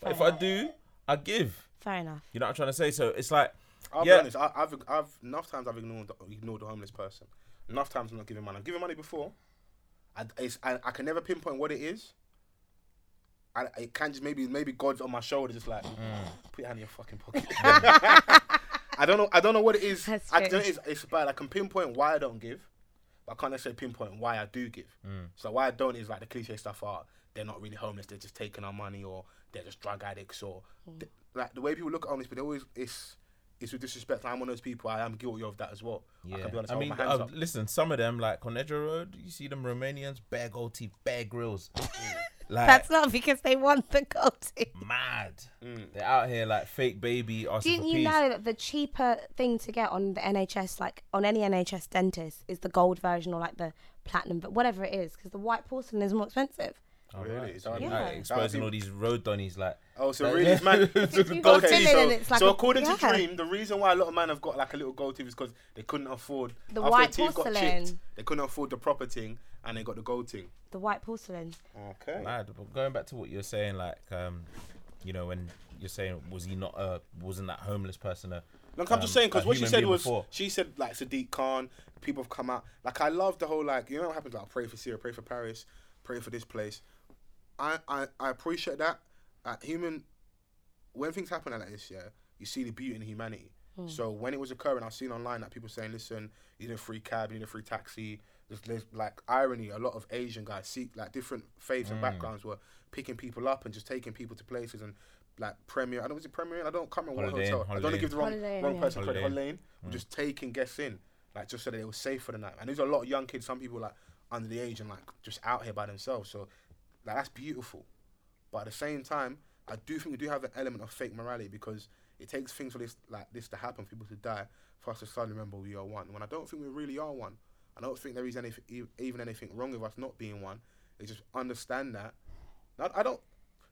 Speaker 4: But if I do, I give.
Speaker 1: Fair enough.
Speaker 4: You know what I'm trying to say. So it's like,
Speaker 2: I'll
Speaker 4: Yeah.
Speaker 2: be honest. I, I've I've enough times I've ignored the, ignored the homeless person. Enough times I'm not giving money. I've given money before. I, it's, I, I can never pinpoint what it is. I, it can just maybe maybe God's on my shoulder, just like
Speaker 4: Mm.
Speaker 2: put your hand in your fucking pocket. I don't know. I don't know what it is.
Speaker 1: That's
Speaker 2: I
Speaker 1: true.
Speaker 2: don't, it's, it's bad. I can pinpoint why I don't give, but I can't necessarily pinpoint why I do give.
Speaker 4: Mm.
Speaker 2: So why I don't is like the cliche stuff are they're not really homeless. They're just taking our money, or they're just drug addicts, or
Speaker 1: Mm.
Speaker 2: th- like the way people look at homeless. But they always it's it's with disrespect. I'm one of those people. I am guilty of that as well. I
Speaker 4: yeah.
Speaker 2: can be honest.
Speaker 4: I
Speaker 2: I
Speaker 4: mean,
Speaker 2: hold my hands
Speaker 4: uh,
Speaker 2: up.
Speaker 4: listen, some of them like on Edger Road, you see them Romanians, bare gold teeth, bare grills.
Speaker 2: Mm.
Speaker 4: like
Speaker 1: That's not because they want the gold.
Speaker 4: mad.
Speaker 2: Mm.
Speaker 4: They're out here like fake baby. Asking
Speaker 1: Didn't
Speaker 4: for
Speaker 1: you
Speaker 4: peace.
Speaker 1: know that the cheaper thing to get on the NHS, like on any NHS dentist, is the gold version or like the platinum, but whatever it is, because the white porcelain is more expensive.
Speaker 4: Oh,
Speaker 2: Really?
Speaker 4: right.
Speaker 2: Is
Speaker 4: So
Speaker 2: that
Speaker 4: you're
Speaker 1: what-
Speaker 4: like
Speaker 1: Yeah.
Speaker 4: exposing all these road donnies like.
Speaker 2: Oh, so
Speaker 4: like,
Speaker 2: really, it's man.
Speaker 1: you've got
Speaker 2: okay,
Speaker 1: a
Speaker 2: so,
Speaker 1: feeling it's like
Speaker 2: so
Speaker 1: a-
Speaker 2: according to
Speaker 1: yeah.
Speaker 2: Dream, the reason why a lot of men have got like a little gold tooth is because they couldn't afford
Speaker 1: The
Speaker 2: after
Speaker 1: white
Speaker 2: their teeth got chipped,
Speaker 1: porcelain.
Speaker 2: they couldn't afford the proper thing, and they got the gold thing.
Speaker 1: The white porcelain.
Speaker 2: Okay.
Speaker 4: mad. But going back to what you're saying, like, um, you know, when you're saying, was he not a, wasn't that homeless person a?
Speaker 2: Like I'm just
Speaker 4: um,
Speaker 2: saying, because
Speaker 4: a
Speaker 2: what she
Speaker 4: human
Speaker 2: said
Speaker 4: being
Speaker 2: was,
Speaker 4: before?
Speaker 2: she said like Sadiq Khan, people have come out. Like I love the whole like you know what happens like pray for Syria, pray for Paris, pray for this place. I I, I appreciate that. Uh, human, when things happen like this, yeah, you see the beauty in humanity. So when it was occurring, I've seen online that people saying, listen, you need a free cab, you need a free taxi. There's, there's like irony. A lot of Asian guys see like different faiths
Speaker 4: Hmm.
Speaker 2: and backgrounds were picking people up and just taking people to places and like premier. I don't was it premier. I don't come and what
Speaker 4: Holiday Inn,
Speaker 2: hotel. I don't want
Speaker 4: Holiday
Speaker 2: to
Speaker 4: Inn.
Speaker 2: give the wrong
Speaker 1: Holiday Inn,
Speaker 2: wrong
Speaker 1: yeah.
Speaker 2: person credit.
Speaker 4: Holiday
Speaker 2: Holiday Inn were just taking guests in, like just so that they were safe for the night. And there's a lot of young kids. Some people like under the age and like just out here by themselves. So like that's beautiful. But at the same time, I do think we do have an element of fake morality because it takes things for this like this to happen, for people to die, for us to suddenly remember we are one. When I don't think we really are one. I don't think there is anything, e- even anything wrong with us not being one. It's just understand that. I, I don't.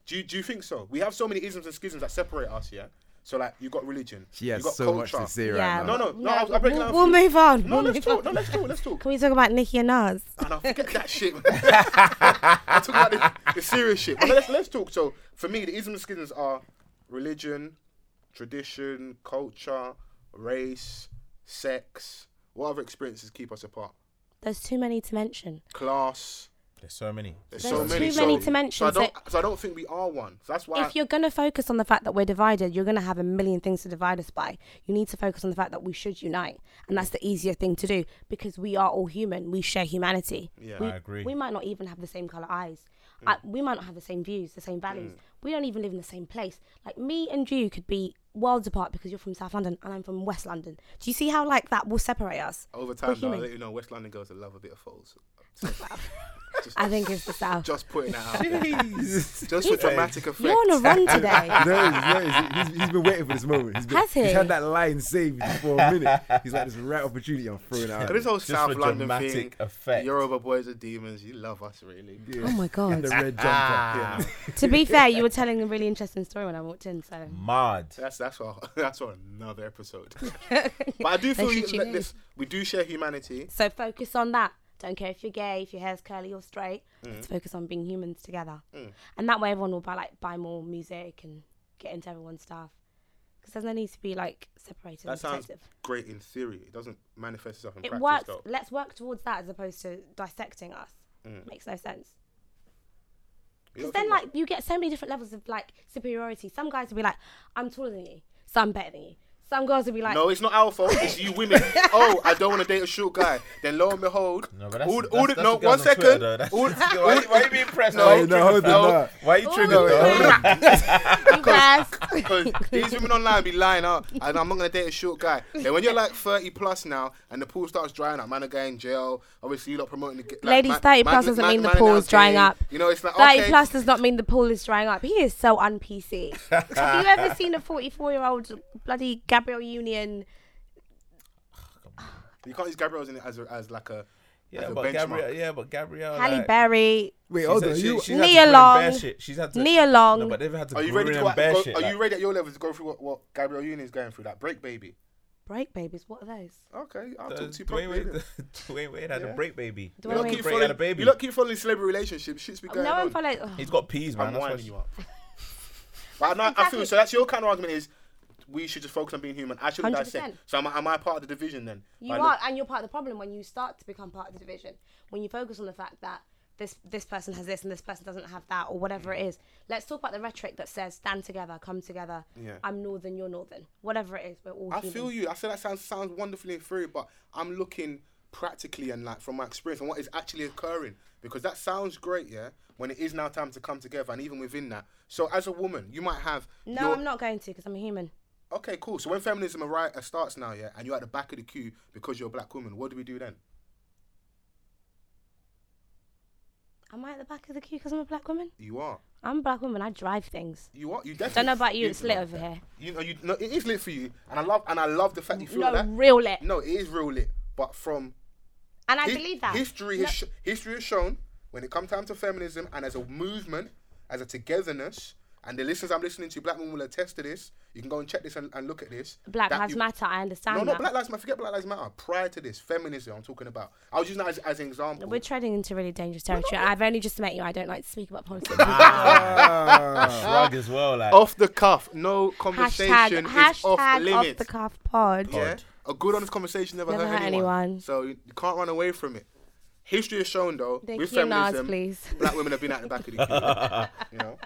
Speaker 2: Do you, do you think so? We have so many isms and schisms that separate us, yeah. So like you got religion,
Speaker 3: She has
Speaker 2: you got
Speaker 3: so
Speaker 2: culture.
Speaker 3: much to say
Speaker 1: Yeah.
Speaker 3: right
Speaker 2: No,
Speaker 3: now.
Speaker 2: no, no. I was, I break it
Speaker 1: we'll,
Speaker 2: down
Speaker 1: we'll
Speaker 2: for you.
Speaker 1: move on.
Speaker 2: No,
Speaker 1: We'll
Speaker 2: let's
Speaker 1: move
Speaker 2: talk.
Speaker 1: on.
Speaker 2: No, let's talk. Let's talk.
Speaker 1: Can we talk about Nicki and Nas?
Speaker 2: And I forget that shit. man. I talk about the, the serious shit. But let's, let's talk. So for me, the isms and schisms are religion, tradition, culture, race, sex. What other experiences keep us apart?
Speaker 1: There's too many to mention.
Speaker 2: Class.
Speaker 4: There's so many.
Speaker 2: There's,
Speaker 1: There's
Speaker 2: so many.
Speaker 1: too many
Speaker 2: so,
Speaker 1: to mention,
Speaker 2: So I don't.
Speaker 1: so-
Speaker 2: So I don't think we are one. So that's why.
Speaker 1: If you're gonna focus on the fact that we're divided, you're gonna have a million things to divide us by. You need to focus on the fact that we should unite, and that's the easier thing to do because we are all human. We share humanity.
Speaker 2: Yeah.
Speaker 1: we,
Speaker 4: I agree.
Speaker 1: We might not even have the same color eyes. I, we might not have the same views, the same values. We don't even live in the same place. Like me and you could be worlds apart because you're from South London and I'm from West London. Do you see how like that will separate us?
Speaker 2: Over time, though, I'll
Speaker 1: human.
Speaker 2: let you know West London girls love a bit of foals.
Speaker 1: I think it's the South.
Speaker 2: Just putting that out. there. Just for dramatic effect.
Speaker 1: You're on a run today.
Speaker 3: There is, there is. He's, he's been waiting for this moment. He's been,
Speaker 1: Has he?
Speaker 3: He's had that line saved for a minute. He's like, this is the right opportunity I'm throwing out.
Speaker 2: But this whole
Speaker 4: Just
Speaker 2: South
Speaker 4: for
Speaker 2: London
Speaker 4: dramatic
Speaker 2: thing,
Speaker 4: effect.
Speaker 2: Yoruba boys are demons. You love us, really.
Speaker 3: Yeah.
Speaker 1: Oh my
Speaker 3: In the
Speaker 1: god.
Speaker 3: red jumper.
Speaker 4: Ah.
Speaker 1: to be fair, you were telling a really interesting story when I walked in, so
Speaker 4: Mad.
Speaker 2: That's that's for that's for another episode. but I do feel
Speaker 1: should
Speaker 2: you,
Speaker 1: tune
Speaker 2: like
Speaker 1: in.
Speaker 2: this. We do share humanity.
Speaker 1: so focus on that. Don't care if you're gay, if your hair's curly or straight.
Speaker 2: Mm.
Speaker 1: Let's focus on being humans together, and that way everyone will buy like buy more music and get into everyone's stuff. Because there's no need to be like separated.
Speaker 2: That
Speaker 1: and
Speaker 2: sounds
Speaker 1: protective.
Speaker 2: great in theory. It doesn't manifest itself in
Speaker 1: It
Speaker 2: practice.
Speaker 1: works.
Speaker 2: Though.
Speaker 1: Let's work towards that as opposed to dissecting us. Makes no sense.
Speaker 2: Mm. You know
Speaker 1: Because
Speaker 2: what I'm
Speaker 1: then,
Speaker 2: talking
Speaker 1: like, you get so many different levels of like superiority. Some guys will be like, "I'm taller than you," some better than you. Some girls will be like,
Speaker 2: about? no, it's not our fault. It's you women. oh, I don't want to date a short guy. Then lo and behold,
Speaker 4: No, but that's,
Speaker 2: all,
Speaker 4: that's,
Speaker 2: all the-
Speaker 4: that's
Speaker 2: no,
Speaker 4: the girls
Speaker 2: one
Speaker 4: on
Speaker 2: second.
Speaker 4: Twitter, though. That's-
Speaker 2: all-
Speaker 4: why, why you being pressed?
Speaker 2: No,
Speaker 4: why you
Speaker 3: no,
Speaker 4: triggered,
Speaker 3: hold it,
Speaker 4: fell?
Speaker 3: no.
Speaker 4: Why you triggered?
Speaker 1: no,
Speaker 4: fell?
Speaker 1: "You guys."
Speaker 2: Because these women online be lying out, and I'm not gonna date a short guy. Then when you're like 30 plus now, and the pool starts drying up, man, a guy in jail. Obviously, you're not promoting the. g- Like,
Speaker 1: Ladies,
Speaker 2: man-
Speaker 1: 30 plus
Speaker 2: man-
Speaker 1: doesn't
Speaker 2: man-
Speaker 1: mean the
Speaker 2: man
Speaker 1: pool's
Speaker 2: now's
Speaker 1: drying
Speaker 2: gay.
Speaker 1: up.
Speaker 2: You know, it's like
Speaker 1: 30
Speaker 2: okay,
Speaker 1: plus does not mean the pool is drying up. He is so un PC. Have you ever seen a 44 year old bloody Gabriel Union?
Speaker 2: You can't use Gabriel's in it as a, as like a.
Speaker 4: Yeah,
Speaker 2: as a
Speaker 4: but
Speaker 2: benchmark.
Speaker 4: Gabrielle. Yeah, but Gabrielle.
Speaker 1: Halle
Speaker 4: like,
Speaker 1: Berry?
Speaker 3: Wait,
Speaker 4: she's
Speaker 3: hold
Speaker 4: had-
Speaker 3: on.
Speaker 4: she-
Speaker 3: You,
Speaker 4: she's had
Speaker 1: Knee
Speaker 4: to grin
Speaker 1: along.
Speaker 4: bare shit. She's had to
Speaker 1: Knee along.
Speaker 4: No, but they've had to.
Speaker 2: Are you ready to
Speaker 4: grin
Speaker 2: go,
Speaker 4: and bear
Speaker 2: go-
Speaker 4: shit,
Speaker 2: Are
Speaker 4: like-
Speaker 2: you ready at your level to go through what, what Gabriel Union's going through? Like break baby.
Speaker 1: Break babies, what are those?
Speaker 2: Okay, I'll
Speaker 4: Uh,
Speaker 2: talk to you
Speaker 4: Dwayne
Speaker 2: properly.
Speaker 4: Wade,
Speaker 2: then.
Speaker 4: Dwayne Wade had
Speaker 2: Yeah.
Speaker 4: a break baby.
Speaker 1: Dwayne
Speaker 2: You
Speaker 1: Wade.
Speaker 2: lot
Speaker 1: Wait.
Speaker 2: keep
Speaker 4: Break
Speaker 2: following.
Speaker 4: had a baby.
Speaker 2: You lot keep following celebrity relationships. Shit's been going
Speaker 1: no one oh.
Speaker 2: on.
Speaker 1: follows.
Speaker 4: He's got peas, man.
Speaker 2: I'm
Speaker 4: that's why
Speaker 2: winding
Speaker 4: she-
Speaker 2: you up. But no, I
Speaker 1: exactly-
Speaker 2: feel so. That's your kind of argument is we should just focus on being human. I shouldn't
Speaker 1: 100%.
Speaker 2: dissect. So am I, am I part of the division then?
Speaker 1: You
Speaker 2: I
Speaker 1: are,
Speaker 2: look-
Speaker 1: and you're part of the problem when you start to become part of the division. When you focus on the fact that this this person has this and this person doesn't have that, or whatever
Speaker 2: Mm.
Speaker 1: it is. Let's talk about the rhetoric that says "stand together, come together."
Speaker 2: Yeah.
Speaker 1: I'm northern, you're northern. Whatever it is, we're all.
Speaker 2: I
Speaker 1: human.
Speaker 2: feel you. I feel that sounds sounds wonderfully in theory, but I'm looking practically and like from my experience and what is actually occurring because that sounds great, yeah. When it is now time to come together, and even within that, so as a woman, you might have
Speaker 1: No,
Speaker 2: your-
Speaker 1: I'm not going to because I'm a human.
Speaker 2: Okay, cool. So when feminism arri- uh, starts now, yeah, and you're at the back of the queue because you're a black woman, what do we do then?
Speaker 1: Am I at the back of the queue because I'm a black woman?
Speaker 2: You are.
Speaker 1: I'm a black woman. I drive things.
Speaker 2: You are. You definitely.
Speaker 1: Don't know about you. It's lit over here.
Speaker 2: You know, you no, it is lit for you, and I love and I love the fact you feel
Speaker 1: No,
Speaker 2: like that.
Speaker 1: real lit.
Speaker 2: No, it is real lit, but from
Speaker 1: And I
Speaker 2: hi-
Speaker 1: believe that.
Speaker 2: history
Speaker 1: No-
Speaker 2: has sh- history has shown when it comes time to feminism and as a movement, as a togetherness, and the listeners I'm listening to, black women will attest to this. You can go and check this and, and look at this.
Speaker 1: Black
Speaker 2: that
Speaker 1: Lives
Speaker 2: you-
Speaker 1: Matter. I understand
Speaker 2: No,
Speaker 1: that.
Speaker 2: not Black Lives Matter. Forget Black Lives Matter. Prior to this, feminism. I'm talking about. I was using that as, as an example.
Speaker 1: We're treading into really dangerous territory. I've only just met you. I don't like to speak about politics.
Speaker 2: Ah.
Speaker 4: Shrug as well. Like
Speaker 2: off the cuff, no conversation
Speaker 1: hashtag
Speaker 2: is
Speaker 1: hashtag
Speaker 2: off
Speaker 1: off,
Speaker 2: limits.
Speaker 1: the cuff pod.
Speaker 2: Yeah?
Speaker 4: Odd.
Speaker 2: A good honest conversation never,
Speaker 1: Never
Speaker 2: hurt
Speaker 1: hurt
Speaker 2: anyone.
Speaker 1: anyone.
Speaker 2: So you you can't run away from it. History has shown though,
Speaker 1: Thank
Speaker 2: with
Speaker 1: you, Nas,
Speaker 2: feminism,
Speaker 1: please.
Speaker 2: black women have been at the back of the queue. you know,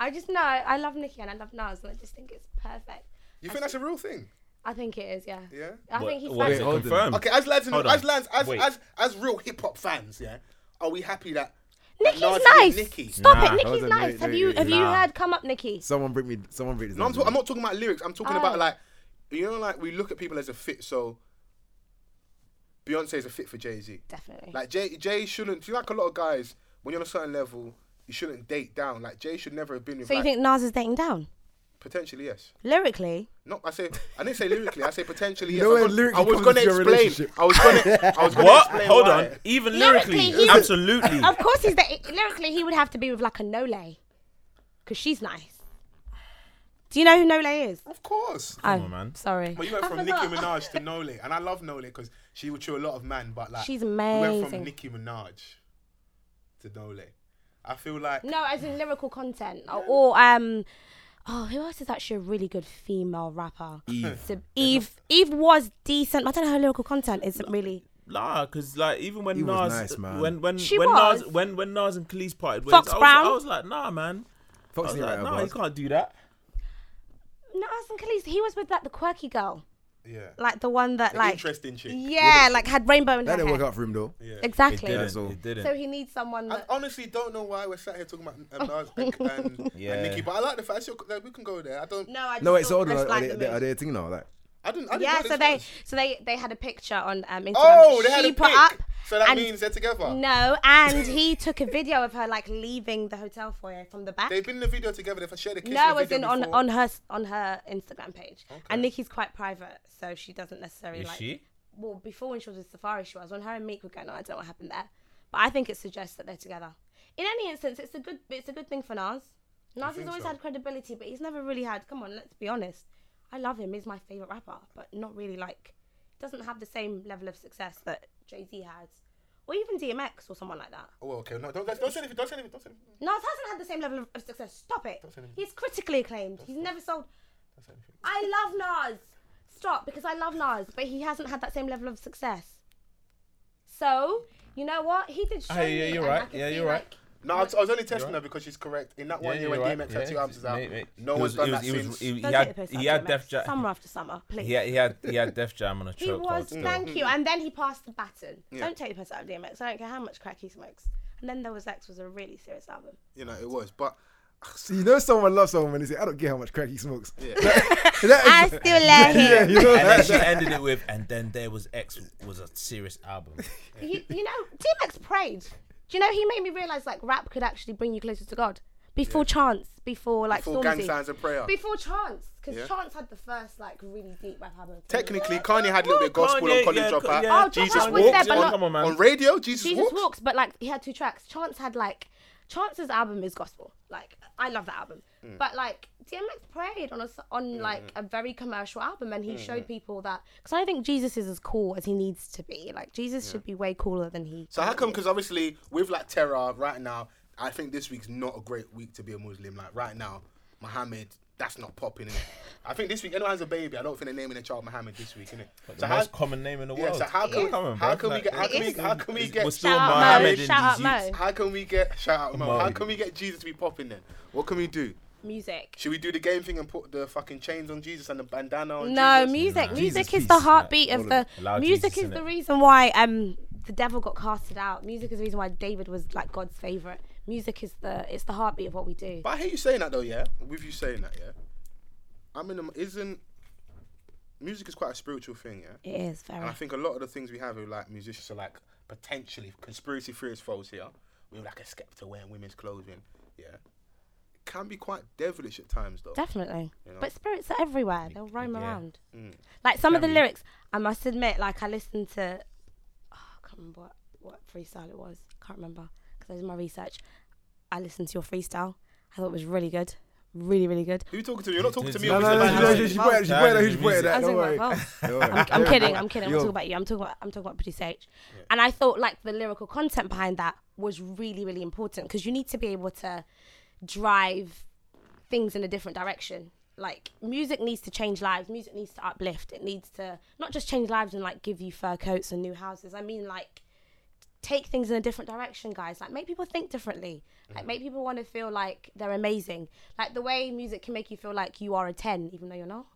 Speaker 1: I just know I love Nicki and I love Nas and I just think it's perfect.
Speaker 2: you think that's a real thing?
Speaker 1: I think it is, yeah.
Speaker 2: Yeah.
Speaker 1: I
Speaker 4: what-
Speaker 1: think he's
Speaker 4: what is
Speaker 1: fabulous.
Speaker 4: it
Speaker 3: hold on.
Speaker 4: confirmed?
Speaker 2: Okay, as lads, in,
Speaker 4: Hmm. Hold
Speaker 2: as
Speaker 4: on.
Speaker 2: lads, as,
Speaker 4: Wait.
Speaker 2: as as real hip hop fans, yeah, are we happy that
Speaker 1: Nicki's
Speaker 2: Nas is
Speaker 1: nice.
Speaker 2: Nicki?
Speaker 1: Stop
Speaker 4: Nah,
Speaker 1: it.
Speaker 3: hold
Speaker 1: Nicki's
Speaker 3: on,
Speaker 1: nice.
Speaker 3: wait,
Speaker 1: have
Speaker 3: wait,
Speaker 1: you
Speaker 3: wait,
Speaker 1: have you
Speaker 4: nah.
Speaker 1: heard come up Nicki?
Speaker 3: someone bring me. Someone bring this.
Speaker 2: No, I'm,
Speaker 3: up.
Speaker 2: ta- I'm not talking about lyrics. I'm talking
Speaker 1: Oh.
Speaker 2: about like, you know, like we look at people as a fit. So Beyonce is a fit for Jay Z.
Speaker 1: Definitely.
Speaker 2: Like Jay, Jay shouldn't. Do you know, like a lot of guys when you're on a certain level, you shouldn't date down. Like Jay should never have been with.
Speaker 1: so you
Speaker 2: like-
Speaker 1: think Nas is dating down?
Speaker 2: potentially yes?
Speaker 1: Lyrically,
Speaker 2: No, I say I didn't say lyrically. I say potentially yes.
Speaker 3: know
Speaker 2: I
Speaker 3: when
Speaker 2: was-
Speaker 3: lyrically
Speaker 2: I was
Speaker 3: comes
Speaker 2: gonna
Speaker 3: into your
Speaker 2: explain.
Speaker 3: relationship.
Speaker 2: I was gonna. I was gonna
Speaker 4: What?
Speaker 2: explain
Speaker 4: Hold
Speaker 2: why.
Speaker 4: on. Even
Speaker 1: Lyrically,
Speaker 4: lyrically,
Speaker 1: he's-
Speaker 4: absolutely.
Speaker 1: of course, he's da- lyrically he would have to be with like a Nole, because she's nice. Do you know who Nole is?
Speaker 2: Of course.
Speaker 1: Come
Speaker 4: on, man.
Speaker 1: Sorry.
Speaker 2: But you went from Nicki Minaj to Nole, and I love Nole because she would chew a lot of man. But like,
Speaker 1: She's
Speaker 2: We went from
Speaker 1: amazing.
Speaker 2: Nicki Minaj to Nole. I feel like
Speaker 1: No, as in lyrical content. Or, or um oh, who else is actually a really good female rapper? Eve. Eve Eve was decent. I don't know her lyrical content isn't really
Speaker 4: Nah, cause like even when
Speaker 3: He
Speaker 4: Nas,
Speaker 3: was nice, man.
Speaker 4: when when
Speaker 1: She
Speaker 4: when
Speaker 1: was.
Speaker 4: Nas when when Nas and Khalees parted ways,
Speaker 1: Fox
Speaker 4: I, was,
Speaker 1: Brown.
Speaker 4: I was like, nah, man. I
Speaker 3: Fox
Speaker 4: was
Speaker 3: ain't right
Speaker 4: like,
Speaker 3: about
Speaker 4: nah, you
Speaker 3: us.
Speaker 4: can't do that.
Speaker 1: No, Nas and Khalees, he was with like the quirky girl.
Speaker 2: Yeah.
Speaker 1: Like the one that
Speaker 2: The
Speaker 1: like
Speaker 2: interesting chick.
Speaker 1: Yeah, like had rainbow in
Speaker 3: That
Speaker 1: her
Speaker 3: didn't work
Speaker 1: hair.
Speaker 3: out for him though.
Speaker 2: Yeah.
Speaker 4: It
Speaker 1: Exactly.
Speaker 4: didn't.
Speaker 3: so-
Speaker 4: it didn't.
Speaker 1: So he needs someone
Speaker 2: I
Speaker 1: that
Speaker 2: honestly don't know why we're sat here talking about um, Nas and, and,
Speaker 4: Yeah.
Speaker 2: Nicki, but I like the fact that that we can go there. I don't.
Speaker 1: No, I just
Speaker 3: No, wait, so
Speaker 1: thought
Speaker 3: hold on,
Speaker 1: that's
Speaker 3: are,
Speaker 1: like
Speaker 3: they,
Speaker 1: the
Speaker 3: they,
Speaker 1: move.
Speaker 3: are they a thing now? Like,
Speaker 2: I didn't. I didn't
Speaker 1: Yeah,
Speaker 2: know
Speaker 1: so
Speaker 2: this
Speaker 1: they
Speaker 2: was-
Speaker 1: so they they had a picture on um, Instagram.
Speaker 2: Oh,
Speaker 1: that
Speaker 2: they had
Speaker 1: she
Speaker 2: a
Speaker 1: put
Speaker 2: pic.
Speaker 1: up.
Speaker 2: So that
Speaker 1: and-
Speaker 2: means they're together.
Speaker 1: No, and he took a video of her like leaving the hotel foyer from the back.
Speaker 2: They've been in the video together. They've shared a kiss.
Speaker 1: no,
Speaker 2: in the
Speaker 1: as
Speaker 2: video
Speaker 1: in on
Speaker 2: before.
Speaker 1: on her s- on her Instagram page. And Nikki's quite private, so she doesn't necessarily
Speaker 4: Is
Speaker 1: like.
Speaker 4: she?
Speaker 1: Well, before when she was with Safari, she was when her and Meek were going on. I don't know what happened there, but I think it suggests that they're together. In any instance, it's a good it's a good thing for Nas. Nas has
Speaker 2: think
Speaker 1: always
Speaker 2: so?
Speaker 1: had credibility, but he's never really had. Come on, let's be honest. I love him. He's my favorite rapper, but not really like doesn't have the same level of success that Jay Z has, or even DMX or someone like that.
Speaker 2: Oh, okay. No, don't, don't say anything. Don't say anything. Don't say anything.
Speaker 1: Nas hasn't had the same level of, of success. Stop it.
Speaker 2: Hmm. Don't say anything.
Speaker 1: He's critically acclaimed. He's never sold.
Speaker 2: Don't say anything.
Speaker 1: I love Nas. Stop, because I love Nas, but he hasn't had that same level of success. So, you know what? He did show
Speaker 4: Ah, yeah, yeah,
Speaker 1: me,
Speaker 4: you're
Speaker 1: and I
Speaker 4: right.
Speaker 1: could
Speaker 4: Yeah,
Speaker 1: see,
Speaker 4: you're right.
Speaker 1: like-
Speaker 2: No, I was, I was only testing her
Speaker 4: You're
Speaker 2: because she's correct. In that
Speaker 4: Yeah,
Speaker 2: one year when
Speaker 4: you're right,
Speaker 2: DMX had
Speaker 4: yeah.
Speaker 2: two albums out,
Speaker 4: Mate, mate.
Speaker 2: no
Speaker 4: It
Speaker 2: one's
Speaker 4: was-
Speaker 2: done
Speaker 4: it was-
Speaker 2: that
Speaker 4: it was-
Speaker 2: since.
Speaker 4: it- He
Speaker 1: Don't
Speaker 4: had
Speaker 1: take the piss
Speaker 4: he
Speaker 1: out
Speaker 4: had
Speaker 1: of
Speaker 4: Def
Speaker 1: DMX.
Speaker 4: Jam.
Speaker 1: Summer after summer, please.
Speaker 4: He had, he had he had Def Jam on a
Speaker 1: He
Speaker 4: chokehold.
Speaker 1: was,
Speaker 4: still.
Speaker 1: thank you. And then he passed the baton. Don't take the piss out of DMX. I don't care how much crack he smokes. And then There Was X was a really serious album.
Speaker 2: you know, it was. But
Speaker 3: see, you know, someone loves someone when they say, "I don't care how much crack he smokes."
Speaker 2: Yeah.
Speaker 3: That- that
Speaker 1: I
Speaker 3: is-
Speaker 1: still like
Speaker 3: yeah,
Speaker 1: him.
Speaker 3: you know
Speaker 4: And then she
Speaker 3: that.
Speaker 4: ended it with, and then there was X was a serious album.
Speaker 1: you, you know, DMX prayed. Do you know he made me realize like rap could actually bring you closer to God before Chance, before like
Speaker 2: Before
Speaker 1: Stormzy,
Speaker 2: Gang Signs and Prayer.
Speaker 1: before Chance, because
Speaker 2: Yeah.
Speaker 1: Chance had the first like really deep rap album.
Speaker 2: technically, Kanye had a little bit of gospel
Speaker 4: Kanye,
Speaker 2: on College
Speaker 4: yeah,
Speaker 2: Dropout.
Speaker 4: yeah.
Speaker 1: Oh,
Speaker 2: Jesus
Speaker 1: Dropout was
Speaker 2: Walks
Speaker 1: there, but
Speaker 2: on,
Speaker 1: not- Come
Speaker 4: on, man.
Speaker 2: on radio. Jesus,
Speaker 1: Jesus walks.
Speaker 2: Walks.
Speaker 1: but like he had two tracks. Chance had like Chance's album is gospel. Like I love that album,
Speaker 2: Mm.
Speaker 1: but like DMX prayed on a s on
Speaker 2: Mm-hmm.
Speaker 1: like a very commercial album, and he showed people that because I think Jesus is as cool as he needs to be. Like Jesus should be way cooler than he.
Speaker 2: So how come? Because obviously, with like terror right now, I think this week's not a great week to be a Muslim. Like right now, Muhammad, that's not popping. Innit? I think this week, anyone has a baby. I don't think they're naming their child Muhammad this week. Innit?
Speaker 4: The
Speaker 2: how-
Speaker 4: most common name in the
Speaker 2: Yeah,
Speaker 4: world.
Speaker 2: so how can,
Speaker 4: Come on,
Speaker 2: how
Speaker 4: bruv,
Speaker 2: can we
Speaker 4: like,
Speaker 2: get how
Speaker 4: it
Speaker 2: can we,
Speaker 4: is-
Speaker 2: how can we get
Speaker 4: We're still
Speaker 1: Shout out Mo,
Speaker 4: Mohammed in
Speaker 1: shout
Speaker 4: these
Speaker 1: out
Speaker 4: youths.
Speaker 2: how can we get shout out Mo,
Speaker 4: Mo.
Speaker 2: how can we get Jesus to be popping then? What can we do?
Speaker 1: music.
Speaker 2: Should we do the game thing and put the fucking chains on Jesus and the bandana on
Speaker 1: No,
Speaker 2: Jesus?
Speaker 1: music. Music
Speaker 3: Jesus
Speaker 1: is the
Speaker 3: peace,
Speaker 1: heartbeat
Speaker 3: like,
Speaker 1: of
Speaker 3: all
Speaker 1: the
Speaker 3: of
Speaker 4: Allow
Speaker 1: music
Speaker 4: Jesus
Speaker 1: is
Speaker 4: in
Speaker 1: the
Speaker 4: it.
Speaker 1: reason why um the devil got casted out. Music is the reason why David was like God's favorite. Music is the it's the heartbeat of what we do.
Speaker 2: But I hear you saying that though, yeah. With you saying that, yeah. I mean, um, isn't music is quite a spiritual thing, yeah.
Speaker 1: It is very.
Speaker 2: And I think a lot of the things we have with like musicians are like potentially conspiracy theories false here. We're like a skeptic wearing women's clothing, yeah. It can be quite devilish at times though.
Speaker 1: Definitely.
Speaker 2: know?
Speaker 1: But spirits are everywhere. They'll roam
Speaker 4: yeah.
Speaker 1: around. Like some of the
Speaker 4: Can be.
Speaker 1: lyrics, I must admit, like I listened to, oh, I can't remember what, what freestyle it was. can't remember because I did my research. I listened to your freestyle. I thought it was really good. Really, really good.
Speaker 2: Who you talking to? You're not talking to me.
Speaker 4: No,
Speaker 3: No,
Speaker 2: or
Speaker 3: no,
Speaker 2: Mr. Van
Speaker 3: no, she- no,
Speaker 2: Halen.
Speaker 3: she- she pointed at- she pointed at who she pointed
Speaker 1: I
Speaker 3: at.
Speaker 1: was
Speaker 3: Don't
Speaker 1: like,
Speaker 3: worry.
Speaker 1: well,
Speaker 3: Don't worry.
Speaker 1: I'm kidding. I'm kidding. I'm
Speaker 3: Yo.
Speaker 1: talking about you. I'm talking about. I'm talking about Produce H. And I thought like the lyrical content behind that was really, really important because you need to be able to drive things in a different direction. Like music needs to change lives. Music needs to uplift. It needs to not just change lives and like give you fur coats and new houses. I mean like take things in a different direction, guys. Like make people think differently.
Speaker 2: Mm-hmm.
Speaker 1: Like make people want to feel like they're amazing. Like the way music can make you feel like you are a ten, even though you're not.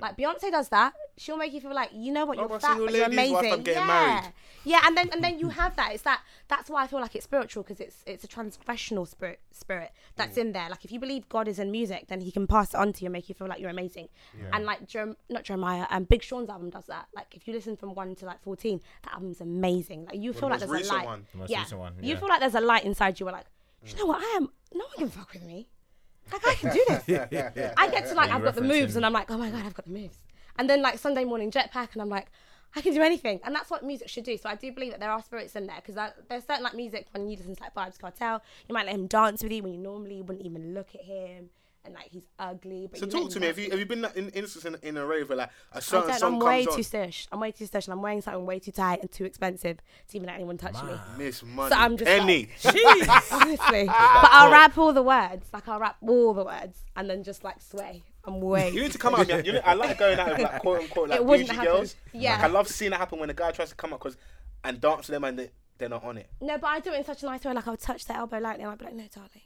Speaker 1: Like Beyonce does that. She'll make you feel like you know what
Speaker 2: Mm. Oh,
Speaker 1: you're
Speaker 2: I've
Speaker 1: fat,
Speaker 2: seen all
Speaker 1: but you're
Speaker 2: ladies
Speaker 1: amazing.
Speaker 2: whilst I'm getting
Speaker 1: yeah,
Speaker 2: married.
Speaker 1: yeah, and then and then you have that. It's that. That's why I feel like it's spiritual because it's it's a transgressional spirit spirit
Speaker 2: Mm.
Speaker 1: that's in there. Like if you believe God is in music, then He can pass it on to you and make you feel like you're amazing. And like Jerem- not Jeremiah, um, Big Sean's album does that. Like if you listen from one to like fourteen, that album's amazing. Like you feel like
Speaker 2: most
Speaker 1: there's a
Speaker 2: recent
Speaker 1: light.
Speaker 2: one.
Speaker 4: The most
Speaker 1: yeah.
Speaker 4: recent one,
Speaker 1: you
Speaker 4: yeah.
Speaker 1: feel like there's a light inside you. Where like, you know what? I am. No one can fuck with me. Like I can do this. I get to like,
Speaker 4: you
Speaker 1: I've got the
Speaker 4: referencing-
Speaker 1: moves, and I'm like, oh my god, I've got the moves. And then like Sunday morning jetpack, and I'm like, I can do anything. And that's what music should do. So I do believe that there are spirits in there because there's certain like music when you listen to like Vibes Cartel, you might let him dance with you when you normally wouldn't even look at him, and like he's ugly. But
Speaker 2: So
Speaker 1: you let
Speaker 2: talk
Speaker 1: him
Speaker 2: to me. Have
Speaker 1: dance.
Speaker 2: you have you been in instance in, in a rave where like a
Speaker 1: I
Speaker 2: certain
Speaker 1: don't,
Speaker 2: song
Speaker 1: I'm way
Speaker 2: comes
Speaker 1: too
Speaker 2: on?
Speaker 1: stashed. I'm way too stashed, and I'm wearing something way too tight and too expensive to even let anyone touch me.
Speaker 2: Miss Money.
Speaker 1: So I'm just
Speaker 2: any.
Speaker 1: like, honestly. But I'll rap all the words, like I'll rap all the words, and then just like sway. I'm way.
Speaker 2: You need to come out. with me. You know, I like going out with like quote unquote like
Speaker 1: It wouldn't
Speaker 2: bougie
Speaker 1: happen.
Speaker 2: girls.
Speaker 1: Yeah.
Speaker 2: Like, I love seeing it happen when a guy tries to come up cause and dance to them and they, they're not on it.
Speaker 1: No, but I do it in such a nice way. Like I would touch their elbow lightly, and I'd be like, "No, darling."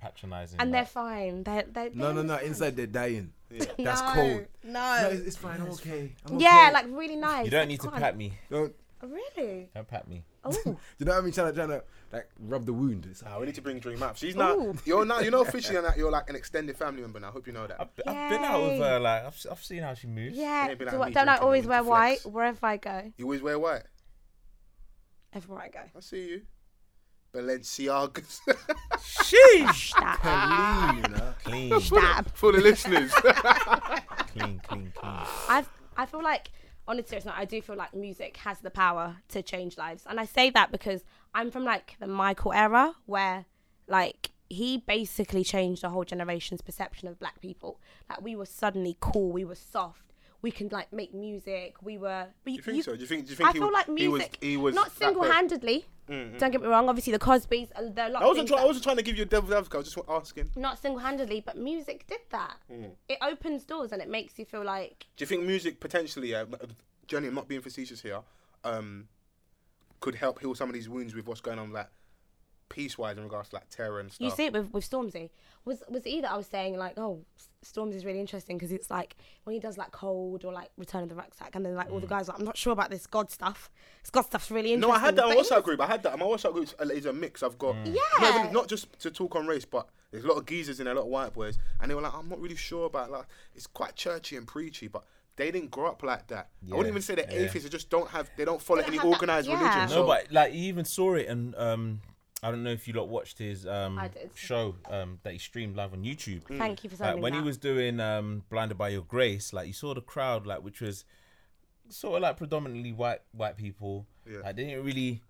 Speaker 4: patronizing.
Speaker 1: and they're
Speaker 4: like,
Speaker 1: fine. They're, they're,
Speaker 3: No,
Speaker 1: they
Speaker 3: no, no.
Speaker 1: understand.
Speaker 3: Inside they're dying. That's
Speaker 1: No,
Speaker 3: cold.
Speaker 1: No.
Speaker 3: No, it's, it's fine. I'm okay. I'm
Speaker 1: Oh. yeah,
Speaker 3: okay.
Speaker 1: like really nice.
Speaker 4: you don't
Speaker 1: like,
Speaker 4: need to
Speaker 1: fine.
Speaker 4: pat me.
Speaker 3: Don't-
Speaker 1: Really?
Speaker 4: Don't pat me.
Speaker 1: Oh,
Speaker 3: you know what I mean? Trying to, trying to like rub the wound. It's like,
Speaker 2: Nah, we need to bring Dream up. She's now
Speaker 1: Ooh.
Speaker 2: you're now you're not officially now you're like an extended family member now. I hope you know that.
Speaker 4: I've, be- I've been out with
Speaker 1: Yay.
Speaker 4: her. Like I've, I've seen how she moves.
Speaker 1: yeah.
Speaker 2: Yeah, be like,
Speaker 1: Do
Speaker 2: I
Speaker 1: what-
Speaker 2: need
Speaker 1: don't I
Speaker 2: drinking, I
Speaker 1: always
Speaker 2: need
Speaker 1: wear
Speaker 2: to flex.
Speaker 1: white wherever I go?
Speaker 2: You always wear white.
Speaker 1: Everywhere I go.
Speaker 2: I see you. Balenciagas.
Speaker 4: Sheesh.
Speaker 1: That.
Speaker 3: clean, you know?
Speaker 4: clean,
Speaker 1: Stab.
Speaker 2: For the listeners.
Speaker 4: clean, clean, clean.
Speaker 1: I I feel like on a serious note, I do feel like music has the power to change lives, and I say that because I'm from like the Michael era where like he basically changed a whole generation's perception of black people. Like we were suddenly cool, we were soft, we can like make music, we were. We,
Speaker 2: you think so? Do you think? Do you think
Speaker 1: I
Speaker 2: he,
Speaker 1: feel like
Speaker 2: he was?
Speaker 1: music,
Speaker 2: He was
Speaker 1: not
Speaker 2: that person?
Speaker 1: single-handedly. Don't get me wrong. Obviously, the Cosbys, uh, there are a lot.
Speaker 2: I
Speaker 1: of
Speaker 2: wasn't.
Speaker 1: things
Speaker 2: Try,
Speaker 1: that-
Speaker 2: I wasn't trying to give you a devil's advocate. I was just asking. Do
Speaker 1: not single-handedly, but music did that.
Speaker 2: Mm.
Speaker 1: It opens doors and it makes you feel like
Speaker 2: you think music potentially, uh, Jenny, I'm not being facetious here, um, could help heal some of these wounds with what's going on, like peace-wise in regards to like terror and stuff.
Speaker 1: You see it with, with Stormzy. Was was it either I was saying like, oh, S- Stormzy's really interesting because it's like when he does like Cold or like Return of the Rucksack, and then like all the guys are like, I'm not sure about this God stuff. This God stuff's really
Speaker 2: Mm. No,
Speaker 1: interesting.
Speaker 2: I had that on
Speaker 1: But
Speaker 2: WhatsApp group. I had that. My WhatsApp group is a mix. I've
Speaker 4: Mm.
Speaker 2: got not,
Speaker 1: Yeah.
Speaker 2: even- not just to talk on race, but there's a lot of geezers in there, a lot of white boys, and they were like, "I'm not really sure about like it's quite churchy and preachy," but they didn't grow up like that. I wouldn't
Speaker 4: Yeah,
Speaker 2: even say they're
Speaker 4: yeah.
Speaker 2: atheists. They just don't have. They don't follow
Speaker 1: don't
Speaker 2: any
Speaker 1: have that-
Speaker 2: organized
Speaker 1: yeah.
Speaker 2: religion.
Speaker 1: No,
Speaker 4: No,
Speaker 2: so
Speaker 4: but like you even saw it, and um, I don't know if you lot watched his um
Speaker 1: I did.
Speaker 4: show um that he streamed live on YouTube.
Speaker 1: Thank you for
Speaker 4: Like
Speaker 1: saying
Speaker 4: when
Speaker 1: that.
Speaker 4: he was doing um blinded by your grace like you saw the crowd like which was sort of like predominantly white white people
Speaker 2: Yeah.
Speaker 4: like they didn't really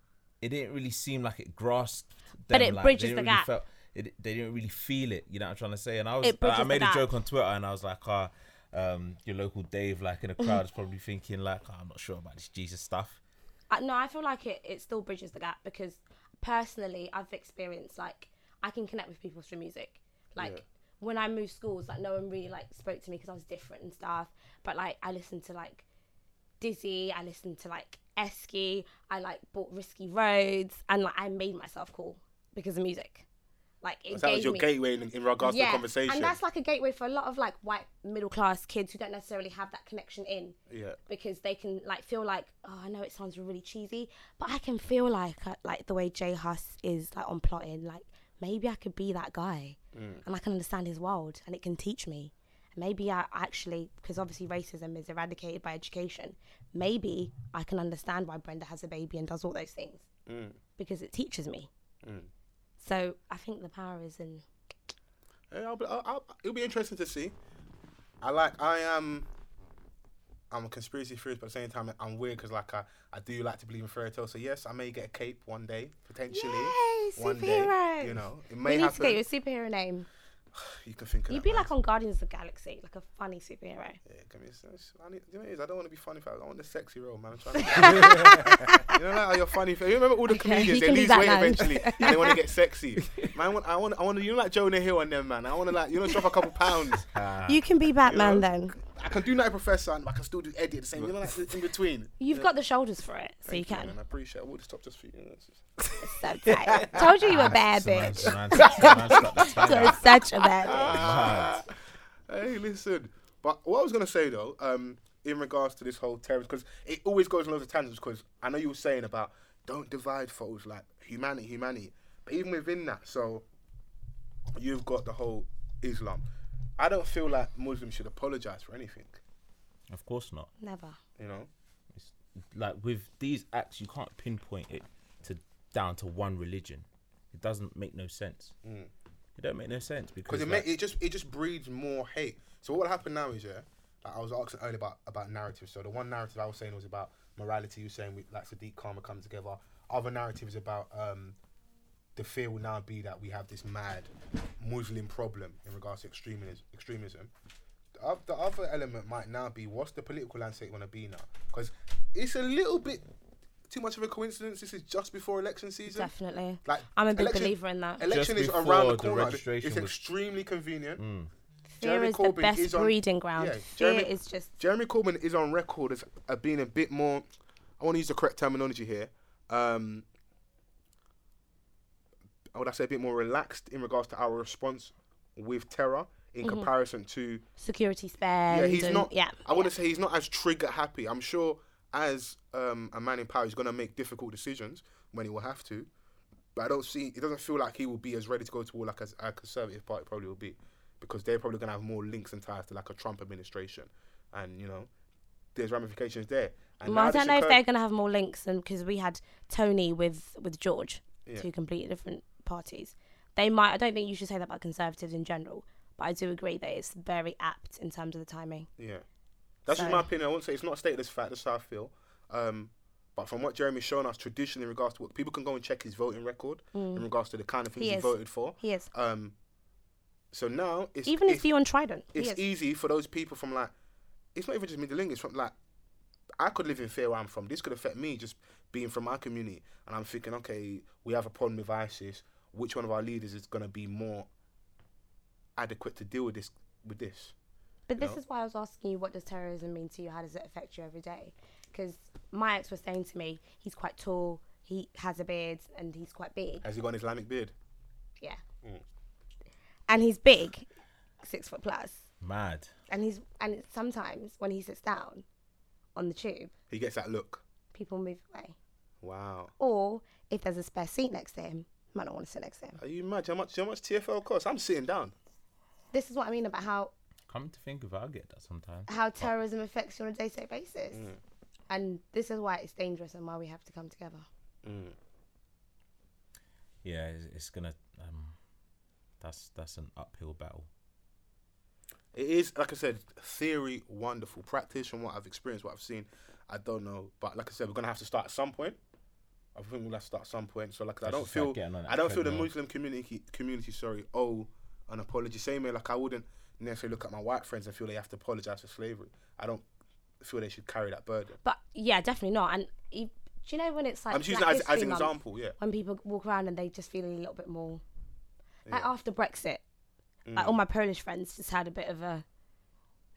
Speaker 4: it didn't really seem like it grasped them.
Speaker 1: But it
Speaker 4: like,
Speaker 1: bridges
Speaker 4: they didn't
Speaker 1: the
Speaker 4: really
Speaker 1: gap.
Speaker 4: felt- it, they didn't really feel it you know what i'm trying to say and i was
Speaker 1: It
Speaker 4: like,
Speaker 1: bridges
Speaker 4: i
Speaker 1: the
Speaker 4: made a
Speaker 1: gap.
Speaker 4: joke on twitter and i was like ah um your local dave like in the crowd is probably thinking like "Ah, i'm not sure about this jesus stuff
Speaker 1: I, no, I feel like it, it still bridges the gap because personally, I've experienced like I can connect with people through music. Like when I moved schools, like no one really like spoke to me because I was different and stuff. But like I listened to like Dizzy, I listened to like Esky, I like bought Risky Roads, and like I made myself cool because of music. Like it
Speaker 2: that
Speaker 1: gave
Speaker 2: was your
Speaker 1: me
Speaker 2: gateway in, in regards to the conversation.
Speaker 1: and that's like a gateway for a lot of like white middle class kids who don't necessarily have that connection in.
Speaker 2: Yeah.
Speaker 1: Because they can like feel like, oh, I know it sounds really cheesy, but I can feel like uh, like the way Jay Huss is like on plotting. Like maybe I could be that guy,
Speaker 2: Mm.
Speaker 1: and I can understand his world, and it can teach me. Maybe I actually, because obviously racism is eradicated by education. Maybe I can understand why Brenda has a baby and does all those things
Speaker 2: Mm.
Speaker 1: because it teaches me. So I think the power is in
Speaker 2: Yeah, I'll be, I'll, I'll, it'll be interesting to see. I like. I am. I'm a conspiracy theorist, but at the same time, I'm weird because like I, I do like to believe in fairy tales. So yes, I may get a cape one day potentially.
Speaker 1: Yay,
Speaker 2: one
Speaker 1: superheroes.
Speaker 2: day, you know, it
Speaker 1: We
Speaker 2: may
Speaker 1: need
Speaker 2: happen.
Speaker 1: to get you a superhero name.
Speaker 2: You can think of.
Speaker 1: You'd
Speaker 2: that,
Speaker 1: be
Speaker 2: man.
Speaker 1: like on Guardians of the Galaxy, like a funny superhero.
Speaker 2: Yeah, give me some- I need, you know, what it is? I don't want to be funny. fella. I want the sexy role, man. I'm trying to- you know, like how you're funny. fella. You remember all the
Speaker 1: you
Speaker 2: comedians? They
Speaker 1: can be
Speaker 2: lose
Speaker 1: that
Speaker 2: weight
Speaker 1: man.
Speaker 2: eventually, and they want to get sexy. Man, I want, I want, I want. You know, like Jonah Hill and them, man. I want to like, you know, drop a couple pounds.
Speaker 1: you can be Batman then.
Speaker 2: I can do Night Professor, and I can still do Eddie at the same. You know, like in between.
Speaker 1: You've got the shoulders for it, so you
Speaker 2: Thank
Speaker 1: can.
Speaker 2: man. I appreciate. it. I would stop just for you. you know, it's just-
Speaker 1: so tight. Told you you were a bad
Speaker 4: Man-
Speaker 1: bitch.
Speaker 4: man- man stuck the tongue
Speaker 1: You're
Speaker 4: out.
Speaker 1: such a bad bitch.
Speaker 2: Ah. Hey, listen. But what I was gonna say though, um, in regards to this whole terrorist, because it always goes on loads of tangents. Because I know you were saying about don't divide folks, like humanity, humanity. But even within that, so you've got the whole Islam. I don't feel like Muslims should apologize for anything.
Speaker 4: of course not
Speaker 1: Never.
Speaker 2: You know,
Speaker 4: It's like with these acts, you can't pinpoint it to down to one religion. It doesn't make no sense. It don't make no sense because
Speaker 2: because Mm. it,
Speaker 4: like,
Speaker 2: ma- it just it just breeds more hate. So what will happen now is yeah, like I was asking earlier about about narratives. So the one narrative I was saying was about morality. You were saying we, like Sadiq Karma come together. Other narrative is about um, the fear will now be that we have this mad Muslim problem in regards to extremism. Extremism. The oth- The other element might now be what's the political landscape going to be now? Because it's a little bit too much of a coincidence. This is just before election season.
Speaker 1: Definitely.
Speaker 2: Like
Speaker 1: I'm a big
Speaker 2: election-
Speaker 1: believer in that.
Speaker 2: Election is
Speaker 4: Just
Speaker 2: around
Speaker 4: before
Speaker 2: the
Speaker 4: the
Speaker 2: corner.
Speaker 4: registration
Speaker 2: it's
Speaker 4: was- Hmm.
Speaker 2: extremely convenient.
Speaker 1: Fear
Speaker 2: Jeremy
Speaker 1: is the
Speaker 2: Corbyn
Speaker 1: best
Speaker 2: is on-
Speaker 1: breeding ground.
Speaker 2: Yeah,
Speaker 1: Fear
Speaker 2: Jeremy-
Speaker 1: is just
Speaker 2: Jeremy Corbyn is on record as uh, being a bit more. I want to use the correct terminology here. Um, I would say a bit more relaxed in regards to our response with terror in
Speaker 1: Mm-hmm.
Speaker 2: comparison to
Speaker 1: Security spend.
Speaker 2: yeah, he's
Speaker 1: and,
Speaker 2: not.
Speaker 1: Yeah.
Speaker 2: I wouldn't say he's not as trigger happy. I'm sure as um, a man in power, he's gonna make difficult decisions when he will have to. But I don't see. It doesn't feel like he will be as ready to go to war like as a conservative party probably will be, because they're probably gonna have more links and ties to like a Trump administration, and you know, there's ramifications there. And
Speaker 1: Well,
Speaker 2: now
Speaker 1: I
Speaker 2: this
Speaker 1: don't know if
Speaker 2: occurred-
Speaker 1: they're going to have more links, and because we had Tony with with George,
Speaker 2: Yeah.
Speaker 1: two completely different parties. They might. I don't think you should say that about conservatives in general, but I do agree that it's very apt in terms of the timing.
Speaker 2: Yeah. That's just
Speaker 1: So-
Speaker 2: my opinion. I won't say it's not a stateless fact, that's how I feel. Um, but from what Jeremy's shown us traditionally in regards to what people can go and check his voting record in regards to the kind of things
Speaker 1: Mm. He
Speaker 2: he,
Speaker 1: is.
Speaker 2: voted for.
Speaker 1: He is.
Speaker 2: Um, so now it's
Speaker 1: Even his
Speaker 2: it's,
Speaker 1: view on Trident. He
Speaker 2: it's e-
Speaker 1: is.
Speaker 2: easy for those people from like it's not even just middling, it's from like I could live in fear where I'm from. This could affect me just being from my community. And I'm thinking, okay, we have a problem with ISIS. Which one of our leaders is gonna be more adequate to deal with this with this?
Speaker 1: But this
Speaker 2: know?
Speaker 1: is why I was asking you, what does terrorism mean to you? How does it affect you every day? Because my ex was saying to me, he's quite tall, he has a beard, and he's quite big.
Speaker 2: Has he got an Islamic beard?
Speaker 1: Yeah.
Speaker 2: Mm.
Speaker 1: And he's big, six foot plus.
Speaker 4: Mad.
Speaker 1: And he's and sometimes when he sits down on the tube,
Speaker 2: He gets that look.
Speaker 1: people move away.
Speaker 2: Wow.
Speaker 1: Or if there's a spare seat next to him, might not want to sit next to him.
Speaker 2: Are you mad? How much? How much TFL costs? I'm sitting down.
Speaker 1: This is what I mean about how
Speaker 4: Come to think of it, I get that sometimes.
Speaker 1: how terrorism affects you on a day to day basis.
Speaker 2: Mm.
Speaker 1: And this is why it's dangerous and why we have to come together.
Speaker 2: Mm.
Speaker 4: Yeah, it's, it's gonna. Um, that's that's an uphill battle.
Speaker 2: It is like I said, theory wonderful, practice from what I've experienced, what I've seen. I don't know, but like I said, we're gonna have to start at some point. I think we'll have to start at some point. So like I
Speaker 4: Let's
Speaker 2: don't
Speaker 4: just start
Speaker 2: feel,
Speaker 4: getting on that
Speaker 2: I don't feel the
Speaker 4: treadmill.
Speaker 2: Muslim community community sorry owe an apology. Same way, like I wouldn't necessarily look at my white friends and feel they have to apologize for slavery. I don't feel they should carry that burden.
Speaker 1: But yeah, definitely not. And e- do you know when it's like
Speaker 2: I'm just using
Speaker 1: Black
Speaker 2: that as, as
Speaker 1: History
Speaker 2: an
Speaker 1: Month,
Speaker 2: example. Yeah.
Speaker 1: when people walk around and they just feel a little bit more like after Brexit, like
Speaker 2: Mm.
Speaker 1: all my Polish friends just had a bit of a,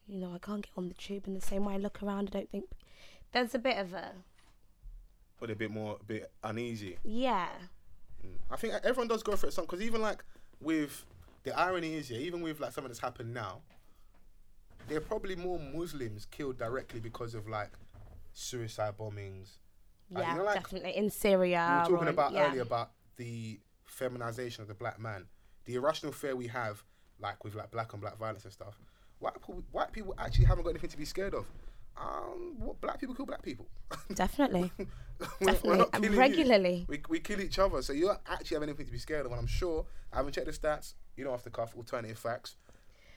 Speaker 1: you know, I can't get on the tube in the same way. I look around, I don't think there's a bit of a
Speaker 2: But a bit more, a bit uneasy.
Speaker 1: yeah.
Speaker 2: I think everyone does go for it some because even like with the irony is yeah, even with like something that's happened now, there are probably more Muslims killed directly because of like suicide bombings. Like,
Speaker 1: Yeah,
Speaker 2: you know, Uh, like
Speaker 1: definitely in Syria.
Speaker 2: we
Speaker 1: or
Speaker 2: were talking
Speaker 1: in-
Speaker 2: about
Speaker 1: yeah.
Speaker 2: earlier about the feminization of the black man, the irrational fear we have, like with like black on black violence and stuff. White people, white people actually haven't got anything to be scared of. Um, what black people kill black people.
Speaker 1: Definitely.
Speaker 2: we're, we're
Speaker 1: Definitely,
Speaker 2: not
Speaker 1: and
Speaker 2: killing you.
Speaker 1: regularly.
Speaker 2: We, we kill each other, so you don't actually have anything to be scared of. And I'm sure I haven't checked the stats. You know, off the cuff, alternative facts.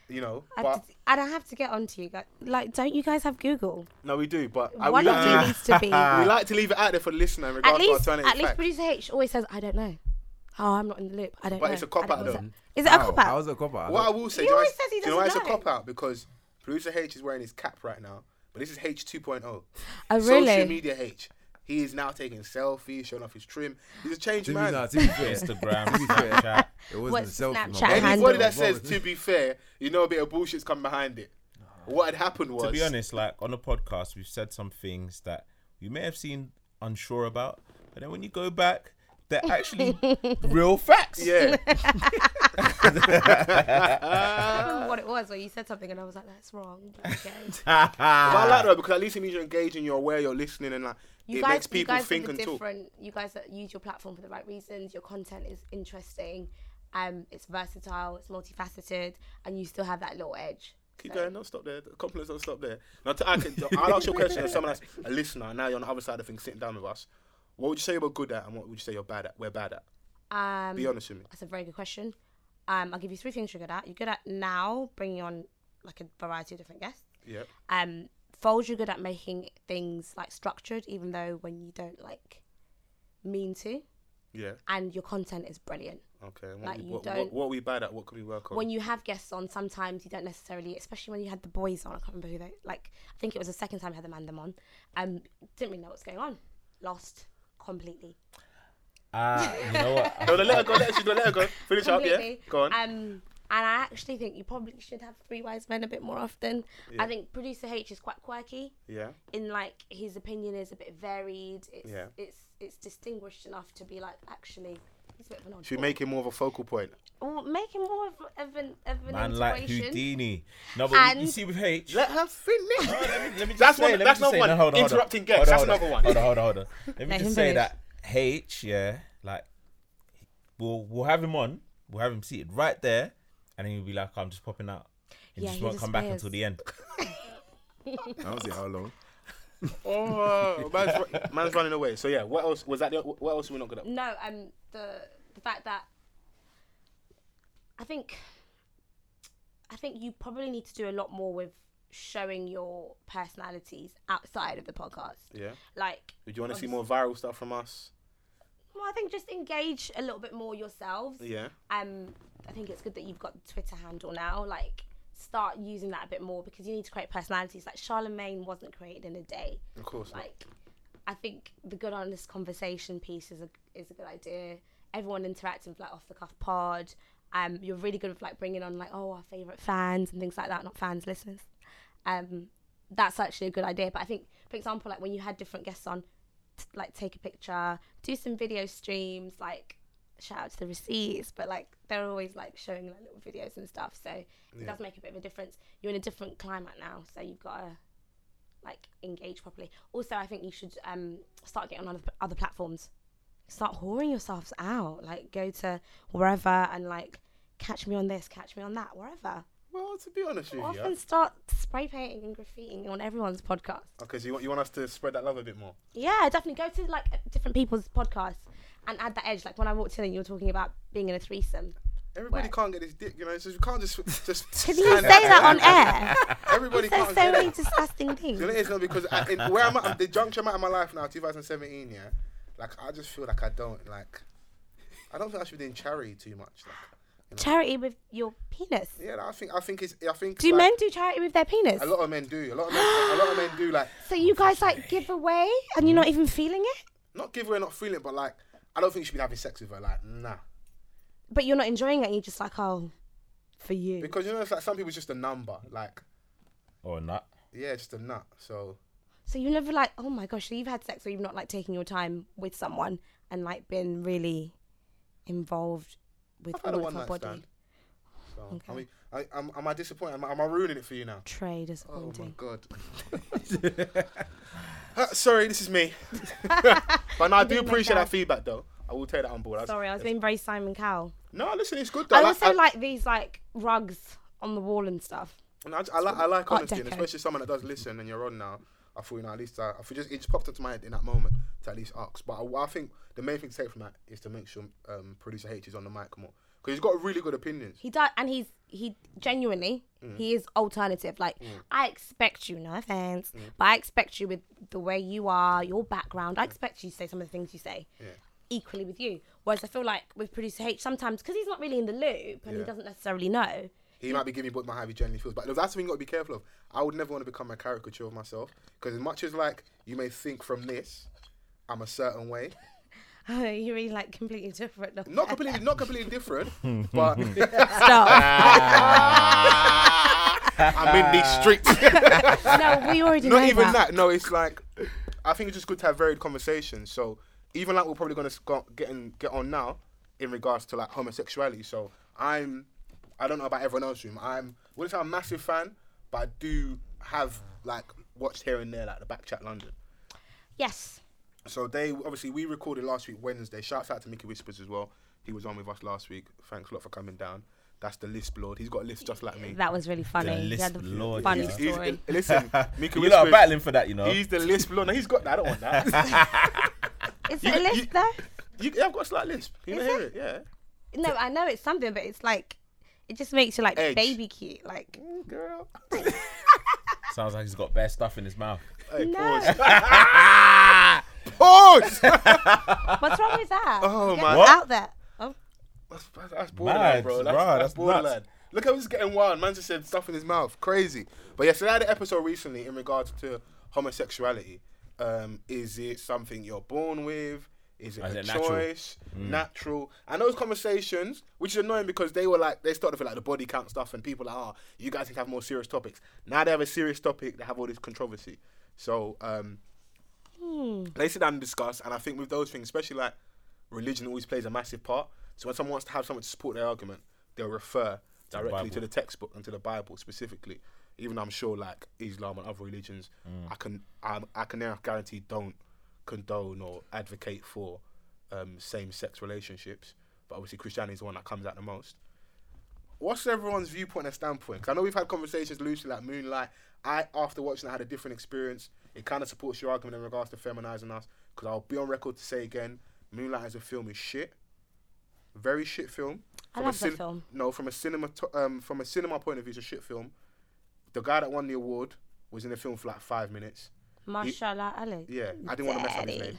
Speaker 2: You know,
Speaker 1: I
Speaker 2: but
Speaker 1: d- and I have to get on to you guys. Like, don't you guys have Google?
Speaker 2: no, we do. But I, Uh, we,
Speaker 1: One of
Speaker 2: like,
Speaker 1: you
Speaker 2: to-
Speaker 1: needs to be.
Speaker 2: we like to leave it out there for the listener in
Speaker 1: at
Speaker 2: regards
Speaker 1: least,
Speaker 2: to alternative
Speaker 1: at least
Speaker 2: facts.
Speaker 1: producer H always says, "I don't know." Oh, I'm not in the loop. I don't know.
Speaker 2: But it's a cop
Speaker 1: I don't
Speaker 2: out
Speaker 1: know.
Speaker 2: though.
Speaker 1: Is it a cop out?
Speaker 3: How's a cop out?
Speaker 2: What I will say,
Speaker 1: He
Speaker 2: do you know
Speaker 1: always
Speaker 2: why-
Speaker 1: says he
Speaker 2: do you know why it's
Speaker 1: doesn't
Speaker 2: a
Speaker 1: know.
Speaker 2: cop out because producer H is wearing his cap right now, but this is H 2.0.
Speaker 1: Oh,
Speaker 2: Social
Speaker 1: really?
Speaker 2: media H. He is now taking selfies, showing off his trim. He's a changed
Speaker 3: To be,
Speaker 2: man.
Speaker 3: nah, to be fair,
Speaker 4: Instagram,
Speaker 3: To be fair.
Speaker 4: Snapchat.
Speaker 3: it wasn't
Speaker 1: What's
Speaker 3: a
Speaker 1: Snapchat
Speaker 3: selfie. my brother.
Speaker 1: handle?
Speaker 2: Anybody that says, to be fair, you know a bit of bullshit's come behind it. What had happened was.
Speaker 4: Uh-huh. To be honest, like on the podcast, we've said some things that you may have seen unsure about, but then when you go back, they're actually real facts.
Speaker 2: Yeah.
Speaker 1: I don't
Speaker 2: Uh,
Speaker 1: remember what it was, or you said something, and I was like, "That's wrong." Okay.
Speaker 4: Ah,
Speaker 2: But I like that because at least it means you're engaging, you're aware, you're listening, and like
Speaker 1: You
Speaker 2: it
Speaker 1: guys,
Speaker 2: makes people
Speaker 1: you guys
Speaker 2: think
Speaker 1: are the
Speaker 2: and talk.
Speaker 1: different. You guys that use your platform for the right reasons. Your content is interesting. Um, it's versatile. It's multifaceted, and you still have that little edge.
Speaker 2: Keep going, don't stop there. The compliments don't stop there. Now, t- I can, I'll ask you a question as someone that's a listener, and now you're on the other side of things sitting down with us. What would you say we're good at, and what would you say you're bad at? We're bad at.
Speaker 1: Um,
Speaker 2: Be honest with me.
Speaker 1: That's a very good question. Um, I'll give you three things you're good at. You're good at now bringing on like a variety of different guests.
Speaker 2: Yeah.
Speaker 1: Um, Foles, you're good at making things like structured, even though when you don't like mean to,
Speaker 2: Yeah.
Speaker 1: and your content is brilliant.
Speaker 2: Okay. and What,
Speaker 1: Like,
Speaker 2: we,
Speaker 1: you
Speaker 2: what,
Speaker 1: don't-
Speaker 2: what, what are we bad at? What can we work on?
Speaker 1: When you have guests on, sometimes you don't necessarily, especially when you had the boys on. I can't remember who they like. I think it was the second time I had the man them on. Um, didn't really know what's going on. Lost completely.
Speaker 4: Uh, you know what?
Speaker 2: no, no, let her go. Let her, go, let her go. Finish up. Yeah.
Speaker 1: Completely.
Speaker 2: Go on.
Speaker 1: Um, and I actually think you probably should have three wise men a bit more often. I think producer H is quite quirky.
Speaker 2: yeah.
Speaker 1: in like his opinion is a bit varied. It's
Speaker 2: Yeah.
Speaker 1: it's it's distinguished enough to be like actually It's a bit of an odd
Speaker 2: Should we
Speaker 1: thought.
Speaker 2: make it more of a focal point?
Speaker 1: Well, make him more of, of an of an
Speaker 4: Man like
Speaker 1: inspiration.
Speaker 4: Houdini. No, but you- you
Speaker 1: And-
Speaker 4: see with H.
Speaker 2: Let her finish.
Speaker 4: Let me- let me just
Speaker 2: That's
Speaker 4: say-
Speaker 2: one-
Speaker 4: let me
Speaker 2: that's
Speaker 4: just
Speaker 2: not
Speaker 4: say-
Speaker 2: one.
Speaker 4: no, hold on, hold on.
Speaker 2: Interrupting guests,
Speaker 4: Hold on,
Speaker 2: that's another
Speaker 4: hold on.
Speaker 2: one.
Speaker 4: Hold on, hold on, hold on. Let me
Speaker 1: Let
Speaker 4: just
Speaker 1: him
Speaker 4: say
Speaker 1: finish.
Speaker 4: that H, yeah, like we'll we'll have him on, we'll have him seated right there, and then he'll be like, "Oh, "I'm just popping out." He
Speaker 1: Yeah,
Speaker 4: just
Speaker 1: he
Speaker 4: won't
Speaker 1: just
Speaker 4: come back
Speaker 1: appears.
Speaker 4: until the end.
Speaker 3: I don't see how long.
Speaker 2: oh, man's, ru- man's running away. So yeah, what else was that? The, what else were we not good at?
Speaker 1: No, um, the the fact that I think I think you probably need to do a lot more with showing your personalities outside of the podcast.
Speaker 2: Yeah.
Speaker 1: Like,
Speaker 2: Would you want to see more viral stuff from us?
Speaker 1: well, I think just engage a little bit more yourselves.
Speaker 2: Yeah.
Speaker 1: Um, I think it's good that you've got the Twitter handle now. Like, start using that a bit more because you need to create personalities. Like, Charlemagne wasn't created in a day.
Speaker 2: Of course. not.
Speaker 1: like I think the good honest conversation piece is a is a good idea. Everyone interacting with like off the cuff pod. Um, you're really good with like bringing on like oh our favorite fans and things like that. Not fans, listeners. Um, that's actually a good idea. But I think, for example, like when you had different guests on, t- like take a picture, do some video streams, like shout out to the receipts. But like they're always like showing like little videos and stuff. So it does make a bit of a difference. You're in a different climate now, so you've got to like engage properly. Also, I think you should um, start getting on other, other platforms. Start whoring yourselves out. Like go to wherever and like catch me on this, catch me on that, wherever.
Speaker 2: well, to be honest with you,
Speaker 1: Often start spray painting and graffitiing on everyone's podcast.
Speaker 2: because you want you want us to spread that love a bit more.
Speaker 1: Yeah, definitely go to like different people's podcasts and add that edge. Like when I walked in, and you were talking about being in a threesome.
Speaker 2: Everybody
Speaker 1: Right.
Speaker 2: can't get his dick, you know. So you can't just just.
Speaker 1: Can you say that on air?
Speaker 2: Everybody
Speaker 1: There's
Speaker 2: can't
Speaker 1: so
Speaker 2: get
Speaker 1: many
Speaker 2: it.
Speaker 1: disgusting
Speaker 2: You know,
Speaker 1: things.
Speaker 2: it's not because I, in, where I'm at, I'm- the juncture I'm at in my life now, 2017. Yeah, like I just feel like I don't like. I don't think I should be doing charity too much. Like,
Speaker 1: Charity with your penis.
Speaker 2: yeah, I think I think it's I think.
Speaker 1: Do
Speaker 2: like,
Speaker 1: men do charity with their penis?
Speaker 2: A lot of men do. A lot of men. a lot of men do. Like
Speaker 1: So you guys like give away and you're not even feeling it,
Speaker 2: not give away, not feeling, but like I don't think you should be having sex with her. Like nah,
Speaker 1: but you're not enjoying it. And you're just like, oh, for you.
Speaker 2: because you know it's like some people it's just a number. Like
Speaker 4: or not.
Speaker 2: yeah, just a nut. So
Speaker 1: so you never like, oh my gosh, so you've had sex or you've not like taken your time with someone and like been really involved with
Speaker 2: I've had a
Speaker 1: all of
Speaker 2: one
Speaker 1: her
Speaker 2: night
Speaker 1: body.
Speaker 2: stand. So
Speaker 1: Okay.
Speaker 2: I mean, I, am, am I disappointed? Am I, am I ruining it for you now?
Speaker 1: Trey
Speaker 2: Oh my
Speaker 1: disappointing.
Speaker 2: god. Uh, sorry, this is me. but no, I do
Speaker 1: didn't make that
Speaker 2: appreciate that
Speaker 1: up.
Speaker 2: feedback though. I will take that on board. That's-
Speaker 1: Sorry, I was being very Simon Cowell.
Speaker 2: No, listen, it's good though.
Speaker 1: I
Speaker 2: like-
Speaker 1: also like these like rugs on the wall and stuff.
Speaker 2: And I, j- I like, I like
Speaker 1: Art
Speaker 2: honesty, and
Speaker 1: Deco.
Speaker 2: especially someone that does listen and you're on now. I thought, you know, at least uh, I, I thought just, it just popped into my head in that moment to at least ask. But I, I think the main thing to take from that is to make sure um, producer H is on the mic more because he's got really good opinions.
Speaker 1: He does, and he's he genuinely
Speaker 2: Mm.
Speaker 1: he is alternative. Like I expect you, no offense,
Speaker 2: Mm.
Speaker 1: but I expect you with the way you are, your background. I expect you to say some of the things you say. Equally with you. Whereas I feel like with producer H sometimes because he's not really in the loop and he
Speaker 2: Yeah.
Speaker 1: doesn't necessarily know.
Speaker 2: He might be giving you what my how he generally feels, but that's the thing you got to be careful of. I would never want to become a caricature of myself because as much as like you may think from this, I'm a certain way.
Speaker 1: You're really like completely different. Not
Speaker 2: Not completely, not completely different, but
Speaker 1: Stop.
Speaker 2: I'm in these streets.
Speaker 1: no, we already know
Speaker 2: not even
Speaker 1: that.
Speaker 2: that. No, it's like I think it's just good to have varied conversations. So even like we're probably gonna sc- get in, get on now in regards to like homosexuality. So I'm I don't know about everyone else room. I'm wouldn't say I'm a massive fan, but I do have like watched here and there like the back chat London.
Speaker 1: Yes.
Speaker 2: So they obviously we recorded last week Wednesday. Shouts out to Mickey Whispers as well. He was on with us last week. Thanks a lot for coming down. That's the Lisp Lord. He's got a list just like me.
Speaker 1: That was really funny.
Speaker 4: The
Speaker 1: You had
Speaker 4: Lisp
Speaker 1: the
Speaker 4: Lord,
Speaker 1: funny
Speaker 4: yeah.
Speaker 2: He's-
Speaker 1: story.
Speaker 2: listen, Mickey
Speaker 4: You lot are
Speaker 2: Whispers-
Speaker 4: battling for that, you know.
Speaker 2: He's the Lisp Lord. No, he's got that. I don't want that.
Speaker 1: Is it a
Speaker 2: you-
Speaker 1: list though?
Speaker 2: You, yeah, I've got a slight lisp. You can
Speaker 1: Is
Speaker 2: hear it, yeah.
Speaker 1: No, I know it's something, but it's like it just makes you like
Speaker 2: Edge.
Speaker 1: baby cute. Like
Speaker 2: Girl.
Speaker 4: Sounds like he's got bad stuff in his mouth.
Speaker 2: Hey,
Speaker 1: No.
Speaker 2: Ah! pause. pause.
Speaker 1: What's wrong with that?
Speaker 2: Oh,
Speaker 1: Get
Speaker 2: my-
Speaker 1: it
Speaker 4: What?
Speaker 1: out there. Oh,
Speaker 2: that's, that's, that's borderline,
Speaker 4: Mad,
Speaker 2: bro. That's,
Speaker 4: bruh,
Speaker 2: that's,
Speaker 4: that's
Speaker 2: borderline.
Speaker 4: nuts.
Speaker 2: Look how he's getting wild. Man just said stuff in his mouth. Crazy. But yeah, so I had an episode recently in regards to homosexuality. Um, is it something you're born with? Is it
Speaker 4: Is
Speaker 2: a
Speaker 4: it natural? Mm.
Speaker 2: choice? Natural. And those conversations, which is annoying because they were like, they started with like the body count stuff and people are like, oh, you guys can have more serious topics. Now they have a serious topic, they have all this controversy. So, um, they sit down and discuss. And I think with those things, especially like religion always plays a massive part. So when someone wants to have something to support their argument, they'll refer directly to
Speaker 4: Bible.
Speaker 2: the textbook and to the Bible specifically. Even though I'm sure, like Islam and other religions, I can I'm, I can now guarantee don't condone or advocate for um, same-sex relationships. But obviously, Christianity is the one that comes out the most what's everyone's viewpoint and standpoint? 'Cause I know we've had conversations loosely like Moonlight. I, after watching, I had a different experience. It kind of supports your argument in regards to feminizing us. Because I'll be on record to say again, Moonlight as a film is shit. Very shit film.
Speaker 1: I
Speaker 2: From a
Speaker 1: love the
Speaker 2: cin-
Speaker 1: film.
Speaker 2: No, from a cinema to- um, from a cinema point of view, it's a shit film. The guy that won the award was in the film for like five minutes.
Speaker 1: Mashallah Ali.
Speaker 2: Yeah, I didn't want to mess up
Speaker 1: Daddy.
Speaker 2: his name.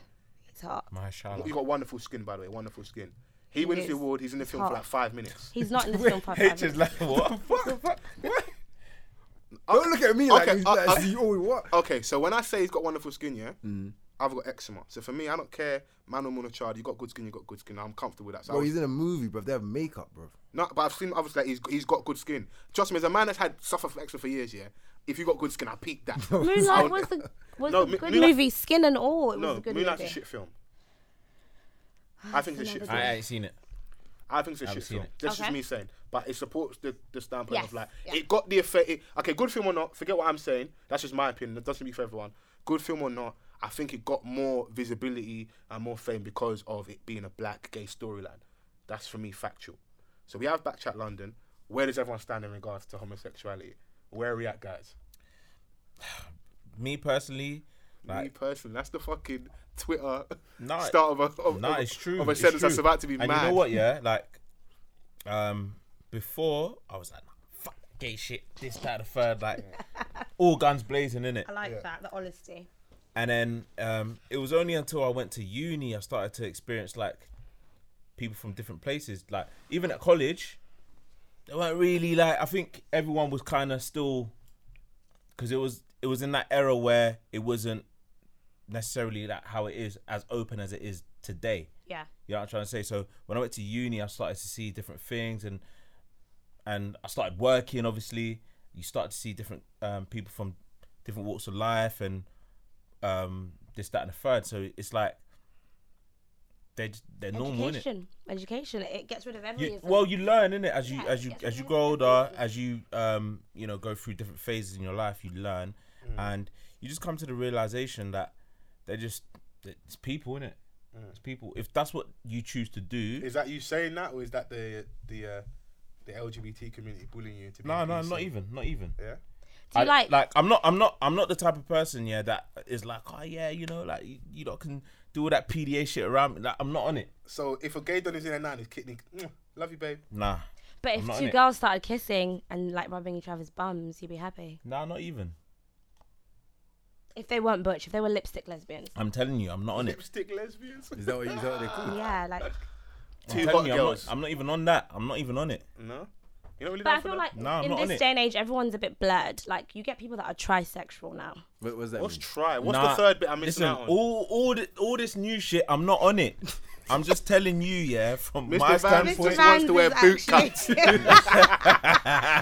Speaker 1: He's hot.
Speaker 4: Mashallah.
Speaker 2: You got wonderful skin, by the way. Wonderful skin. He, wins
Speaker 1: is.
Speaker 2: the award. He's in the film
Speaker 1: hot.
Speaker 2: for like five minutes.
Speaker 1: He's not in this film for
Speaker 4: H
Speaker 1: five
Speaker 4: is
Speaker 1: minutes.
Speaker 4: like what?
Speaker 3: Don't look at me like
Speaker 2: Okay,
Speaker 3: he's
Speaker 2: I-
Speaker 3: like,
Speaker 2: I-
Speaker 3: see, oh, what?
Speaker 2: Okay, so when I say he's got wonderful skin, yeah, I've got eczema. So for me, I don't care, man or woman or child. You got good skin, you got good skin. I'm comfortable with that. So I
Speaker 3: Bro,
Speaker 2: was-
Speaker 3: he's in a movie, bro. They have makeup, bro.
Speaker 2: no, but I've seen others that he's he's got good skin. Trust me, as a man that's had suffered from eczema for years, yeah. If you got good skin, I peaked that.
Speaker 1: Moonlight was the was
Speaker 2: No,
Speaker 1: a
Speaker 2: Mi-
Speaker 1: good
Speaker 2: Moonlight-
Speaker 1: movie, skin and all. It was
Speaker 2: no,
Speaker 1: a good
Speaker 2: Moonlight's
Speaker 1: movie.
Speaker 2: a shit film. I think it's a shit
Speaker 4: I
Speaker 2: film.
Speaker 4: ain't seen it.
Speaker 2: I think it's a
Speaker 4: haven't
Speaker 2: shit
Speaker 4: seen
Speaker 2: film.
Speaker 4: it.
Speaker 2: That's just
Speaker 1: Okay.
Speaker 2: me saying, but it supports the, the standpoint
Speaker 1: Yes,
Speaker 2: of like
Speaker 1: yeah.
Speaker 2: it got the effect. It, okay, good film or not, forget what I'm saying. That's just my opinion. It doesn't be for everyone. Good film or not, I think it got more visibility and more fame because of it being a black gay storyline. That's for me factual. So we have Backchat London. Where does everyone stand in regards to homosexuality? Where are we at, guys?
Speaker 4: Me personally,
Speaker 2: me
Speaker 4: like
Speaker 2: personally, that's the fucking Twitter
Speaker 4: Nah,
Speaker 2: start of a of,
Speaker 4: nah,
Speaker 2: of-
Speaker 4: it's true.
Speaker 2: of a
Speaker 4: it's
Speaker 2: sentence that's
Speaker 4: true.
Speaker 2: about to be
Speaker 4: and
Speaker 2: mad.
Speaker 4: you know what? Yeah, like, um, before I was like, nah, fuck that gay shit. This, that, the third, like, all guns blazing in it.
Speaker 1: I like that, the honesty.
Speaker 4: And then um, it was only until I went to uni I started to experience like people from different places. Like even at college, they weren't really like. I think everyone was kind of still because it was it was in that era where it wasn't necessarily like how it is as open as it is today.
Speaker 1: Yeah.
Speaker 4: You know what I'm trying to say? So when I went to uni, I started to see different things, and and I started working. Obviously, you start to see different um, people from different walks of life, and um, this, that, and the third. So it's like they're just- they're normal, innit?
Speaker 1: Education. Education. It gets rid of
Speaker 4: You,
Speaker 1: everything.
Speaker 4: well, you learn, innit? As you
Speaker 1: Yeah,
Speaker 4: as you
Speaker 1: it's
Speaker 4: as you
Speaker 1: all
Speaker 4: grow older, as you um you know go through different phases in your life, you learn, and you just come to the realization that they're just it's people, innit? It's people. If that's what you choose to do,
Speaker 2: Is that you saying that, or is that the the uh, the LGBT community bullying you? To be
Speaker 4: No,
Speaker 2: a
Speaker 4: no,
Speaker 2: PC?
Speaker 4: not even, not even.
Speaker 2: Yeah.
Speaker 1: Do you
Speaker 4: I-
Speaker 1: like,
Speaker 4: I'm not, I'm not, I'm not the type of person, yeah, that is like, oh yeah, you know, like you, you lot can do all that PDA shit around me. Like, I'm not on it.
Speaker 2: So if a gay don is in a nine, he's kicking. "Mm, Love you, babe.
Speaker 4: Nah,
Speaker 1: But
Speaker 4: I'm
Speaker 1: if
Speaker 4: not
Speaker 1: two
Speaker 4: in it.
Speaker 1: girls started kissing and like rubbing each other's bums, you'd be happy.
Speaker 4: nah, not even.
Speaker 1: If they weren't butch, if they were lipstick lesbians.
Speaker 4: I'm telling you, I'm not on it.
Speaker 2: Lipstick lesbians.
Speaker 3: Is that what, is that what they're called?
Speaker 1: Yeah, like.
Speaker 4: I'm
Speaker 2: Two hot
Speaker 4: telling you, I'm not,
Speaker 2: girls.
Speaker 4: I'm not even on that. I'm not even on it.
Speaker 2: No. You don't really.
Speaker 1: But
Speaker 2: down
Speaker 1: I
Speaker 2: for
Speaker 1: feel
Speaker 2: that?
Speaker 1: like
Speaker 4: No, I'm
Speaker 1: in
Speaker 4: not on
Speaker 1: this
Speaker 4: it.
Speaker 1: day and age, everyone's a bit blurred. Like you get people that are trisexual now.
Speaker 3: What, what's that
Speaker 2: What's
Speaker 3: mean?
Speaker 2: try? What's
Speaker 4: Mm. Nah,
Speaker 2: the third bit I'm missing
Speaker 4: listen,
Speaker 2: out on?
Speaker 4: All, all, thi- all this new shit, I'm not on it. I'm just telling you, yeah, from
Speaker 2: Mr.
Speaker 4: my
Speaker 2: Van
Speaker 4: standpoint.
Speaker 2: just wants to wear boot cuts.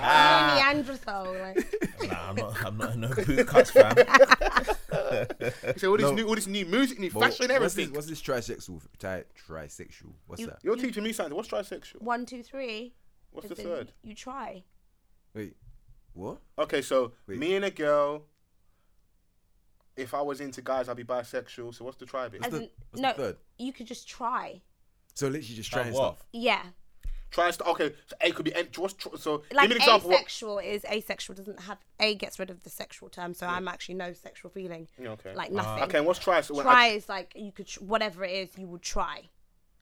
Speaker 1: Neanderthal. Like,
Speaker 4: Nah, I'm not, I'm not in no boot cuts, fam.
Speaker 2: So all this
Speaker 3: No.
Speaker 2: new, all this new music, new
Speaker 3: But
Speaker 2: fashion,
Speaker 3: what's
Speaker 2: everything.
Speaker 3: this, what's this trisexual? Tri- trisexual. What's
Speaker 1: You-
Speaker 3: that?
Speaker 2: You're teaching me something. What's trisexual?
Speaker 1: one, two, three.
Speaker 2: What's the
Speaker 1: is in
Speaker 2: third?
Speaker 1: You try.
Speaker 3: Wait, what?
Speaker 2: Okay, so
Speaker 3: Wait.
Speaker 2: me and a girl. If I was into guys, I'd be bisexual. So what's the try bit?
Speaker 1: As
Speaker 3: the-
Speaker 1: in-
Speaker 3: what's the
Speaker 1: no,
Speaker 3: third?
Speaker 1: you could just try.
Speaker 3: So literally just trying
Speaker 4: Like what?
Speaker 3: stuff.
Speaker 1: Yeah,
Speaker 2: Try st- okay. So A could be en- what's tr- so.
Speaker 1: like
Speaker 2: give me an example. what-
Speaker 1: asexual is asexual doesn't have a gets rid of the sexual term, so I'm actually no sexual feeling.
Speaker 2: Yeah, okay. Ah,
Speaker 1: Like nothing.
Speaker 2: okay, and what's try? So when I-
Speaker 1: try is like you could tr- whatever it is you would try,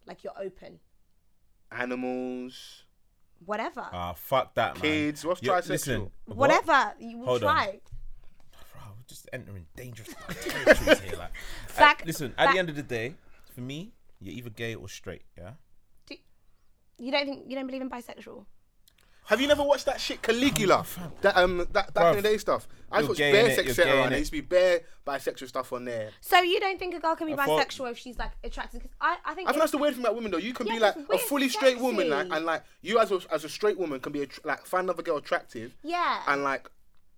Speaker 1: like you're open,
Speaker 2: animals.
Speaker 1: whatever,
Speaker 4: Ah, fuck that, man.
Speaker 2: Kids, what's
Speaker 4: You-
Speaker 2: trisexual?
Speaker 4: Listen, what?
Speaker 1: whatever you would
Speaker 4: Hold on.
Speaker 1: try.
Speaker 4: bro, we're just entering dangerous territories here. Like,
Speaker 1: Fact-
Speaker 4: I- listen, at
Speaker 1: fact-
Speaker 4: the end of the day, for me, you're either gay or straight. Yeah.
Speaker 1: Do, you don't think you don't believe in bisexual?
Speaker 2: Have you never watched that shit Caligula? That um that back in the
Speaker 4: Oh, Bruv,
Speaker 2: day stuff. I just
Speaker 4: you're
Speaker 2: watched
Speaker 4: gay,
Speaker 2: bare
Speaker 4: innit?
Speaker 2: sex
Speaker 4: You're
Speaker 2: set
Speaker 4: gay,
Speaker 2: around. There
Speaker 4: innit?
Speaker 2: used to be bare bisexual stuff on there.
Speaker 1: So you don't think a girl can be
Speaker 4: I thought-
Speaker 1: bisexual if she's like attracted? Because I, I think
Speaker 2: I think
Speaker 1: if-
Speaker 2: that's the weird thing about women though. You can
Speaker 1: Yeah,
Speaker 2: be like
Speaker 1: 'cause
Speaker 2: a
Speaker 1: we're
Speaker 2: fully straight woman, like
Speaker 1: sexy.
Speaker 2: and like you as a as a straight woman can be attr- like find another girl attractive
Speaker 1: yeah,
Speaker 2: and like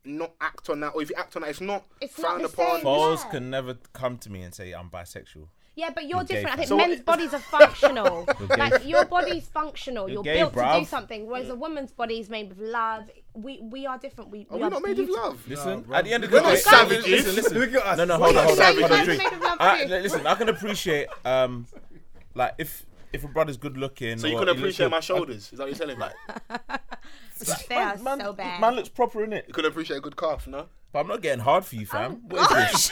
Speaker 2: not act on that. Or if you act on that, it's not
Speaker 1: It's not
Speaker 2: frowned
Speaker 1: the
Speaker 2: upon.
Speaker 1: same.
Speaker 4: Balls
Speaker 1: Yeah.
Speaker 4: can never come to me and say I'm bisexual.
Speaker 1: Yeah, but you're
Speaker 4: gay,
Speaker 1: different. I think
Speaker 2: So-
Speaker 1: men's bodies are functional.
Speaker 4: gay.
Speaker 1: like your body's functional. You're,
Speaker 4: gay,
Speaker 1: built to do
Speaker 4: bruv.
Speaker 1: something, whereas a woman's body is made with love. We we are different. We
Speaker 2: Are
Speaker 1: we
Speaker 2: we not made of
Speaker 1: beautiful.
Speaker 2: love?
Speaker 4: Listen, at the end of the
Speaker 2: We're not
Speaker 4: day,
Speaker 2: savages.
Speaker 4: Listen, listen.
Speaker 3: Look at us.
Speaker 4: No, no, hold on, hold
Speaker 1: So
Speaker 4: on.
Speaker 1: you
Speaker 4: hold on.
Speaker 1: guys are made of love
Speaker 4: I,
Speaker 1: too.
Speaker 4: li- listen, I can appreciate um, like if if a brother's good looking.
Speaker 2: So you
Speaker 4: or
Speaker 2: can
Speaker 4: he looks
Speaker 2: appreciate
Speaker 4: good-
Speaker 2: my shoulders? Is that what you're telling me?
Speaker 1: They are
Speaker 4: man,
Speaker 1: so bad.
Speaker 4: Man looks proper in it,
Speaker 2: You could appreciate a good calf, no?
Speaker 4: but I'm not getting hard for you, fam.
Speaker 1: Oh,
Speaker 4: what is this?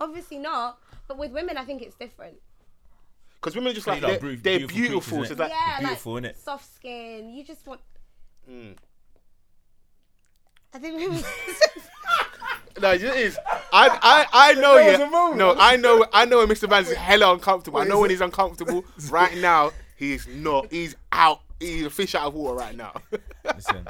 Speaker 1: Obviously not. But with women, I think it's different.
Speaker 2: Because women are just like
Speaker 4: They
Speaker 2: they're,
Speaker 4: like
Speaker 2: beautiful.
Speaker 4: brute-
Speaker 2: they're
Speaker 4: beautiful
Speaker 2: beautiful.
Speaker 4: creatures,
Speaker 2: So it's
Speaker 4: innit?
Speaker 2: like,
Speaker 1: yeah,
Speaker 4: beautiful,
Speaker 1: like,
Speaker 4: innit?
Speaker 1: Soft skin. You just want.
Speaker 2: Mm.
Speaker 1: I think women.
Speaker 2: No, it is. I, I, I know
Speaker 3: That was
Speaker 2: yeah.
Speaker 3: a moment.
Speaker 2: No, I know. I know when Mr. Man's is hella uncomfortable. I know when he's uncomfortable. Right now, he's not. He's out. He's a fish out of water right now.
Speaker 4: Listen,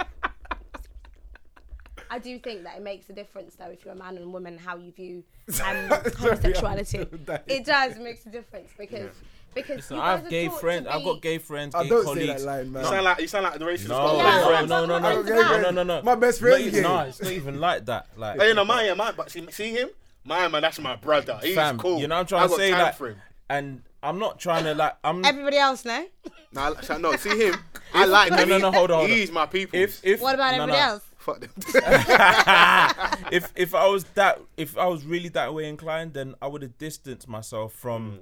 Speaker 1: I do think that it makes a difference, though, if you're a man and a woman, how you view um, homosexuality.
Speaker 3: That
Speaker 1: it does makes a difference because because
Speaker 4: listen
Speaker 1: you
Speaker 4: I
Speaker 1: guys
Speaker 4: have
Speaker 1: are
Speaker 4: gay
Speaker 1: taught to
Speaker 4: friends. I've got
Speaker 1: be-
Speaker 4: gay friends,
Speaker 3: I
Speaker 4: gay
Speaker 3: don't say that
Speaker 4: colleagues.
Speaker 3: line, man.
Speaker 2: you sound like you sound like the racist.
Speaker 4: No,
Speaker 1: Yeah,
Speaker 4: no,
Speaker 1: friends.
Speaker 4: no, no, no,
Speaker 1: I'm
Speaker 4: no,
Speaker 1: gay friends.
Speaker 4: no, no, no.
Speaker 3: My best friend
Speaker 4: Not
Speaker 3: gay.
Speaker 4: even, nah, it's not even like that. Like,
Speaker 2: Hey, no, my, my, but see, see him. My man, that's my brother. He's
Speaker 4: fam,
Speaker 2: cool.
Speaker 4: you know, what I'm trying
Speaker 2: I
Speaker 4: to
Speaker 2: got
Speaker 4: say
Speaker 2: time
Speaker 4: that,
Speaker 2: for him.
Speaker 4: and I'm not trying to like. I'm
Speaker 1: Everybody else, no.
Speaker 2: Nah, like- so- no, see him. I like
Speaker 4: no,
Speaker 2: him.
Speaker 4: no, no, hold on. hold on.
Speaker 2: He's my people.
Speaker 4: If if
Speaker 1: What about
Speaker 4: no,
Speaker 1: everybody
Speaker 4: no.
Speaker 1: else?
Speaker 2: Fuck them.
Speaker 4: if if I was that if I was really that way inclined, then I would have distanced myself from
Speaker 2: Mm.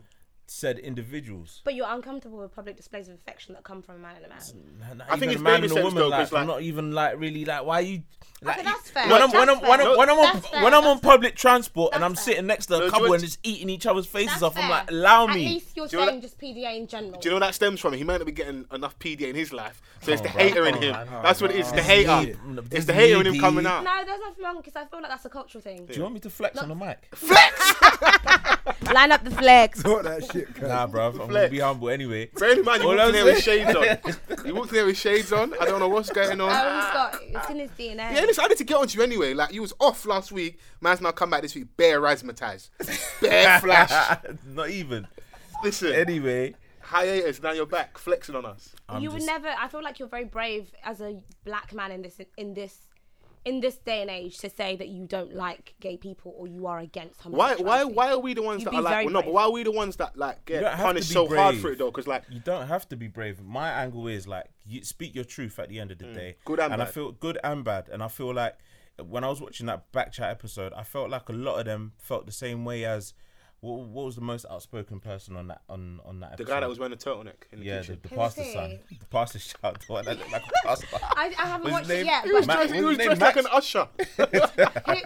Speaker 4: said individuals.
Speaker 1: But you're uncomfortable with public displays of affection that come from a man and a man.
Speaker 4: Not
Speaker 2: I think
Speaker 4: even
Speaker 2: it's
Speaker 4: a man
Speaker 2: baby
Speaker 4: and a
Speaker 2: steps
Speaker 4: woman.
Speaker 2: though, 'cause,
Speaker 4: like, I'm
Speaker 2: like-
Speaker 4: not even like really like why you. Like,
Speaker 1: but that's
Speaker 4: you-
Speaker 1: fair.
Speaker 4: When I'm when I'm
Speaker 1: That's
Speaker 4: when I'm
Speaker 1: fair.
Speaker 4: when I'm on
Speaker 1: That's fair.
Speaker 4: when I'm on
Speaker 1: That's
Speaker 4: public transport and
Speaker 1: That's
Speaker 4: I'm
Speaker 1: fair.
Speaker 4: sitting next to a
Speaker 2: No, do you
Speaker 4: couple
Speaker 2: want-
Speaker 4: and just eating each other's faces
Speaker 1: That's
Speaker 4: off, I'm
Speaker 1: fair.
Speaker 4: like, allow
Speaker 1: At
Speaker 4: me.
Speaker 1: least you're
Speaker 2: Do you know
Speaker 1: saying just PDA in general.
Speaker 2: Do you know what that stems from? He might not be getting enough PDA in his life, so
Speaker 4: Oh,
Speaker 2: it's the hater in him. That's what it is. It's the hater.
Speaker 4: Needy.
Speaker 2: It's the hater in him coming out.
Speaker 1: no, there's nothing wrong because I feel like that's a cultural thing.
Speaker 4: Do you want me to flex on the mic?
Speaker 1: Line up the flags.
Speaker 3: Talk that shit, cuz.
Speaker 4: Nah, bruv. I'm gonna
Speaker 2: Flex.
Speaker 4: be humble anyway.
Speaker 2: Bear in mind, you
Speaker 4: All
Speaker 2: walked in
Speaker 4: I'm
Speaker 2: there with shades on. You walked in there with shades on. I don't know what's going on.
Speaker 1: Oh, he's got it's in his DNA.
Speaker 2: yeah, listen, I need to get on to you anyway. Like you was off last week, man's now come back this week, bare razzmatazz, bare flash.
Speaker 4: Not even.
Speaker 2: Listen,
Speaker 4: Anyway,
Speaker 2: hiatus. Now you're back, flexing on us.
Speaker 4: I'm
Speaker 1: you would
Speaker 4: just-
Speaker 1: never. I feel like you're very brave as a black man in this in this in this day and age to say that you don't like gay people or you are against
Speaker 2: Why?
Speaker 1: homosexuality.
Speaker 2: Why? Why are we the ones
Speaker 1: You'd
Speaker 2: that
Speaker 1: be
Speaker 2: are like?
Speaker 1: very
Speaker 2: Well, no, but
Speaker 1: brave.
Speaker 2: why are we the ones that like
Speaker 4: You don't have
Speaker 2: get
Speaker 4: to
Speaker 2: punished
Speaker 4: be
Speaker 2: so hard
Speaker 4: brave.
Speaker 2: for it though? Because like,
Speaker 4: you don't have to be brave. My angle is like you speak your truth at the end of the day.
Speaker 2: Mm. Good and
Speaker 4: and I
Speaker 2: bad.
Speaker 4: feel good and bad. And I feel like when I was watching that back chat episode, I felt like a lot of them felt the same way as what, what was the most outspoken person on that on on that
Speaker 2: the
Speaker 4: episode?
Speaker 2: guy that was wearing a turtleneck in the
Speaker 4: yeah, the,
Speaker 2: kitchen.
Speaker 4: the
Speaker 1: Who's
Speaker 4: pastor's
Speaker 1: he?
Speaker 4: son, the pastor's child, the one that looked like a pastor.
Speaker 1: I, I haven't
Speaker 4: His
Speaker 1: watched
Speaker 4: name-
Speaker 1: it yet.
Speaker 2: He was
Speaker 4: Matt-
Speaker 1: But
Speaker 2: dressed, he
Speaker 4: what
Speaker 2: was
Speaker 4: was his
Speaker 2: dressed
Speaker 4: name?
Speaker 2: like an
Speaker 4: Max?
Speaker 2: usher.
Speaker 1: I, don't know, but I, did,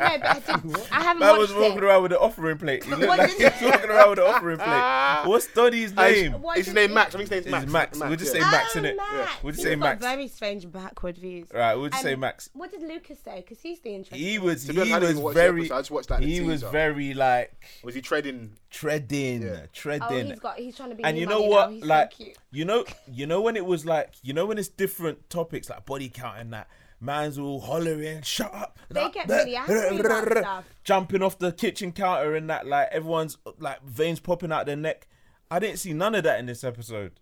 Speaker 1: I haven't
Speaker 4: That
Speaker 1: watched
Speaker 4: was walking
Speaker 1: it.
Speaker 4: around with the offering plate. He looked
Speaker 1: What
Speaker 4: like
Speaker 1: is
Speaker 4: he was
Speaker 1: it?
Speaker 4: walking around with the offering
Speaker 2: Ah.
Speaker 4: plate. What's Donny's name?
Speaker 1: What
Speaker 2: His
Speaker 1: did
Speaker 2: name
Speaker 1: he-
Speaker 2: Max. I think his name's
Speaker 4: It's
Speaker 2: Max.
Speaker 4: Max. We'll just
Speaker 2: yeah.
Speaker 4: say Max
Speaker 1: oh,
Speaker 4: in it.
Speaker 1: Max.
Speaker 4: We'll just
Speaker 1: He's
Speaker 4: say
Speaker 1: got
Speaker 4: Max.
Speaker 1: Very strange backward views.
Speaker 4: Right, we'll just say
Speaker 1: Um,
Speaker 4: Max.
Speaker 1: What did Lucas say? Because he's the interesting.
Speaker 4: He was
Speaker 2: To be honest,
Speaker 4: he
Speaker 2: I didn't
Speaker 4: was
Speaker 2: even watch the
Speaker 4: very
Speaker 2: episode, I just watched, like, the
Speaker 4: he was
Speaker 2: teaser.
Speaker 4: very like
Speaker 2: Was he trading?
Speaker 4: treading,
Speaker 1: oh,
Speaker 4: treading.
Speaker 1: he's got. He's trying to be.
Speaker 4: and
Speaker 1: new
Speaker 4: you know
Speaker 1: money
Speaker 4: what?
Speaker 1: Now. He's so
Speaker 4: like
Speaker 1: cute.
Speaker 4: you know, you know when it was like you know when it's different topics like body count and that. Man's all hollering, shut up.
Speaker 1: They get really angry about stuff.
Speaker 4: Jumping off the kitchen counter and that, like everyone's like veins popping out their neck. I didn't see none of that in this episode.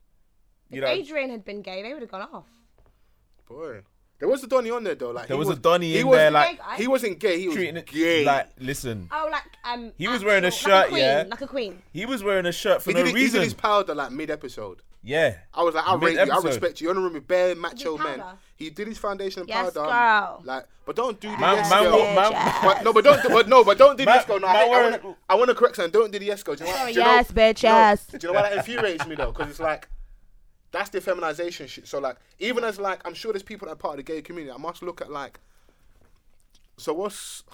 Speaker 4: You
Speaker 1: If
Speaker 4: know,
Speaker 1: Adrian had been gay, they would have gone off.
Speaker 2: Boy, there was a Donny on there though. Like
Speaker 4: there
Speaker 2: he
Speaker 4: was,
Speaker 2: was
Speaker 4: a Donny
Speaker 2: he
Speaker 4: in
Speaker 2: was-
Speaker 4: there, like
Speaker 1: I-
Speaker 2: He wasn't gay. He was
Speaker 4: treating it
Speaker 2: gay.
Speaker 4: like listen.
Speaker 1: Oh, like um.
Speaker 4: He was wearing a
Speaker 1: actual- like
Speaker 4: shirt,
Speaker 1: queen,
Speaker 4: yeah.
Speaker 1: Like a queen.
Speaker 4: He was wearing a shirt for
Speaker 2: he
Speaker 4: no
Speaker 2: did, it- he
Speaker 4: reason.
Speaker 2: did his powder like mid episode.
Speaker 4: Yeah.
Speaker 2: I was like, I rate you. I
Speaker 4: Mid-episode.
Speaker 2: respect you. You're in a room with bare macho
Speaker 1: Did he
Speaker 2: men.
Speaker 1: powder?
Speaker 2: He did his foundation and
Speaker 1: Yes,
Speaker 2: powder.
Speaker 1: girl.
Speaker 2: Like, but don't do the
Speaker 4: Man,
Speaker 2: yes
Speaker 4: man,
Speaker 2: girl.
Speaker 4: wa- man,
Speaker 2: But no, but don't, but no, but don't do the
Speaker 4: Man-
Speaker 2: yes girl. No,
Speaker 4: man
Speaker 2: I, I,
Speaker 4: wearing-
Speaker 2: wanna, I wanna correct something. Don't do the yes girl. Do you know, why-
Speaker 1: Sorry,
Speaker 2: do you know-
Speaker 1: yes, bitch,
Speaker 2: do you know-
Speaker 1: yes.
Speaker 2: Do you know why that infuriates me though? Because it's like. That's the feminization shit. So like, even as like, I'm sure there's people that are part of the gay community. I must look at like, so what's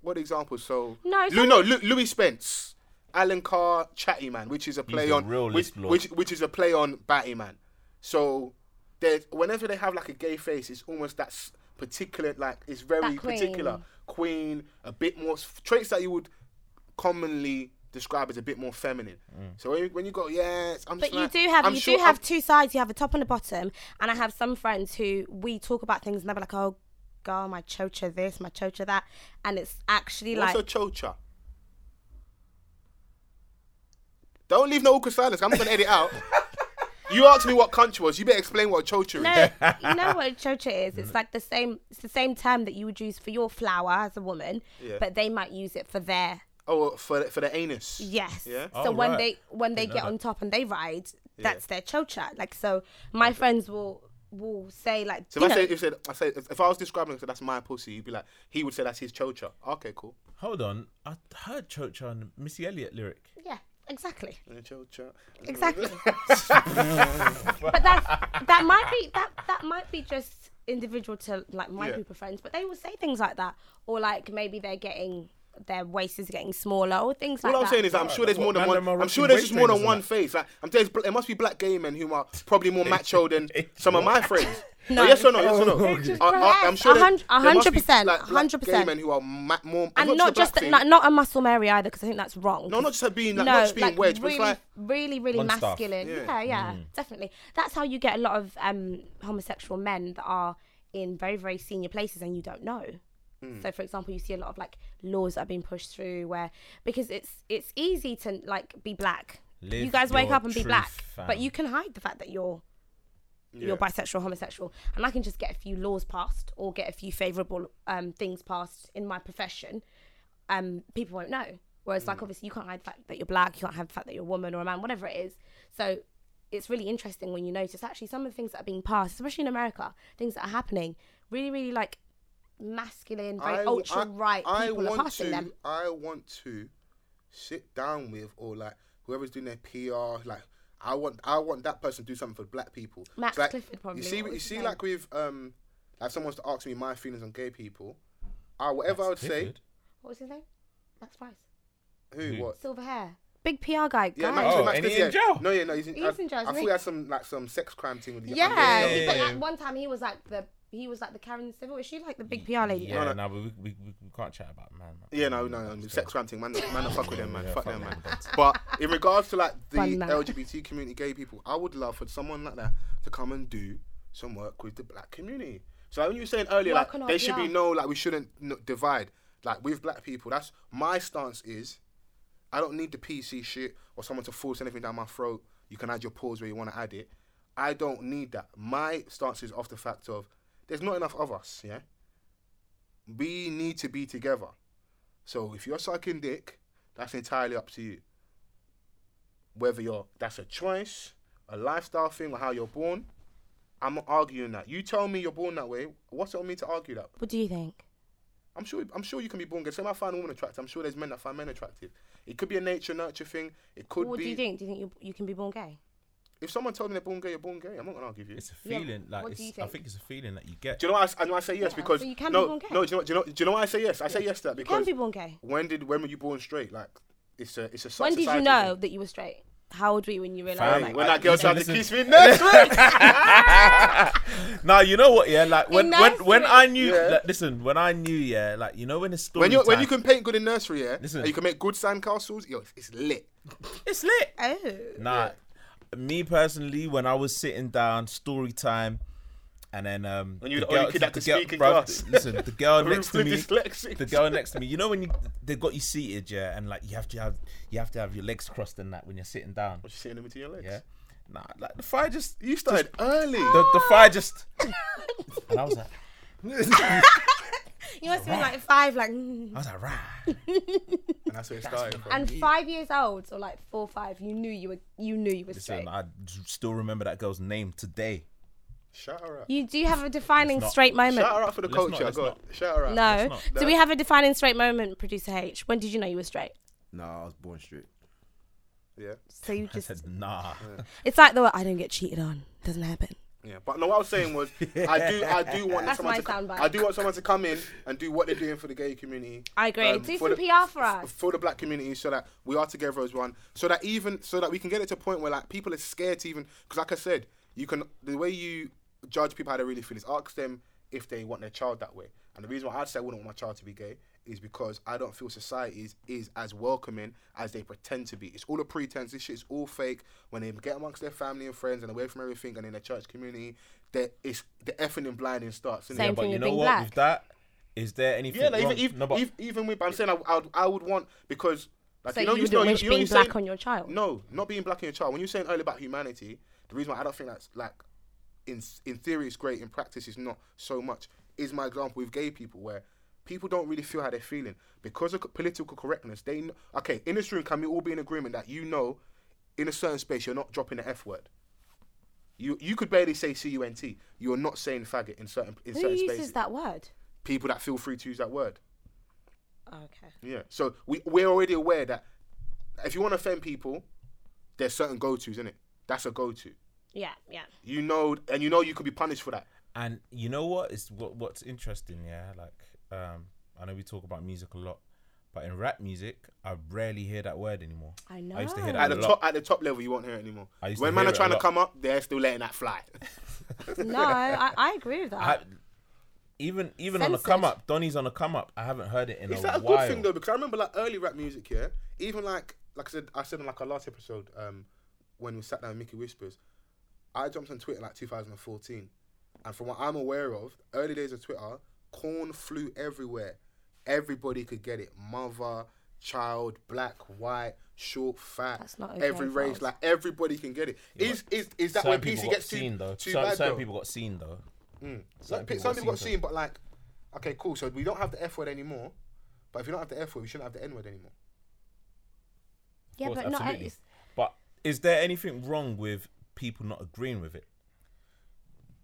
Speaker 2: what examples? So
Speaker 1: No, it's
Speaker 2: Lu-
Speaker 1: not-
Speaker 2: no, Lu- Louis Spence, Alan Carr, Chatty Man, which is a play
Speaker 4: a
Speaker 2: on
Speaker 4: real
Speaker 2: which,
Speaker 4: list lord.
Speaker 2: which which is a play on Batty Man. So there's whenever they have like a gay face, it's almost that s- particular like it's very
Speaker 1: That queen.
Speaker 2: particular queen, a bit more s- traits that you would commonly describe as a bit more feminine. So when you, when you go, yes, I'm.
Speaker 1: But
Speaker 2: just
Speaker 1: you
Speaker 2: like-
Speaker 1: do have
Speaker 2: I'm
Speaker 1: you
Speaker 2: sure
Speaker 1: do have
Speaker 2: I'm-
Speaker 1: two sides. You have a top and a bottom, and I have some friends who we talk about things and they're like, "Oh, girl, my chocha this, my chocha that," and it's actually
Speaker 2: What's
Speaker 1: like,
Speaker 2: a chocha? Don't leave no awkward silence. I'm not gonna edit out. You asked me what country was. You better explain what a chocha is.
Speaker 1: no, you know what a chocha is? It's like the same. It's the same term that you would use for your flower as a woman,
Speaker 2: Yeah.
Speaker 1: but they might use it for their
Speaker 2: Oh, for for the anus.
Speaker 1: Yes.
Speaker 2: Yeah?
Speaker 1: So
Speaker 4: Oh,
Speaker 1: when
Speaker 4: right.
Speaker 1: they when they
Speaker 4: Didn't know
Speaker 1: get
Speaker 4: that.
Speaker 1: on top and they ride, that's their chocha. Like so, my friends will will say like.
Speaker 2: So
Speaker 1: you
Speaker 2: if I
Speaker 1: know-
Speaker 2: say if, said, I say if I was describing, so that's my pussy. You'd be like, he would say that's his chocha. Okay, cool.
Speaker 4: Hold on, I heard Chocha on Missy Elliott lyric.
Speaker 1: yeah, exactly,
Speaker 2: And Chocha.
Speaker 1: exactly. but that that might be that that might be just individual to like my
Speaker 2: Yeah.
Speaker 1: group of friends, but they will say things like that, or like maybe they're getting their waist is getting smaller or things like
Speaker 2: All I'm
Speaker 1: that.
Speaker 2: saying is, I'm
Speaker 4: Alright,
Speaker 2: sure there's
Speaker 4: that's
Speaker 2: more
Speaker 4: what
Speaker 2: than
Speaker 4: man
Speaker 2: one.
Speaker 4: them are
Speaker 2: I'm sure
Speaker 4: rocking
Speaker 2: there's just
Speaker 4: waist
Speaker 2: more than
Speaker 4: trainers and
Speaker 2: one
Speaker 4: that.
Speaker 2: face. Like I'm telling you, there must be black gay men who are probably more macho than
Speaker 4: they-
Speaker 2: some of my friends.
Speaker 1: No.
Speaker 2: No, yes or no? Yes or no?
Speaker 1: just
Speaker 2: I- I- I'm
Speaker 1: relax.
Speaker 2: sure
Speaker 1: A
Speaker 2: there-
Speaker 1: hun- a
Speaker 2: there must
Speaker 1: hundred
Speaker 2: be,
Speaker 1: percent,
Speaker 2: like,
Speaker 1: a
Speaker 2: black
Speaker 1: hundred
Speaker 2: gay
Speaker 1: percent.
Speaker 2: men who are ma- more
Speaker 1: and not just
Speaker 2: the black
Speaker 1: not,
Speaker 2: thing.
Speaker 1: not a muscle Mary either, because I think that's wrong.
Speaker 2: no, not just her being like,
Speaker 1: no,
Speaker 2: not just being
Speaker 1: like
Speaker 2: wedge, but
Speaker 1: really,
Speaker 2: it's like
Speaker 1: really, really
Speaker 4: On staff.
Speaker 1: masculine.
Speaker 2: Yeah.
Speaker 1: Yeah, yeah,
Speaker 4: Mm.
Speaker 1: definitely. That's how you get a lot of um, homosexual men that are in very, very senior places and you don't know.
Speaker 2: Mm.
Speaker 1: So, for example, you see a lot of like laws that are being pushed through where because it's it's easy to like be black. you
Speaker 4: Live
Speaker 1: guys wake
Speaker 4: your
Speaker 1: up and be
Speaker 4: truth,
Speaker 1: black, but
Speaker 4: fam.
Speaker 1: you can hide the fact that you're you're bisexual, homosexual, and I can just get a few laws passed or get a few favourable um, things passed in my profession, um, people won't know. Whereas,
Speaker 2: Mm.
Speaker 1: like, obviously, you can't hide the fact that you're black, you can't hide the fact that you're a woman or a man, whatever it is. So, it's really interesting when you notice actually some of the things that are being passed, especially in America, things that are happening, really, really like masculine, very
Speaker 2: w-
Speaker 1: ultra right
Speaker 2: I
Speaker 1: people are
Speaker 2: want
Speaker 1: passing
Speaker 2: to,
Speaker 1: them.
Speaker 2: I want to sit down with or like whoever's doing their PR. Like I want, I want that person to do something for black people. It's
Speaker 1: Max
Speaker 2: like,
Speaker 1: Clifford probably,
Speaker 2: You see,
Speaker 1: what
Speaker 2: you
Speaker 1: was his
Speaker 2: see,
Speaker 1: name?
Speaker 2: like with um, like someone's to ask me my feelings on gay people. I whatever I would
Speaker 4: Clifford?
Speaker 1: What was his name? Max Price.
Speaker 2: say, who
Speaker 4: Who?
Speaker 2: what.
Speaker 1: Silver hair. Big PR guy.
Speaker 2: Yeah,
Speaker 1: guy.
Speaker 2: Max,
Speaker 4: Oh,
Speaker 2: Max
Speaker 4: and he
Speaker 2: Clifford,
Speaker 4: in
Speaker 2: yeah.
Speaker 4: jail?
Speaker 2: No, yeah, no, he's in,
Speaker 1: He
Speaker 2: I,
Speaker 1: is in jail,
Speaker 2: I
Speaker 1: isn't
Speaker 2: thought
Speaker 1: he?
Speaker 2: he had some like some sex crime thing with the
Speaker 1: Yeah,
Speaker 2: under-
Speaker 1: he-
Speaker 4: yeah,
Speaker 1: but
Speaker 4: yeah.
Speaker 1: like one time he was like the he was like the Karen Civil. Is she like the big PR lady?
Speaker 4: Yeah,
Speaker 2: No,
Speaker 4: no,
Speaker 2: no.
Speaker 4: but we, we, we we can't chat about man. man.
Speaker 2: Yeah, no, no, no, sex crime thing, man, man, I fuck with them, man,
Speaker 4: Yeah,
Speaker 2: fuck
Speaker 4: fuck
Speaker 2: them, man.
Speaker 4: them,
Speaker 2: But in regards to like the
Speaker 1: Bun man.
Speaker 2: LGBT community, gay people, I would love for someone like that to come and do some work with the black community. So like, when you were saying earlier,
Speaker 1: Work
Speaker 2: like
Speaker 1: on our
Speaker 2: there should be
Speaker 1: PR.
Speaker 2: no like we shouldn't n- divide. Like with black people, that's my stance is, I don't need the PC shit or someone to force anything down my throat. You can add your pause where you want to add it. I don't need that. My stance is off the fact of there's not enough of us. Yeah we need to be together. So if you're sucking dick, that's entirely up to you. Whether you're that's a choice, a lifestyle thing, or how you're born. I'm not arguing that. You tell me you're born that way. What's it on me to argue that?
Speaker 1: What do you think?
Speaker 2: I'm sure. I'm sure you can be born gay. Same I find women attractive. I'm sure there's men that find men attractive. It could be a nature nurture thing. It could
Speaker 1: what
Speaker 2: be.
Speaker 1: do you think? Do you think you, you can be born gay?
Speaker 2: If someone told me they're born gay, you're born gay. I'm not gonna argue with you.
Speaker 4: It's a
Speaker 1: Yeah,
Speaker 4: feeling like
Speaker 1: what do
Speaker 4: it's,
Speaker 1: you
Speaker 4: I
Speaker 1: think?
Speaker 4: think it's a feeling that you get.
Speaker 2: Do you know why I, I know I say yes
Speaker 1: Yeah,
Speaker 2: because
Speaker 1: so you can be
Speaker 2: no,
Speaker 1: born gay.
Speaker 2: no. Do you know? Do you know? Do you know why I say yes? I say yes to that
Speaker 1: You can
Speaker 2: because
Speaker 1: be born gay.
Speaker 2: when did when were you born straight? Like it's a it's a
Speaker 1: When did you
Speaker 2: societal
Speaker 1: know
Speaker 2: thing.
Speaker 1: that you were straight? How old were you when you
Speaker 4: Fam,
Speaker 1: realised?
Speaker 2: Hey,
Speaker 1: Like,
Speaker 2: when
Speaker 4: I-
Speaker 2: that girl
Speaker 4: listen,
Speaker 2: tried to
Speaker 4: listen.
Speaker 2: kiss me next,
Speaker 4: Now you know what, yeah. Like when when
Speaker 1: nursery.
Speaker 4: when I knew,
Speaker 2: Yeah.
Speaker 4: like, listen, when I knew, yeah, like you know when it's story
Speaker 2: when you when
Speaker 4: time,
Speaker 2: you can paint good in nursery, yeah,
Speaker 4: Listen.
Speaker 2: and you can make good sandcastles, yo, it's, it's lit.
Speaker 4: it's lit.
Speaker 1: oh,
Speaker 4: Nah, me personally, when I was sitting down, story time, and then um,
Speaker 2: When you
Speaker 4: the
Speaker 2: were the only
Speaker 4: girl-
Speaker 2: kid that could
Speaker 4: girl-
Speaker 2: speak in
Speaker 4: bruv,
Speaker 2: class.
Speaker 4: Listen, the girl
Speaker 2: Who
Speaker 4: next to
Speaker 2: was
Speaker 4: me,
Speaker 2: dyslexic?
Speaker 4: the girl next to me. You know when you they got you seated, yeah, and like you have to have you have to have your legs crossed and that when you're sitting down,
Speaker 2: What you sitting in between your legs?
Speaker 4: yeah. Nah, like the fire just
Speaker 2: You started early.
Speaker 4: the, the fire just, and I was like,
Speaker 1: you must have been like five, like, mm.
Speaker 4: I was like, rah.
Speaker 2: and that's where it started. From.
Speaker 1: and five years old or like four, or five. You knew you were, you knew you were straight.
Speaker 4: Listen, I d- still remember that girl's name today.
Speaker 2: Shout her out.
Speaker 1: you do have a defining
Speaker 4: not-
Speaker 1: straight moment.
Speaker 2: Shout her out for the
Speaker 4: Let's not,
Speaker 2: culture.
Speaker 4: let's
Speaker 2: Go on.
Speaker 4: not.
Speaker 2: Shout her out.
Speaker 1: No,
Speaker 4: not-
Speaker 1: do we have a defining straight moment, producer H? When did you know you were straight?
Speaker 3: Nah, I was born straight.
Speaker 2: Yeah.
Speaker 1: So you
Speaker 4: I
Speaker 1: just,
Speaker 4: said, nah.
Speaker 1: it's like the I don't get cheated on. Doesn't happen.
Speaker 2: Yeah, but no, what I was saying was, I do, I do want
Speaker 1: That's
Speaker 2: someone
Speaker 1: my
Speaker 2: to, co-
Speaker 1: soundbite.
Speaker 2: I do want someone to come in and do what they're doing for the gay community. Um,
Speaker 1: I agree. Do
Speaker 2: for
Speaker 1: some PR for us.
Speaker 2: for the black community, so that we are together as one, so that even, so that we can get it to a point where like people are scared to even, because like I said, you can the way you judge people how they really feel is ask them if they want their child that way. And the reason why I'd say I wouldn't want my child to be gay is because I don't feel society is, is as welcoming as they pretend to be. It's all a pretense. This shit is all fake. When they get amongst their family and friends and away from everything and in the church community, that it's the effing and blinding starts. isn't it?
Speaker 1: Same
Speaker 4: But
Speaker 1: thing
Speaker 4: you
Speaker 1: with
Speaker 4: know
Speaker 1: being
Speaker 4: what?
Speaker 1: black.
Speaker 4: With that, is there anything
Speaker 2: Yeah, like,
Speaker 4: wrong?
Speaker 2: even, even,
Speaker 4: no, but
Speaker 2: ev- even with, but I'm saying I, I, would, I would want because like
Speaker 1: So
Speaker 2: you know
Speaker 1: you
Speaker 2: you,
Speaker 1: wouldn't
Speaker 2: know, you-
Speaker 1: wish
Speaker 2: you know
Speaker 1: being
Speaker 2: you're
Speaker 1: black
Speaker 2: saying-
Speaker 1: on your child?
Speaker 2: No, not being black on your child. When you're saying earlier about humanity, the reason why I don't think that's like in in theory it's great, in practice it's not so much. Is my example with gay people where people don't really feel how they're feeling because of political correctness. They kn- okay in this room, can we all be in agreement that you know, in a certain space, you're not dropping the f word. You you could barely say c u n t. You're not saying faggot in certain in
Speaker 1: Who
Speaker 2: certain
Speaker 1: uses
Speaker 2: spaces.
Speaker 1: that word?
Speaker 2: People that feel free to use that word.
Speaker 1: Oh, okay.
Speaker 2: Yeah. So we we're already aware that if you want to offend people, there's certain go tos in it. That's a go to.
Speaker 1: Yeah, yeah.
Speaker 2: You know, and you know you could be punished for that.
Speaker 4: And you know what is what what's interesting, yeah. Like, um, I know we talk about music a lot, but in rap music, I rarely hear that word anymore.
Speaker 1: I
Speaker 4: I used to hear
Speaker 1: know.
Speaker 4: that
Speaker 2: At
Speaker 4: a
Speaker 2: the
Speaker 4: lot.
Speaker 2: top, at the top level, you won't hear it anymore.
Speaker 4: I used to
Speaker 2: When man
Speaker 4: hear
Speaker 2: are
Speaker 4: it a
Speaker 2: trying to
Speaker 4: lot.
Speaker 2: come up, they're still letting that fly.
Speaker 1: No, I, I agree with that.
Speaker 4: I, even even on the
Speaker 1: Censored.
Speaker 4: come up, Donny's on the come up. I haven't heard it in
Speaker 2: Is
Speaker 4: a
Speaker 2: that a
Speaker 4: while.
Speaker 2: good thing though? Because I remember like early rap music, yeah. Even like like I said, I said on like our last episode, um, when we sat down with Mickey Whispers, I jumped on Twitter like 2014, and from what I'm aware of, early days of Twitter, corn flew everywhere. Everybody could get it. Mother, child, black, white, short, fat,
Speaker 1: That's not okay
Speaker 2: every
Speaker 1: for
Speaker 2: race.
Speaker 1: us.
Speaker 2: Like everybody can get it. Is is is that
Speaker 4: Certain
Speaker 2: where
Speaker 4: people
Speaker 2: PC
Speaker 4: got
Speaker 2: gets
Speaker 4: seen
Speaker 2: too,
Speaker 4: though.
Speaker 2: too
Speaker 4: certain,
Speaker 2: bad
Speaker 4: certain
Speaker 2: though?
Speaker 4: people got seen though.
Speaker 2: Some,
Speaker 4: people
Speaker 2: some
Speaker 4: got
Speaker 2: people got
Speaker 4: seen
Speaker 2: seen, but like, okay, cool. So we don't have the F word anymore. But if you don't have the F word, we shouldn't have the N word anymore.
Speaker 1: yeah,
Speaker 4: course,
Speaker 1: but not.
Speaker 4: absolutely. But is there anything wrong with people not agreeing with it?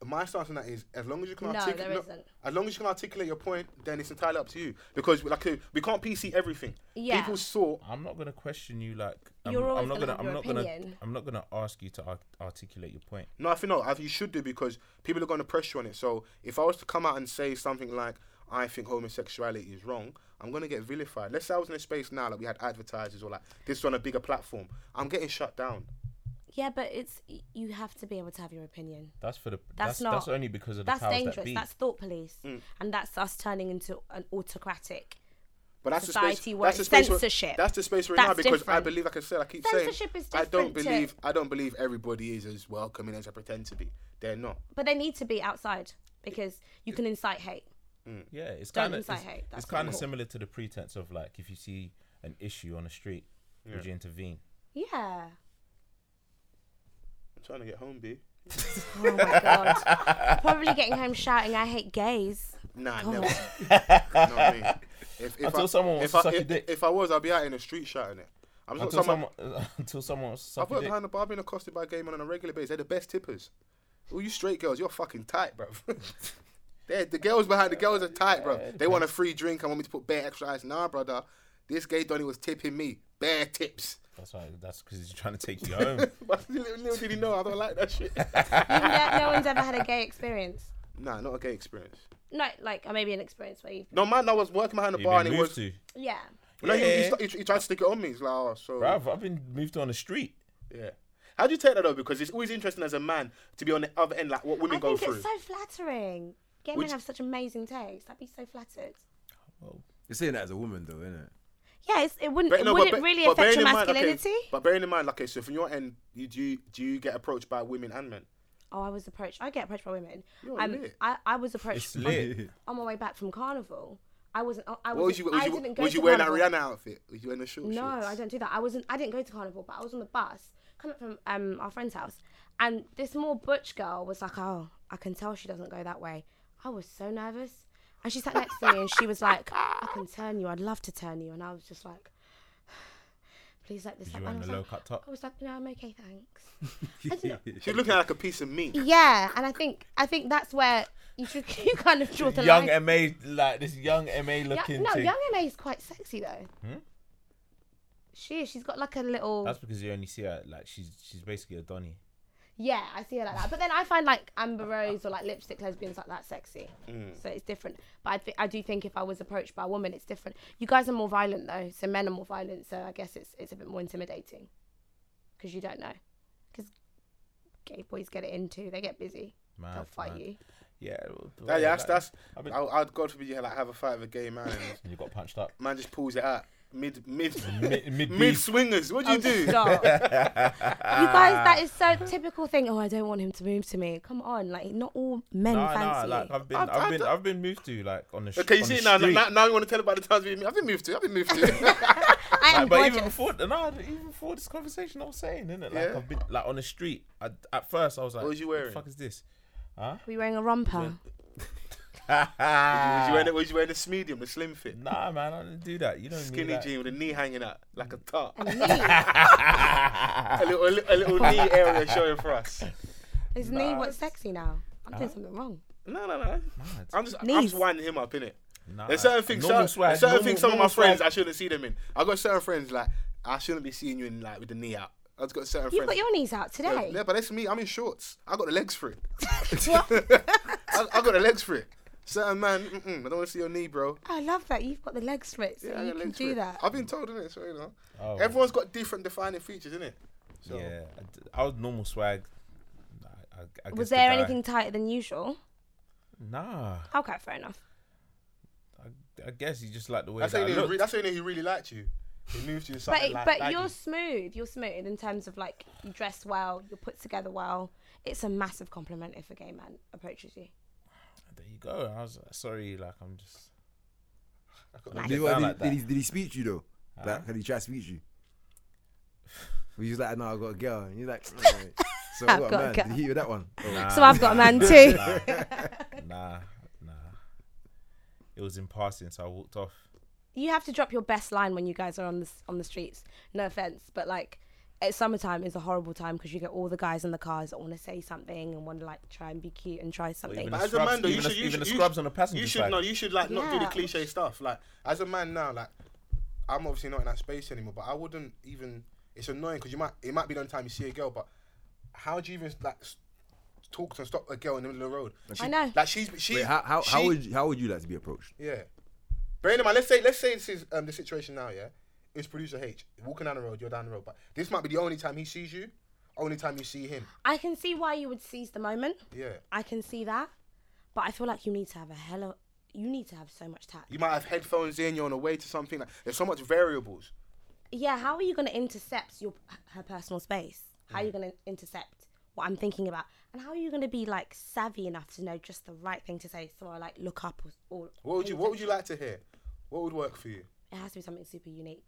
Speaker 2: My stance on that is, as long as you can
Speaker 1: No,
Speaker 2: articulate,
Speaker 1: there isn't.
Speaker 2: as long as you can articulate your point, then it's entirely up to you. Because like, uh, we can't PC everything.
Speaker 1: Yeah.
Speaker 2: People saw.
Speaker 4: I'm not gonna question you. Like, I'm,
Speaker 1: You're
Speaker 4: I'm
Speaker 1: always
Speaker 4: not
Speaker 1: gonna
Speaker 4: gonna.
Speaker 1: have
Speaker 4: I'm
Speaker 1: your
Speaker 4: not gonna.
Speaker 1: opinion.
Speaker 4: I'm not gonna ask you to ar- articulate your point.
Speaker 2: No, I think not. I think you should do because people are going to pressure on it. So if I was to come out and say something like, I think homosexuality is wrong, I'm going to get vilified. Let's say I was in a space now like we had advertisers or like this is on a bigger platform. I'm getting shut down.
Speaker 1: Yeah, but it's you have to be able to have your opinion.
Speaker 4: That's for the.
Speaker 1: That's
Speaker 4: That's that's,
Speaker 1: not-
Speaker 4: only because of the
Speaker 1: That's
Speaker 4: powers
Speaker 1: dangerous.
Speaker 4: that be.
Speaker 1: That's thought police,
Speaker 2: Mm.
Speaker 1: and that's us turning into an autocratic.
Speaker 2: But that's the
Speaker 1: Society
Speaker 2: space.
Speaker 1: where
Speaker 2: that's the space Where,
Speaker 1: censorship.
Speaker 2: that's the space we're in
Speaker 1: That's
Speaker 2: now because I
Speaker 1: different.
Speaker 2: believe, like I said, I keep
Speaker 1: Censorship
Speaker 2: saying,
Speaker 1: is
Speaker 2: I don't
Speaker 1: different to-
Speaker 2: believe, I don't believe everybody is as welcoming as I pretend to be. They're not.
Speaker 1: But they need to be outside because you can incite hate.
Speaker 4: Yeah, it's
Speaker 1: Don't
Speaker 4: kind of it's,
Speaker 1: incite hate. That's
Speaker 4: it's
Speaker 1: what
Speaker 4: kind
Speaker 1: I'm
Speaker 4: of
Speaker 1: for.
Speaker 4: similar to the pretense of like if you see an issue on the street, would you intervene?
Speaker 1: Yeah.
Speaker 2: I'm trying to get home, B.
Speaker 1: Oh my god. Probably getting home shouting, "I hate gays."
Speaker 2: Nah, never. Not me. If, if
Speaker 4: Until
Speaker 2: I,
Speaker 4: someone wants
Speaker 2: if
Speaker 4: to
Speaker 2: I,
Speaker 4: suck your
Speaker 2: if,
Speaker 4: dick.
Speaker 2: if I was, I'd be out in the street shouting it. I'm just
Speaker 4: Until
Speaker 2: not someone.
Speaker 4: someone, until someone
Speaker 2: I've
Speaker 4: suck your
Speaker 2: worked
Speaker 4: dick.
Speaker 2: behind the bar, I've been accosted by gay men on a regular basis. They're the best tippers. All you straight girls, you're fucking tight, bro. They're, the girls behind the girls are tight, bro. They want a free drink and want me to put bare extra ice. Nah, brother. This gay Donny was tipping me. Bare tips.
Speaker 4: That's why. That's because he's trying to take you home.
Speaker 2: But little, little did he know, I don't like that shit.
Speaker 1: Even though no one's ever had a gay experience.
Speaker 2: nah, not a gay experience.
Speaker 1: No, like or maybe an experience where you.
Speaker 2: No, man, I was working behind the
Speaker 4: You've
Speaker 2: bar
Speaker 4: been
Speaker 2: and it
Speaker 4: moved
Speaker 2: was.
Speaker 4: to,
Speaker 1: Yeah.
Speaker 2: No, he, he,
Speaker 4: Yeah.
Speaker 2: st- he, he tried to stick it on me. He's like, oh, so.
Speaker 4: bruv. I've been moved to on the street.
Speaker 2: Yeah. How do you take that though? Because it's always interesting as a man to be on the other end, like what women
Speaker 1: I
Speaker 2: go
Speaker 1: think
Speaker 2: through.
Speaker 1: it's so flattering. Gay
Speaker 2: Would
Speaker 1: men
Speaker 2: you-
Speaker 1: have such amazing taste. I'd be so flattered.
Speaker 3: You're saying that as a woman, though, isn't it?
Speaker 1: Yeah, it's, it wouldn't.
Speaker 2: But
Speaker 1: it
Speaker 2: no, but
Speaker 1: wouldn't
Speaker 2: ba-
Speaker 1: really
Speaker 2: but
Speaker 1: affect
Speaker 2: bearing
Speaker 1: your
Speaker 2: in mind, okay,
Speaker 1: masculinity.
Speaker 2: but bearing in mind, like, okay, so from your end, you do you, do you get approached by women and men?
Speaker 1: Oh, I was approached. I get approached by women.
Speaker 2: You're
Speaker 1: Um,
Speaker 2: lit.
Speaker 1: I, I was approached
Speaker 4: It's
Speaker 1: on,
Speaker 4: lit.
Speaker 1: on my way back from carnival. I wasn't. I
Speaker 2: What was
Speaker 1: was.
Speaker 2: you was
Speaker 1: I
Speaker 2: you,
Speaker 1: didn't go
Speaker 2: was
Speaker 1: to
Speaker 2: you wearing that
Speaker 1: carnival.
Speaker 2: Rihanna outfit? Was you wearing the short
Speaker 1: No,
Speaker 2: shorts?
Speaker 1: I don't do that. I wasn't. I didn't go to carnival, but I was on the bus coming from um our friend's house, and this more butch girl was like, "Oh, I can tell she doesn't go that way." I was so nervous, and she sat next to me, and she was like, "I can turn you. I'd love to turn you," and I was just like. Please let this
Speaker 4: you
Speaker 1: happen.
Speaker 4: wearing
Speaker 1: I was
Speaker 4: the
Speaker 1: like-
Speaker 4: low-cut top?
Speaker 1: I was like, no, I'm okay, thanks. I didn't-
Speaker 2: She's looking like a piece of meat.
Speaker 1: yeah, and I think I think that's where you should you kind of draw the
Speaker 4: young
Speaker 1: line.
Speaker 4: ma like this young ma
Speaker 1: Yeah,
Speaker 4: looking
Speaker 1: no,
Speaker 4: thing.
Speaker 1: young MA is quite sexy though. She is. She's got like a little.
Speaker 4: That's because you only see her like she's she's basically a Donny.
Speaker 1: Yeah, I see her like that. But then I find like Amber Rose or like lipstick lesbians like that sexy.
Speaker 4: Mm.
Speaker 1: So it's different. But I think I do think if I was approached by a woman, it's different. You guys are more violent though, so men are more violent. So I guess it's it's a bit more intimidating because you don't know. Because gay boys get it into, they get busy. They'll
Speaker 4: Mad,
Speaker 1: fight
Speaker 4: mad.
Speaker 1: you.
Speaker 4: Yeah,
Speaker 2: Yeah, yeah, that's that's. I
Speaker 4: I've been-
Speaker 2: I'd God forbid you like have a fight with a gay man. and
Speaker 4: And you got punched up.
Speaker 2: man just pulls it out mid mid
Speaker 4: Mid-
Speaker 2: mid,
Speaker 4: mid-beef.
Speaker 2: swingers.
Speaker 1: Oh
Speaker 2: What do you do?
Speaker 1: Stop. you guys, that is so typical thing. Oh, I don't want him to move to me. Come on, like not all men
Speaker 4: Nah, nah,
Speaker 1: fancy.
Speaker 4: like I've been,
Speaker 2: I've-
Speaker 4: I've,
Speaker 2: I've
Speaker 4: been,
Speaker 2: done-
Speaker 4: I've been moved to like on the. sh-
Speaker 2: Okay, you
Speaker 4: on
Speaker 2: see
Speaker 4: the
Speaker 2: it now,
Speaker 4: street.
Speaker 2: now. Now you want to tell about the times we've been. I've been moved to. I've been moved
Speaker 1: I
Speaker 2: to.
Speaker 1: am
Speaker 4: Like, but
Speaker 1: gorgeous.
Speaker 4: even before, nah, even before this conversation, I was saying, innit? Like
Speaker 2: Yeah.
Speaker 4: I've been like on the street. I, at first, I was like,
Speaker 2: was you
Speaker 4: the
Speaker 2: wearing?
Speaker 4: fuck is this?"
Speaker 1: Were you wearing a romper?
Speaker 2: was you wearing the, was you wearing the medium, the slim fit,
Speaker 4: Nah, man, I didn't do that. You don't need
Speaker 2: skinny
Speaker 4: that.
Speaker 2: jean with a knee hanging out like a top,
Speaker 1: A knee.
Speaker 2: a little, a little, a little knee area showing for us.
Speaker 1: His knee went sexy now. I'm
Speaker 2: Uh-huh.
Speaker 1: doing something wrong.
Speaker 2: No, no, no. I'm just, I'm
Speaker 1: Knees.
Speaker 2: just winding him up in it.
Speaker 4: Nah.
Speaker 2: There's certain things, certain,
Speaker 4: Normal swag,
Speaker 2: there's certain
Speaker 4: normal-
Speaker 2: things. Some of my
Speaker 4: normal swag.
Speaker 2: friends I shouldn't see them in. I got certain friends like I shouldn't be seeing you in like with the knee out. I've got certain
Speaker 1: You
Speaker 2: friends.
Speaker 1: put your knees out
Speaker 2: Yeah,
Speaker 1: today.
Speaker 2: yeah, but that's me. I'm in shorts. I got the legs for it. I, I got the legs for it. Certain man, mm-mm, I don't want to see your knee, bro.
Speaker 1: I love that you've got the leg split, so
Speaker 2: Yeah, I
Speaker 1: you
Speaker 2: got
Speaker 1: can
Speaker 2: legs for
Speaker 1: do
Speaker 2: it.
Speaker 1: that.
Speaker 2: I've been told, innit? So, you know.
Speaker 4: Oh.
Speaker 2: Everyone's got different defining features, innit? So,
Speaker 4: Yeah, I d- I, was normal swag. Nah, I, I guess
Speaker 1: Was
Speaker 4: the
Speaker 1: there
Speaker 4: guy-
Speaker 1: anything tighter than usual?
Speaker 4: Nah,
Speaker 1: Okay, fair enough.
Speaker 4: I, I guess you just like the way
Speaker 2: That's, how
Speaker 4: that
Speaker 2: you
Speaker 4: I
Speaker 2: know,
Speaker 4: look.
Speaker 2: he re- that's how you know he really liked you. He moved you to
Speaker 1: But
Speaker 2: something
Speaker 1: it-
Speaker 2: like
Speaker 1: but
Speaker 2: baggy.
Speaker 1: you're smooth. You're smooth in terms of like you dress well, you're put together well. It's a massive compliment if a gay man approaches you.
Speaker 4: There you go. I was like, sorry, like I'm just. I couldn't
Speaker 1: Nice.
Speaker 4: get
Speaker 3: Did, what-
Speaker 4: down
Speaker 3: did-
Speaker 4: like
Speaker 3: did he,
Speaker 4: that.
Speaker 3: did he speak to you though? Like, did he try to speak to you? Were you like, no, I got a girl. And you're like, alright. so I
Speaker 1: I've
Speaker 3: got,
Speaker 1: got a
Speaker 3: a man.
Speaker 1: girl.
Speaker 3: Did he hear that one? Oh,
Speaker 4: Nah,
Speaker 1: So I've got a man too.
Speaker 4: nah, nah. It was in passing, so I walked off.
Speaker 1: you have to drop your best line when you guys are on the s- on the streets. No offense, but like, at summertime is a horrible time because you get all the guys in the cars that want to say something and want to like try and be cute and try something.
Speaker 4: even
Speaker 2: But
Speaker 4: The
Speaker 2: as a man,
Speaker 4: scrubs-
Speaker 2: though, you
Speaker 4: even the-
Speaker 2: should you
Speaker 4: even
Speaker 2: should-
Speaker 4: the
Speaker 2: you
Speaker 4: scrubs
Speaker 2: should-
Speaker 4: on the passenger
Speaker 2: You should
Speaker 4: side.
Speaker 2: no, you should like not do the
Speaker 1: Yeah.
Speaker 2: cliche stuff. Like as a man now, like I'm obviously not in that space anymore, but I wouldn't even. It's annoying because you might it might be the only time you see a girl, but how do you even like s- talk to and stop a girl in the middle of the road? She-
Speaker 1: know.
Speaker 2: Like she's she.
Speaker 3: Wait, how, how, how
Speaker 2: she-
Speaker 3: would you, how would you like to be approached?
Speaker 2: yeah. Bearing in mind, let's say let's say this is um, the situation now. Yeah, it's producer H walking down the road. You're down the road, but this might be the only time he sees you. Only time you see him.
Speaker 1: I can see why you would seize the moment.
Speaker 2: Yeah.
Speaker 1: I can see that, but I feel like you need to have a hell of you need to have so much tact.
Speaker 2: You might have headphones in. You're on the way to something. Like there's so much variables.
Speaker 1: Yeah, how are you going to intercept your her personal space? How
Speaker 2: Mm.
Speaker 1: are you going to intercept what I'm thinking about? And how are you going to be like savvy enough to know just the right thing to say? So I like look up or, or
Speaker 2: What would you What would you like to hear? What would work for you?
Speaker 1: it has to be something super unique.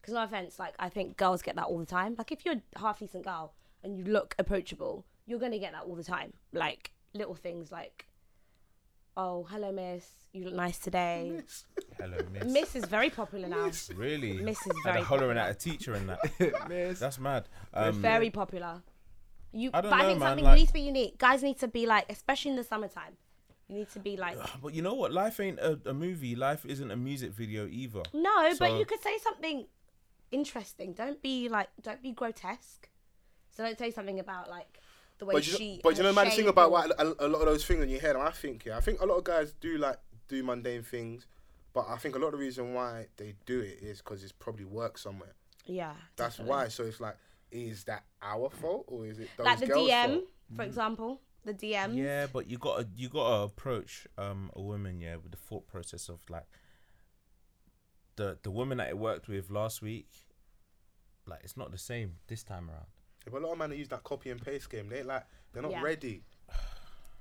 Speaker 1: Because no offense, like I think girls get that all the time. Like if you're a half decent girl and you look approachable, you're gonna get that all the time. Like little things like, oh hello miss, you look nice today.
Speaker 4: Hello, miss.
Speaker 1: Miss is very popular now.
Speaker 4: Really?
Speaker 1: Miss is
Speaker 4: Had a
Speaker 1: very
Speaker 4: hollering at a teacher and that. That's mad. Um,
Speaker 1: Very popular. You,
Speaker 4: I don't
Speaker 1: but I
Speaker 4: know,
Speaker 1: think
Speaker 4: man,
Speaker 1: something
Speaker 4: like-
Speaker 1: needs to be unique. Guys need to be like, especially in the summertime, you need to be like,
Speaker 4: But you know what? Life ain't a, a movie. Life isn't a music video either.
Speaker 1: no, but
Speaker 4: So-
Speaker 1: you could say something interesting. Don't be like, don't be grotesque. So don't say something about like the way
Speaker 2: But you,
Speaker 1: she.
Speaker 2: but you
Speaker 1: her
Speaker 2: know, man, the thing
Speaker 1: shape
Speaker 2: about
Speaker 1: or-
Speaker 2: why a, a lot of those things in your head, and I think, yeah, I think a lot of guys do like do mundane things, but I think a lot of the reason why they do it is because it's probably work somewhere.
Speaker 1: Yeah.
Speaker 2: That's
Speaker 1: definitely.
Speaker 2: why. So it's like, is that our fault or is it those
Speaker 1: Like the
Speaker 2: girls' mm.
Speaker 1: DM,
Speaker 2: fault?
Speaker 1: for example, the DM.
Speaker 4: Yeah, but you gotta you gotta approach um a woman yeah with the thought process of like the the woman that I worked with last week, like it's not the same this time around.
Speaker 2: Yeah, but a lot of men that use that copy and paste game, they ain't like they're not
Speaker 1: Yeah.
Speaker 2: ready.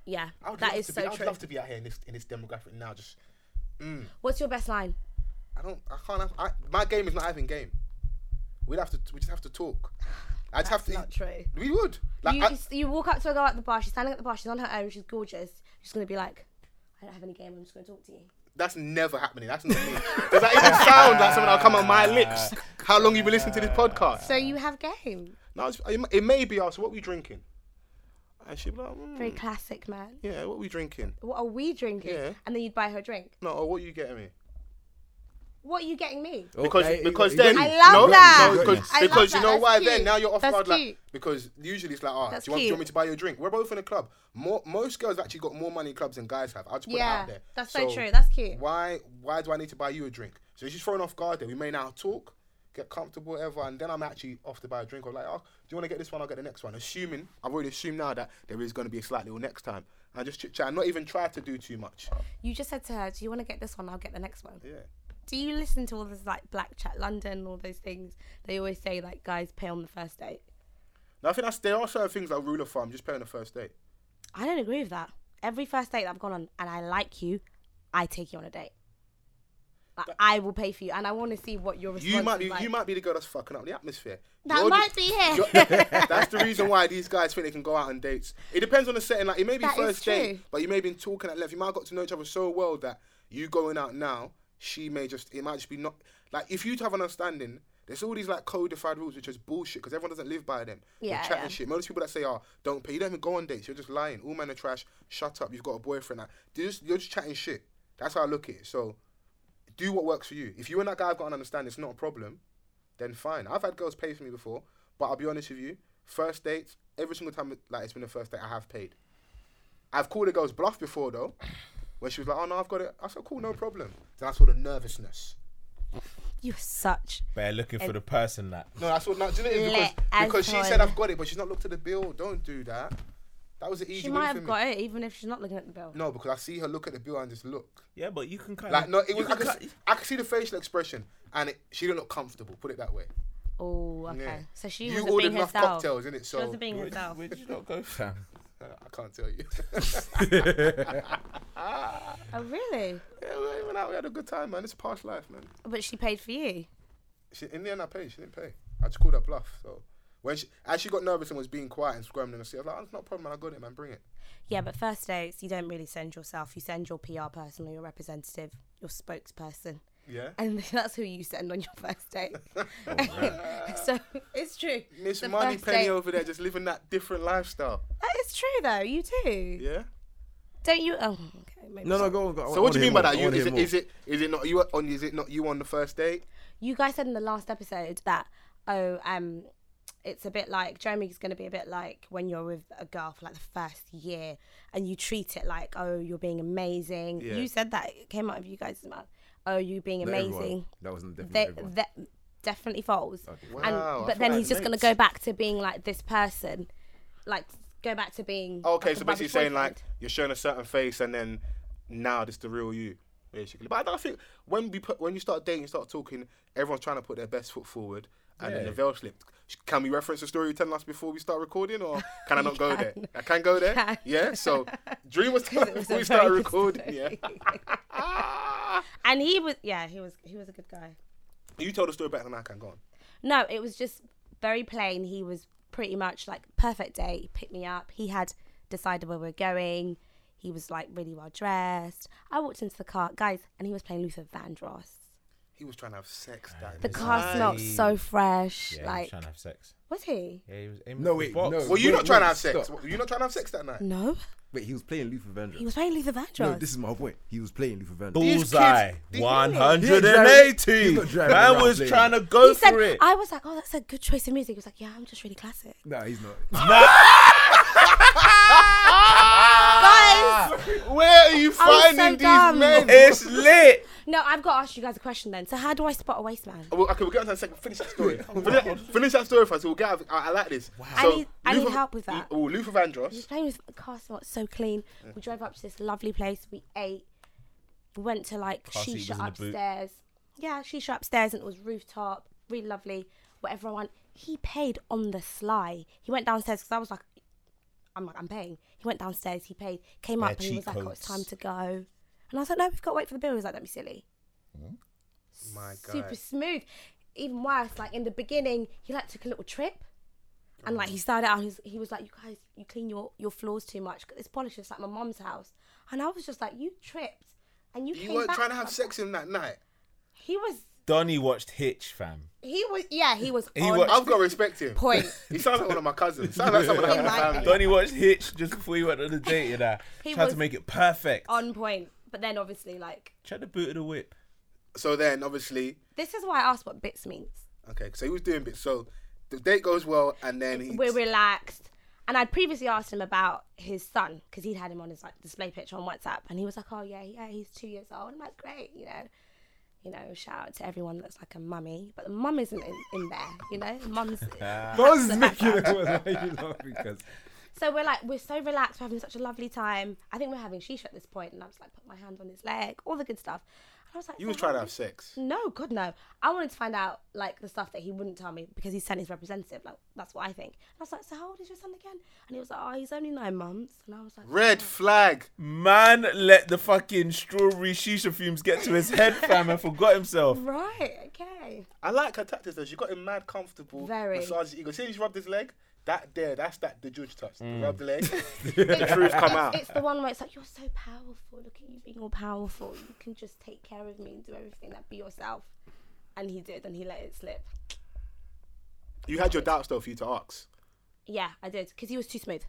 Speaker 1: Yeah,
Speaker 2: I would
Speaker 1: that
Speaker 2: love
Speaker 1: is
Speaker 2: to
Speaker 1: so
Speaker 2: be, I would
Speaker 1: true.
Speaker 2: love to be out here in this in this demographic now. Just mm.
Speaker 1: What's your best line?
Speaker 2: I don't. I can't. Have, I, my game is not having game. We'd have to. We just have to talk. I just have
Speaker 1: That's
Speaker 2: to.
Speaker 1: not true.
Speaker 2: We would. Like,
Speaker 1: you,
Speaker 2: I,
Speaker 1: just- you walk up to a girl at the bar. She's standing at the bar. She's on her own. She's gorgeous. She's gonna be like, I don't have any game. I'm just gonna talk to you.
Speaker 2: that's never happening. That's not me. Does that even sound like something that'll come on my lips? How long you been listening to this podcast?
Speaker 1: So you have game.
Speaker 2: No, it's, it m- it may be asked, what we drinking? And she'd be like, mm,
Speaker 1: Very classic, man.
Speaker 2: yeah, what we drinking?
Speaker 1: What are we drinking?
Speaker 2: Yeah.
Speaker 1: And then you'd buy her a drink.
Speaker 2: No, or what you getting me?
Speaker 1: What are you getting me?
Speaker 2: Because
Speaker 3: Oh, hey,
Speaker 2: because
Speaker 3: you
Speaker 2: then
Speaker 3: got
Speaker 1: I
Speaker 3: you.
Speaker 1: love
Speaker 2: no,
Speaker 1: that.
Speaker 2: no,
Speaker 3: You got
Speaker 2: because,
Speaker 1: you. I love
Speaker 2: because you
Speaker 1: that.
Speaker 2: know
Speaker 1: That's
Speaker 2: why
Speaker 1: cute.
Speaker 2: then now you're off
Speaker 1: That's
Speaker 2: guard like
Speaker 1: cute.
Speaker 2: because usually it's like oh
Speaker 1: That's
Speaker 2: do you, want, do you want me
Speaker 1: cute.
Speaker 2: to buy you a drink? We're both in a club. More most girls actually got more money in clubs than guys have. I'll just put it
Speaker 1: Yeah,
Speaker 2: out there.
Speaker 1: that's so true. That's cute.
Speaker 2: Why why do I need to buy you a drink? So she's thrown off guard there. We may now talk, get comfortable, whatever, and then I'm actually off to buy a drink. I'm like, oh, do you want to get this one? I'll get the next one. Assuming I've already assumed now that there is going to be a slight little next time. I just chit chat, and not even try to do too much.
Speaker 1: You just said to her, "Do you want to get this one? I'll get the next one."
Speaker 2: Yeah.
Speaker 1: Do you listen to all this like Black Chat London and all those things? They always say like guys pay on the first date.
Speaker 2: Now I think that's there are certain things like rule of thumb, just pay on the first date.
Speaker 1: I don't agree with that. Every first date that I've gone on and I like you, I take you on a date. Like, I will pay for you, and I want to see what your response
Speaker 2: You might be
Speaker 1: is like.
Speaker 2: you might be the girl that's fucking up the atmosphere.
Speaker 1: That
Speaker 2: You're the-
Speaker 1: might be him.
Speaker 2: you're- that's the reason why these guys think they can go out on dates. It depends on the setting. Like it may be
Speaker 1: That is
Speaker 2: first date,
Speaker 1: true.
Speaker 2: but you may have been talking at length. You might have got to know each other so well that you going out now, she may just it might just be not like if you have an understanding. There's all these like codified rules which is bullshit because everyone doesn't live by them. They're
Speaker 1: Yeah,
Speaker 2: chatting
Speaker 1: yeah.
Speaker 2: shit. Most people that say, "Oh, don't pay," you don't even go on dates. You're just lying. All men are trash. Shut up. You've got a boyfriend. Like, you're just you're just chatting shit. That's how I look at it. So do what works for you. If you and that guy have got an understanding, it's not a problem, then fine. I've had girls pay for me before, but I'll be honest with you, first dates, every single time like it's been the first date, I have paid. I've called a girl's bluff before though, where she was like, "Oh no, I've got it." I said, "Cool, no problem." Then I saw the nervousness.
Speaker 1: You're such.
Speaker 4: Bear looking for the person that.
Speaker 2: No, I saw not. Do you know what it is?
Speaker 1: Let
Speaker 2: because
Speaker 1: us
Speaker 2: because she
Speaker 1: know.
Speaker 2: said I've got it, but she's not looked at the bill. Don't do that. That was an easy.
Speaker 1: She
Speaker 2: win
Speaker 1: might
Speaker 2: for
Speaker 1: have
Speaker 2: me.
Speaker 1: got it even if she's not looking at the bill.
Speaker 2: No, because I see her look at the bill and just look.
Speaker 4: Yeah, but you can kind
Speaker 2: Like no, it
Speaker 4: you
Speaker 2: was. I
Speaker 4: can
Speaker 2: could,
Speaker 4: ki-
Speaker 2: see- I could see the facial expression, and it, she didn't look comfortable. Put it that way.
Speaker 1: Oh, okay.
Speaker 2: Yeah.
Speaker 1: So she was
Speaker 2: You ordered
Speaker 1: being
Speaker 2: enough
Speaker 1: herself.
Speaker 2: cocktails, innit?
Speaker 1: She
Speaker 2: So-
Speaker 1: was being
Speaker 4: Where'd you-
Speaker 1: herself.
Speaker 4: where'd you not go, fam?
Speaker 2: Uh, I can't tell you.
Speaker 1: Oh, really?
Speaker 2: yeah, we went out. We had a good time, man. It's a past life, man.
Speaker 1: But she paid for you.
Speaker 2: She, in the end, I paid. She didn't pay. I just called her bluff. So when she as she got nervous and was being quiet and scrambling, I said, "Like, oh, it's not a problem, man. I got it, man. Bring it."
Speaker 1: Yeah, but first dates, you don't really send yourself. You send your PR person or your representative, your spokesperson.
Speaker 2: Yeah.
Speaker 1: And that's who you send on your first date. so it's true.
Speaker 2: Oh, Miss
Speaker 1: The
Speaker 2: Money
Speaker 1: first
Speaker 2: Penny
Speaker 1: date-
Speaker 2: over there just living that different lifestyle.
Speaker 1: That is true, though. You do.
Speaker 2: Yeah.
Speaker 1: Don't you? Oh, okay. Maybe
Speaker 3: No,
Speaker 1: not.
Speaker 3: no, go on. Go. on. I
Speaker 2: So what do
Speaker 3: wanna
Speaker 2: you
Speaker 3: hear
Speaker 2: mean by
Speaker 3: more. I
Speaker 2: that? You,
Speaker 3: wanna
Speaker 2: is,
Speaker 3: hear
Speaker 2: it,
Speaker 3: more.
Speaker 2: is it is it not you on? Is it not you on the first date?
Speaker 1: You guys said in the last episode that, oh, um, it's a bit like Jeremy's going to be a bit like when you're with a girl for like the first year and you treat it like, oh, you're being amazing.
Speaker 2: Yeah.
Speaker 1: You said that. It came out of you guys' mouth. Oh, you being
Speaker 3: Not everyone.
Speaker 1: amazing.
Speaker 3: That wasn't
Speaker 1: They,
Speaker 3: definitely everyone.
Speaker 1: that definitely falls. And,
Speaker 2: Wow, I
Speaker 1: but
Speaker 2: thought
Speaker 1: then
Speaker 2: that
Speaker 1: he's just going to
Speaker 2: relates.
Speaker 1: go back to being like this person, like go back to being.
Speaker 2: Oh, Okay,
Speaker 1: like, a
Speaker 2: so
Speaker 1: rubbish
Speaker 2: basically saying
Speaker 1: boyfriend.
Speaker 2: like you're showing a certain face and then now this the real you, basically. But I don't think when we put when you start dating, you start talking, everyone's trying to put their best foot forward and then the veil slipped. Sh- Can we reference the story you telling us before we start recording or can I not go there? I can go there?
Speaker 1: can.
Speaker 2: Yeah. So Dream was telling
Speaker 1: It was
Speaker 2: us before
Speaker 1: a
Speaker 2: we started
Speaker 1: very
Speaker 2: recording.
Speaker 1: good
Speaker 2: Yeah.
Speaker 1: story. and he was, yeah, he was, he was a good guy.
Speaker 2: You told the story better than I can go on.
Speaker 1: No, it was just very plain. He was pretty much like perfect day. He picked me up. He had decided where we were going. He was like really well dressed. I walked into the car, guys, and he was playing Luther Vandross.
Speaker 2: He was trying to have sex that
Speaker 1: The
Speaker 2: night.
Speaker 1: car smelled so fresh.
Speaker 4: Yeah, he was
Speaker 1: like,
Speaker 4: trying to have sex.
Speaker 1: was he?
Speaker 4: Yeah, he was aiming
Speaker 3: No,
Speaker 4: for the
Speaker 3: wait,
Speaker 4: box.
Speaker 3: no.
Speaker 2: Were you
Speaker 3: Wait,
Speaker 2: not trying to
Speaker 3: wait,
Speaker 2: have sex?
Speaker 3: stop.
Speaker 2: Were you not trying to have sex that night?
Speaker 1: No,
Speaker 3: Wait, he was playing Luther Vandross.
Speaker 1: he was playing Luther Vandross.
Speaker 3: no, this is my point. He was playing Luther Vandross.
Speaker 4: Bullseye,
Speaker 2: kids- these-
Speaker 4: one
Speaker 3: He's
Speaker 4: hundred
Speaker 3: not
Speaker 4: and eighty.
Speaker 3: driving
Speaker 4: Man
Speaker 3: around
Speaker 4: was
Speaker 3: playing.
Speaker 4: trying to
Speaker 1: he
Speaker 4: go for
Speaker 1: said,
Speaker 4: it.
Speaker 1: I was like, oh, that's a good choice of music. He was like, yeah, I'm just really classic.
Speaker 3: No, he's not.
Speaker 1: guys,
Speaker 2: Where are you
Speaker 1: I'm
Speaker 2: finding
Speaker 1: so
Speaker 2: these
Speaker 1: dumb.
Speaker 2: men?
Speaker 4: it's lit.
Speaker 1: No, I've got to ask you guys a question then. So, how do I spot a waste man?
Speaker 2: Well, okay, we'll get on to that second. Finish that story. finish, finish that story first. We'll get out of, I, I like this. Wow.
Speaker 1: I need- I need help with that.
Speaker 2: Oh, Luther Vandross.
Speaker 1: Just playing with car smart, so clean. We drove up to this lovely place. We ate. We went to like
Speaker 4: Car seat was in
Speaker 1: shisha
Speaker 4: the boot.
Speaker 1: upstairs. Yeah, shisha upstairs, and it was rooftop, really lovely. Whatever I want. He paid on the sly. He went downstairs because I was like, I'm like, I'm paying. He went downstairs. He paid. Came
Speaker 4: Their
Speaker 1: up and he was
Speaker 4: cheat
Speaker 1: like, oh, it's time
Speaker 4: codes.
Speaker 1: to go. And I was like, no, we've got to wait for the bill. He was like, don't be silly.
Speaker 4: Mm-hmm.
Speaker 2: My God.
Speaker 1: Super smooth. Even worse, like in the beginning, he like took a little trip. And like he started out, he's, he was like, "You guys, you clean your, your floors too much. It's polished. It's like my mum's house." And I was just like, "You tripped, and you,
Speaker 2: You
Speaker 1: came
Speaker 2: weren't
Speaker 1: back
Speaker 2: trying to
Speaker 1: from
Speaker 2: have sex in that night.
Speaker 1: that." He was,
Speaker 4: Donnie watched Hitch, fam.
Speaker 1: he was, yeah, he was
Speaker 4: He
Speaker 1: on
Speaker 4: wa-
Speaker 2: I've got to respect him.
Speaker 1: point.
Speaker 2: He sounds like one of my cousins. He sounds like someone I have in
Speaker 1: He might
Speaker 2: my family.
Speaker 4: Donnie watched Hitch just before he went on the date, you know.
Speaker 1: He
Speaker 4: Tried
Speaker 1: was
Speaker 4: to make it perfect.
Speaker 1: on point. But then obviously, like
Speaker 4: Tried to boot of the whip.
Speaker 2: So then, obviously,
Speaker 1: this is why I asked what bits means.
Speaker 2: okay. So he was doing bits. So the date goes well, and then he.
Speaker 1: We're relaxed. And I'd previously asked him about his son because he'd had him on his like display picture on WhatsApp, and he was like, "Oh yeah, yeah, he's two years old." I'm like, "Great, you know, you know." Shout out to everyone that's like a mummy, but the mum isn't in, in there, you know. Mum's
Speaker 3: Moses is making it worse. Why are you laughing? Because
Speaker 1: so we're like we're so relaxed, we're having such a lovely time. I think we're having shisha at this point, and I was like, put my hand on his leg, all the good stuff. I was like,
Speaker 2: You
Speaker 1: "So
Speaker 2: was
Speaker 1: how
Speaker 2: trying to
Speaker 1: did-
Speaker 2: have sex.
Speaker 1: No, God no. I wanted to find out like the stuff that he wouldn't tell me because he sent his representative. Like that's what I think. And I was like, so how old is your son again? And he was like, oh, he's only nine months. And I was like,
Speaker 2: Red flag.
Speaker 4: Man, let the fucking strawberry shisha fumes get to his head, fam, and forgot himself.
Speaker 1: right, okay.
Speaker 2: I like her tactics though. She got him mad comfortable.
Speaker 1: Very.
Speaker 2: Massage his ego. See, how he's rubbed his leg. That there, that's that the judge touch. Rub the leg. the truth come out.
Speaker 1: It's the one where it's like you're so powerful. Look at you being all powerful. You can just take care of me and do everything. That be yourself. And he did, and he let it slip.
Speaker 2: You had your doubts though for you to ask.
Speaker 1: Yeah, I did because he was too smooth.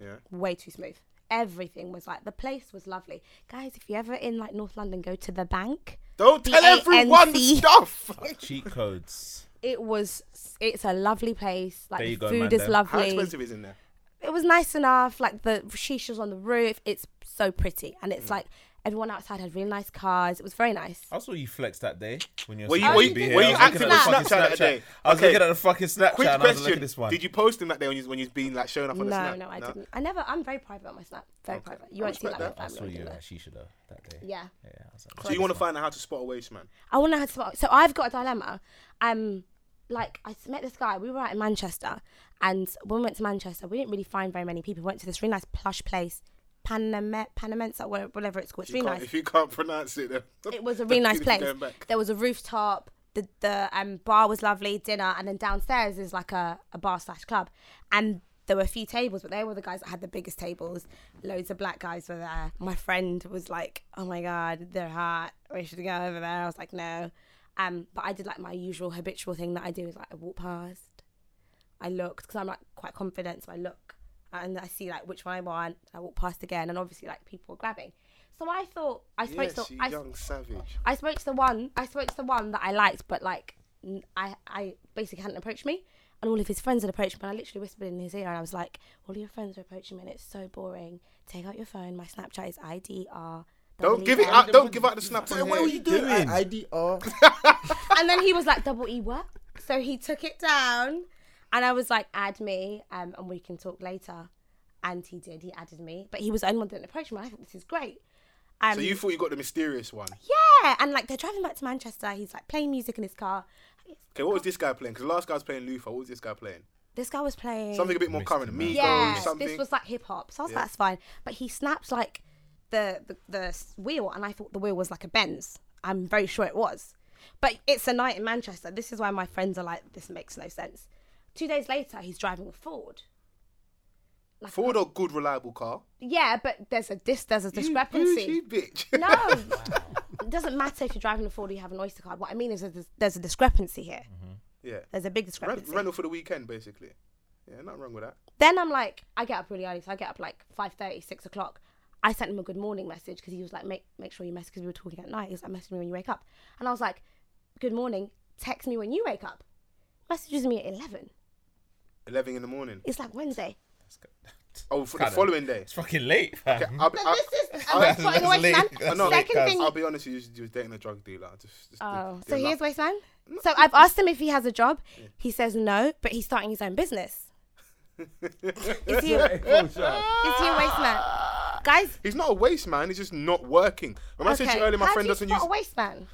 Speaker 2: Yeah.
Speaker 1: way too smooth. Everything was like the place was lovely, guys. If you're ever in like North London, go to the bank.
Speaker 2: Don't tell everyone the
Speaker 1: B-A-N-C.
Speaker 2: stuff.
Speaker 4: Cheat codes.
Speaker 1: It was it's a lovely place. Like
Speaker 4: There
Speaker 1: the
Speaker 4: you go,
Speaker 1: food
Speaker 4: Amanda.
Speaker 1: is
Speaker 4: How
Speaker 2: How
Speaker 1: lovely.
Speaker 2: expensive is in there?
Speaker 1: It was nice enough. Like the shishas on the roof, it's so pretty, and
Speaker 2: Mm.
Speaker 1: it's like everyone outside had really nice cars. It was very nice.
Speaker 4: I saw you flex that day when you
Speaker 2: Were
Speaker 4: were,
Speaker 2: you-
Speaker 4: supposed
Speaker 1: were you-
Speaker 4: to be here.
Speaker 1: were
Speaker 4: I
Speaker 1: you
Speaker 4: was looking
Speaker 1: active
Speaker 4: at the
Speaker 1: on
Speaker 4: fucking
Speaker 2: Snapchat that day?
Speaker 4: I was
Speaker 2: Okay.
Speaker 4: looking at the fucking Snapchat
Speaker 2: Quick
Speaker 4: and I was like, look
Speaker 2: question.
Speaker 4: at this one.
Speaker 2: Did you post him that day when you when you've been like showing up on the
Speaker 1: No,
Speaker 2: snap?
Speaker 1: no, I didn't. I never. I'm very private on my snap. Very private. You
Speaker 2: I
Speaker 1: won't see
Speaker 2: respect
Speaker 1: that.
Speaker 2: that.
Speaker 1: That.
Speaker 4: I
Speaker 1: Family,
Speaker 4: saw you
Speaker 1: do that.
Speaker 4: at shisha though that day.
Speaker 1: Yeah.
Speaker 4: Yeah. I was like,
Speaker 2: So you want to find out how to spot a waste man?
Speaker 1: I want to know how to spot. So I've got a dilemma. Um, like I met this guy. We were out in Manchester, and when we went to Manchester, we didn't really find very many people. We went to this really nice plush place, Paname- Panamensa, wha- whatever it's called. It's
Speaker 2: You
Speaker 1: really
Speaker 2: can't-
Speaker 1: nice.
Speaker 2: If you can't pronounce it, then
Speaker 1: It was a really nice place. There was a rooftop. The the um, bar was lovely, dinner, and then downstairs is like a, a bar slash club, and there were a few tables, but they were the guys that had the biggest tables. Loads of black guys were there. My friend was like, "Oh my god, they're hot. We should go over there." I was like, "No," um, but I did like my usual habitual thing that I do is like I walk past, I looked because I'm like quite confident, so I look and I see like which one I want. I walk past again, and obviously like people were grabbing. So I thought I spoke
Speaker 2: Yes,
Speaker 1: to
Speaker 2: you
Speaker 1: I,
Speaker 2: young savage.
Speaker 1: I spoke to the one. I spoke to the one that I liked, but like, n- I I basically hadn't approached me, and all of his friends had approached me. And I literally whispered in his ear, and I was like, "All your friends are approaching me, and it's so boring. Take out your phone. My Snapchat is IDR."
Speaker 2: Don't
Speaker 1: double E
Speaker 2: give it
Speaker 1: EM."
Speaker 2: out. Don't give out the snap. on here.
Speaker 4: doing?
Speaker 5: IDR.
Speaker 1: And then he was like, "Double E what?" So he took it down, and I was like, "Add me, um, and we can talk later." And he did. He added me, but he was the only one that didn't approach me. and I thought this is great. Um,
Speaker 2: So you thought you got the mysterious one?
Speaker 1: yeah, and like they're driving back to Manchester. He's like playing music in his car.
Speaker 2: Okay, what was this guy playing? Because last guy was playing Luther. What was this guy playing?
Speaker 1: This guy was playing
Speaker 2: Something a bit more current. Migos,
Speaker 1: Yeah,
Speaker 2: something.
Speaker 1: this was like hip hop. So I was like, that's fine. But he snapped like the, the the s- wheel, and I thought the wheel was like a Benz. I'm very sure it was. But it's a night in Manchester. This is why my friends are like, this makes no sense. Two days later, he's driving a Ford. Like,
Speaker 2: Ford or good reliable car?
Speaker 1: Yeah, but there's a dis- there's a
Speaker 2: You
Speaker 1: discrepancy.
Speaker 2: bougie bitch.
Speaker 1: No. It doesn't matter if you're driving a Ford or you have an Oyster card. What I mean is that there's, there's a discrepancy here.
Speaker 2: Mm-hmm. yeah.
Speaker 1: There's a big
Speaker 2: Ren-
Speaker 1: discrepancy.
Speaker 2: rental for the weekend, basically. Yeah, nothing wrong with that.
Speaker 1: then I'm like, I get up really early, so I get up like 5.30, 6 o'clock. I sent him a good morning message because he was like, make make sure you message because we were talking at night. He was like, message me when you wake up, and I was like, good morning, text me when you wake up. Messages me at eleven.
Speaker 2: Eleven in the morning.
Speaker 1: It's like Wednesday.
Speaker 2: Oh, for the
Speaker 4: Kinda. Mm-hmm.
Speaker 2: following day.
Speaker 4: It's fucking late, fam.
Speaker 2: Okay, I'll, be-
Speaker 1: But
Speaker 2: I'll,
Speaker 1: this is I'm not putting away
Speaker 4: late.
Speaker 1: man.
Speaker 4: That's
Speaker 2: late,
Speaker 1: Second
Speaker 4: guys.
Speaker 1: thing.
Speaker 2: I'll be honest, with you she was dating a drug dealer. Just, just
Speaker 1: Oh,
Speaker 2: the-
Speaker 1: so
Speaker 2: the
Speaker 1: here's
Speaker 2: love-
Speaker 1: wasteman. So I've asked him if he has a job. He says no, but he's starting his own business. is he a, is he a wasteman? Guys,
Speaker 2: He's not a waste man. He's just not working. Remember I said to
Speaker 1: okay.
Speaker 2: you earlier, my
Speaker 1: How
Speaker 2: friend
Speaker 1: do you
Speaker 2: doesn't
Speaker 1: spot
Speaker 2: use.
Speaker 1: a wasteman.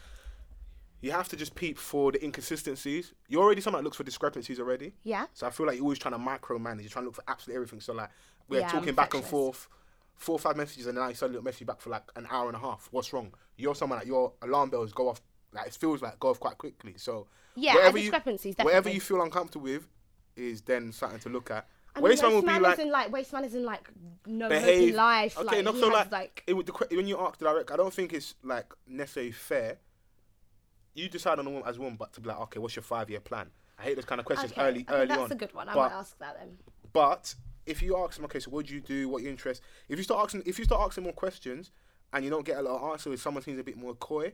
Speaker 2: You have to just peep for the inconsistencies. You're already someone that looks for discrepancies already.
Speaker 1: Yeah.
Speaker 2: So I feel like you're always trying to micromanage. You're trying to look for absolutely everything. So like we're
Speaker 1: Yeah, I'm
Speaker 2: talking back and
Speaker 1: perfectionist.
Speaker 2: forth, four or five messages, and then I suddenly message you back for like an hour and a half. What's wrong? You're someone that your alarm bells go off. Like it feels like go off quite quickly. So
Speaker 1: Yeah, and
Speaker 2: wherever
Speaker 1: discrepancies,
Speaker 2: You, wherever
Speaker 1: definitely.
Speaker 2: you feel uncomfortable with, is then something to look at.
Speaker 1: I mean,
Speaker 2: Waste man will be
Speaker 1: Wasteman
Speaker 2: like
Speaker 1: isn't like Wasteman isn't like no hope
Speaker 2: behave.
Speaker 1: in life.
Speaker 2: Okay,
Speaker 1: like,
Speaker 2: no,
Speaker 1: he
Speaker 2: so
Speaker 1: has,
Speaker 2: like,
Speaker 1: like
Speaker 2: it would the, que- when you ask the direct, I don't think it's like necessarily fair. You decide on a woman as a woman, but to be like, okay, what's your five year plan? I hate those kind of questions
Speaker 1: okay,
Speaker 2: early,
Speaker 1: okay,
Speaker 2: early
Speaker 1: that's
Speaker 2: on.
Speaker 1: a good one. I
Speaker 2: but,
Speaker 1: might ask that then.
Speaker 2: But if you ask them, okay, so what do you do? What are your interests? If you start asking, if you start asking more questions, and you don't get a lot of answers, someone seems a bit more coy,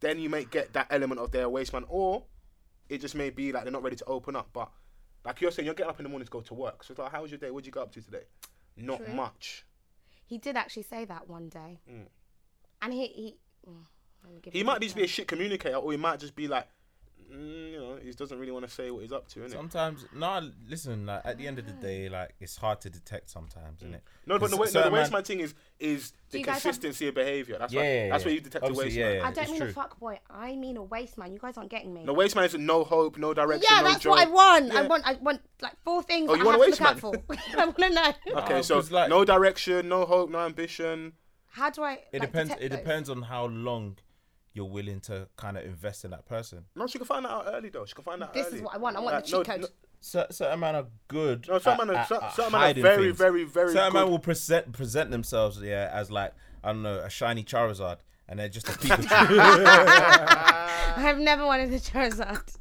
Speaker 2: then you may get that element of their waste man, or it just may be like they're not ready to open up. But like you're saying, you're getting up in the morning to go to work. So it's like, how was your day? What did you go up to today? Not
Speaker 1: True.
Speaker 2: much.
Speaker 1: He did actually say that one day, and he he. mm, I'm gonna give
Speaker 2: He
Speaker 1: you
Speaker 2: might
Speaker 1: that
Speaker 2: just be
Speaker 1: one.
Speaker 2: a shit communicator, or he might just be like mm, you know, he doesn't really want to say what he's up to, innit?
Speaker 4: Sometimes, nah. Listen, like at the end of the day, like it's hard to detect sometimes, isn't it?
Speaker 2: Mm. No, but the, way, no, the waste man thing is is
Speaker 1: Do
Speaker 2: the
Speaker 1: you guys have-
Speaker 2: consistency of behaviour. That's
Speaker 4: Yeah,
Speaker 2: why,
Speaker 4: yeah,
Speaker 2: that's
Speaker 4: yeah.
Speaker 2: where you detect the
Speaker 4: Obviously,
Speaker 2: waste
Speaker 4: yeah,
Speaker 2: man.
Speaker 4: yeah.
Speaker 1: I don't
Speaker 4: It's
Speaker 1: mean a
Speaker 4: true.
Speaker 1: fuck boy. I mean a waste man. You guys aren't getting me.
Speaker 2: The waste man is no hope, no direction,
Speaker 1: yeah,
Speaker 2: no
Speaker 1: that's
Speaker 2: joy.
Speaker 1: what I want. I
Speaker 2: Yeah.
Speaker 1: want. I want like four things.
Speaker 2: Oh,
Speaker 1: that
Speaker 2: you
Speaker 1: I
Speaker 2: want a
Speaker 1: have to
Speaker 2: waste
Speaker 1: look out for. I want to know.
Speaker 2: Okay,
Speaker 4: Oh,
Speaker 2: so
Speaker 4: 'cause, like-
Speaker 2: no direction, no hope, no ambition.
Speaker 1: How do I? like,
Speaker 4: It depends.
Speaker 1: detect
Speaker 4: It
Speaker 1: those?
Speaker 4: depends on how long you're willing to kind of invest in that person.
Speaker 2: No, she can find that out early though. She can find that
Speaker 1: This
Speaker 2: early.
Speaker 1: is what I want. I want
Speaker 2: Like,
Speaker 1: the
Speaker 2: no-
Speaker 1: cheat code.
Speaker 2: no-
Speaker 4: Cer- certain man are good.
Speaker 2: No, certain
Speaker 4: at-
Speaker 2: man are-
Speaker 4: at-
Speaker 2: cer-
Speaker 4: at
Speaker 2: certain man are
Speaker 4: hiding
Speaker 2: very,
Speaker 4: things.
Speaker 2: very, very
Speaker 4: Certain
Speaker 2: good.
Speaker 4: man will present present themselves, yeah, as like I don't know, a shiny Charizard, and they're just a Pikachu,
Speaker 1: I've never wanted the Charizard.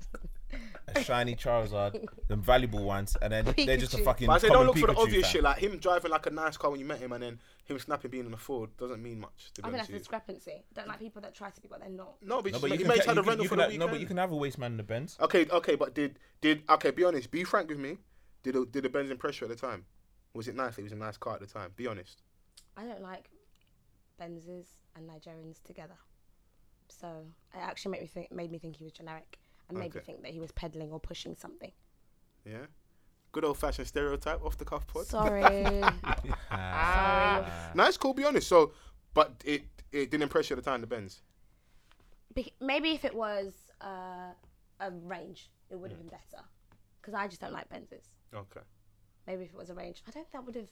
Speaker 4: a shiny Charizard, them valuable ones, and then they're just a
Speaker 1: Pikachu.
Speaker 4: fucking.
Speaker 2: But I say don't
Speaker 4: common
Speaker 2: look for the
Speaker 4: Pikachu
Speaker 2: obvious
Speaker 4: fan.
Speaker 2: shit like him driving like a nice car when you met him and then him snapping being on the Ford doesn't mean much. To be
Speaker 1: I think
Speaker 2: honest
Speaker 1: that's a
Speaker 2: with you.
Speaker 1: discrepancy. I don't like people that try to be what they're not.
Speaker 2: No, but,
Speaker 4: No,
Speaker 2: no,
Speaker 4: but you
Speaker 2: he
Speaker 4: can,
Speaker 2: may
Speaker 4: you
Speaker 2: have had a
Speaker 4: can-
Speaker 2: rental for
Speaker 4: you can
Speaker 2: the
Speaker 4: have,
Speaker 2: weekend.
Speaker 4: no, but you can have a waste man in the Benz.
Speaker 2: Okay, okay, but did did okay? Be honest. Be frank with me. Did a, did the Benz impress you at the time? Was it nice? It was a nice car at the time. Be honest.
Speaker 1: I don't like Benzes and Nigerians together. So it actually made me think. Made me think he was generic, and made me
Speaker 2: Okay.
Speaker 1: think that he was peddling or pushing something.
Speaker 2: Yeah. Good old fashioned stereotype off the cuff pod.
Speaker 1: Sorry. Ah.
Speaker 4: Ah,
Speaker 2: nice, cool. Be honest. So, but it it didn't impress you at the time. The Benz.
Speaker 1: Be- maybe if it was uh, a range, it would have been better. Because I just don't like Benzes.
Speaker 2: Okay.
Speaker 1: Maybe if it was a range, I don't think that would have.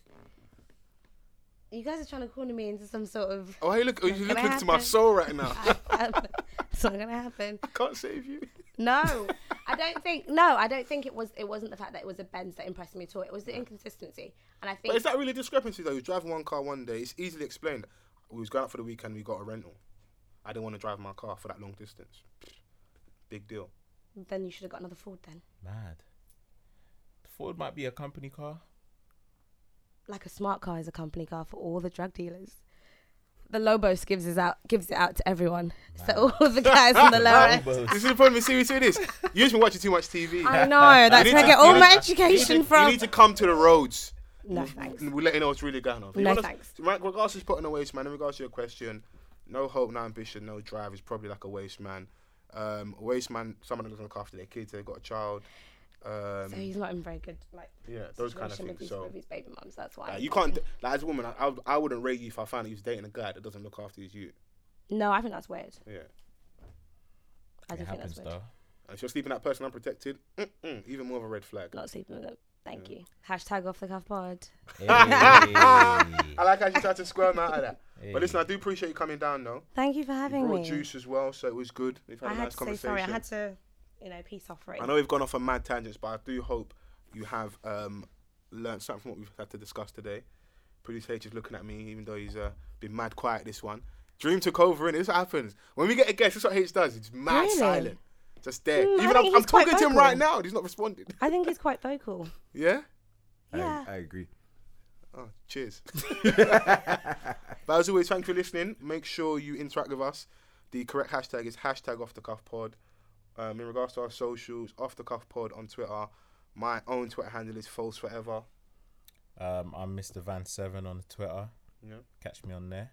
Speaker 1: You guys are trying to corner me into some sort of.
Speaker 2: Oh, hey, look! You're
Speaker 1: Can I
Speaker 2: looking
Speaker 1: have
Speaker 2: into my
Speaker 1: that?
Speaker 2: soul right now.
Speaker 1: it's not gonna happen.
Speaker 2: I can't save you.
Speaker 1: No, I don't think. No, I don't think it was. It wasn't the fact that it was a Benz that impressed me at all. It was the inconsistency, and I
Speaker 2: But
Speaker 1: think
Speaker 2: is that really a discrepancy though? You're driving one car one day. It's easily explained. We was going out for the weekend. We got a rental. I didn't want to drive my car for that long distance. Big deal.
Speaker 1: then you should have got another Ford then,
Speaker 4: Mad. Ford might be a company car.
Speaker 1: like a smart car is a company car for all the drug dealers. The Lobos gives it out gives it out to everyone. So all the guys on the lower end.
Speaker 4: Lobos.
Speaker 2: this is the problem with serious with this. You've been watching too much TV.
Speaker 1: I know. That's
Speaker 2: need
Speaker 1: where I get
Speaker 2: to- you
Speaker 1: all
Speaker 2: need-
Speaker 1: my
Speaker 2: you
Speaker 1: education
Speaker 2: need to-
Speaker 1: from.
Speaker 2: You need to come to the roads.
Speaker 1: No
Speaker 2: We'll-
Speaker 1: thanks.
Speaker 2: We'll let you know what's really going on. If you
Speaker 1: No
Speaker 2: wanna-
Speaker 1: thanks.
Speaker 2: Right, regards to putting a waste man, in regards to your question, no hope, no ambition, no drive is probably like a waste man. Um, a waste man, someone that doesn't look after their kids, they've got a child. Um,
Speaker 1: So he's not in very good like
Speaker 2: yeah, those kind of
Speaker 1: situation with his-
Speaker 2: things. So
Speaker 1: with his baby mums. That's why.
Speaker 2: like, you can't, like, as a woman, I, I, would- I wouldn't rate you if I found that you was dating a guy that doesn't look after his youth.
Speaker 1: No, I think that's weird.
Speaker 2: Yeah.
Speaker 1: I do
Speaker 4: It
Speaker 1: think that's
Speaker 4: happens
Speaker 1: weird.
Speaker 4: though.
Speaker 2: And if you're sleeping with that person unprotected, mm-mm, even more of a red flag.
Speaker 1: Not sleeping with them. Thank you. Hashtag off the cuff pod.
Speaker 4: Hey.
Speaker 2: I like how you tried to squirm out of that. But listen, I do appreciate you coming down though.
Speaker 1: Thank you for
Speaker 2: You
Speaker 1: having
Speaker 2: brought
Speaker 1: me.
Speaker 2: juice as well, so it was good. We've had
Speaker 1: I
Speaker 2: a
Speaker 1: had
Speaker 2: nice
Speaker 1: to say
Speaker 2: conversation.
Speaker 1: sorry. I had to, you know, peace offering.
Speaker 2: I know we've gone off on mad tangents, but I do hope you have um, learned something from what we've had to discuss today. Producer H is looking at me, even though he's uh, been mad quiet this one. Dream took over, and this happens. When we get a guest, this is what H does. It's mad
Speaker 1: Really?
Speaker 2: silent. Just there.
Speaker 1: Mm, I
Speaker 2: even
Speaker 1: think
Speaker 2: I'm,
Speaker 1: he's
Speaker 2: I'm
Speaker 1: quite
Speaker 2: talking to him
Speaker 1: vocal.
Speaker 2: right now, and he's not responding.
Speaker 1: I think he's quite vocal.
Speaker 2: Yeah?
Speaker 1: Yeah.
Speaker 3: I, I agree.
Speaker 2: Oh, cheers. but as always, thank you for listening. Make sure you interact with us. The correct hashtag is hashtag off the cuff pod. Um, in regards to our socials, off the cuff pod on Twitter. My own Twitter handle is false forever.
Speaker 4: Um, I'm Mr. Van Seven on Twitter.
Speaker 2: Yeah.
Speaker 4: Catch me on there.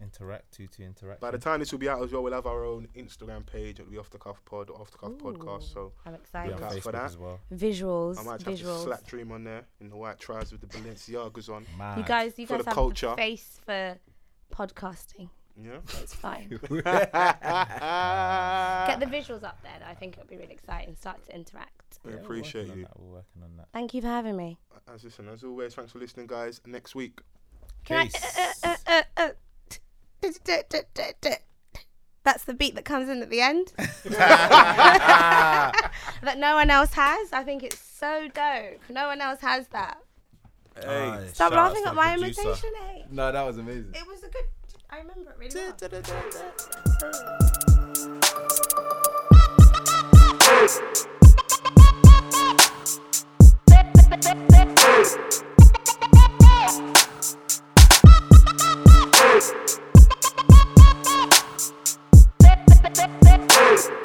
Speaker 4: Interact, two to interact.
Speaker 2: By the time this will be out as well, we'll have our own Instagram page. It'll be off the cuff pod or off the cuff
Speaker 1: Ooh.
Speaker 2: podcast. So
Speaker 1: I'm
Speaker 4: Be
Speaker 1: excited.
Speaker 4: on
Speaker 2: Look out
Speaker 4: Facebook
Speaker 2: for that.
Speaker 4: as well.
Speaker 1: Visuals.
Speaker 2: I might have to
Speaker 1: Visuals.
Speaker 2: slap dream on there in the white trousers with the Balenciagas on.
Speaker 4: Mad.
Speaker 1: You guys, you
Speaker 2: Ah. For
Speaker 1: guys
Speaker 2: the
Speaker 1: have
Speaker 2: culture.
Speaker 1: the face for podcasting.
Speaker 2: Yeah.
Speaker 1: It's fine.
Speaker 2: Ah,
Speaker 1: Get the visuals up there. Though. I think it'll be really exciting. Start to interact.
Speaker 2: We
Speaker 4: Yeah, we're
Speaker 2: appreciate
Speaker 4: working on
Speaker 2: you.
Speaker 4: that, We're working on that.
Speaker 1: Thank you for having me.
Speaker 2: As listen, as always, thanks for listening, guys. Next week.
Speaker 1: Can I, uh, uh, uh, uh, uh, that's the beat that comes in at the end that no one else has. I think it's so dope. No one else has that.
Speaker 4: Hey,
Speaker 1: Stop
Speaker 4: shout outs
Speaker 1: laughing
Speaker 4: to
Speaker 1: at
Speaker 4: the
Speaker 1: my
Speaker 4: producer.
Speaker 1: imitation. Eh?
Speaker 3: No, that was amazing.
Speaker 1: It was a good. I remember it really well.
Speaker 6: Hey!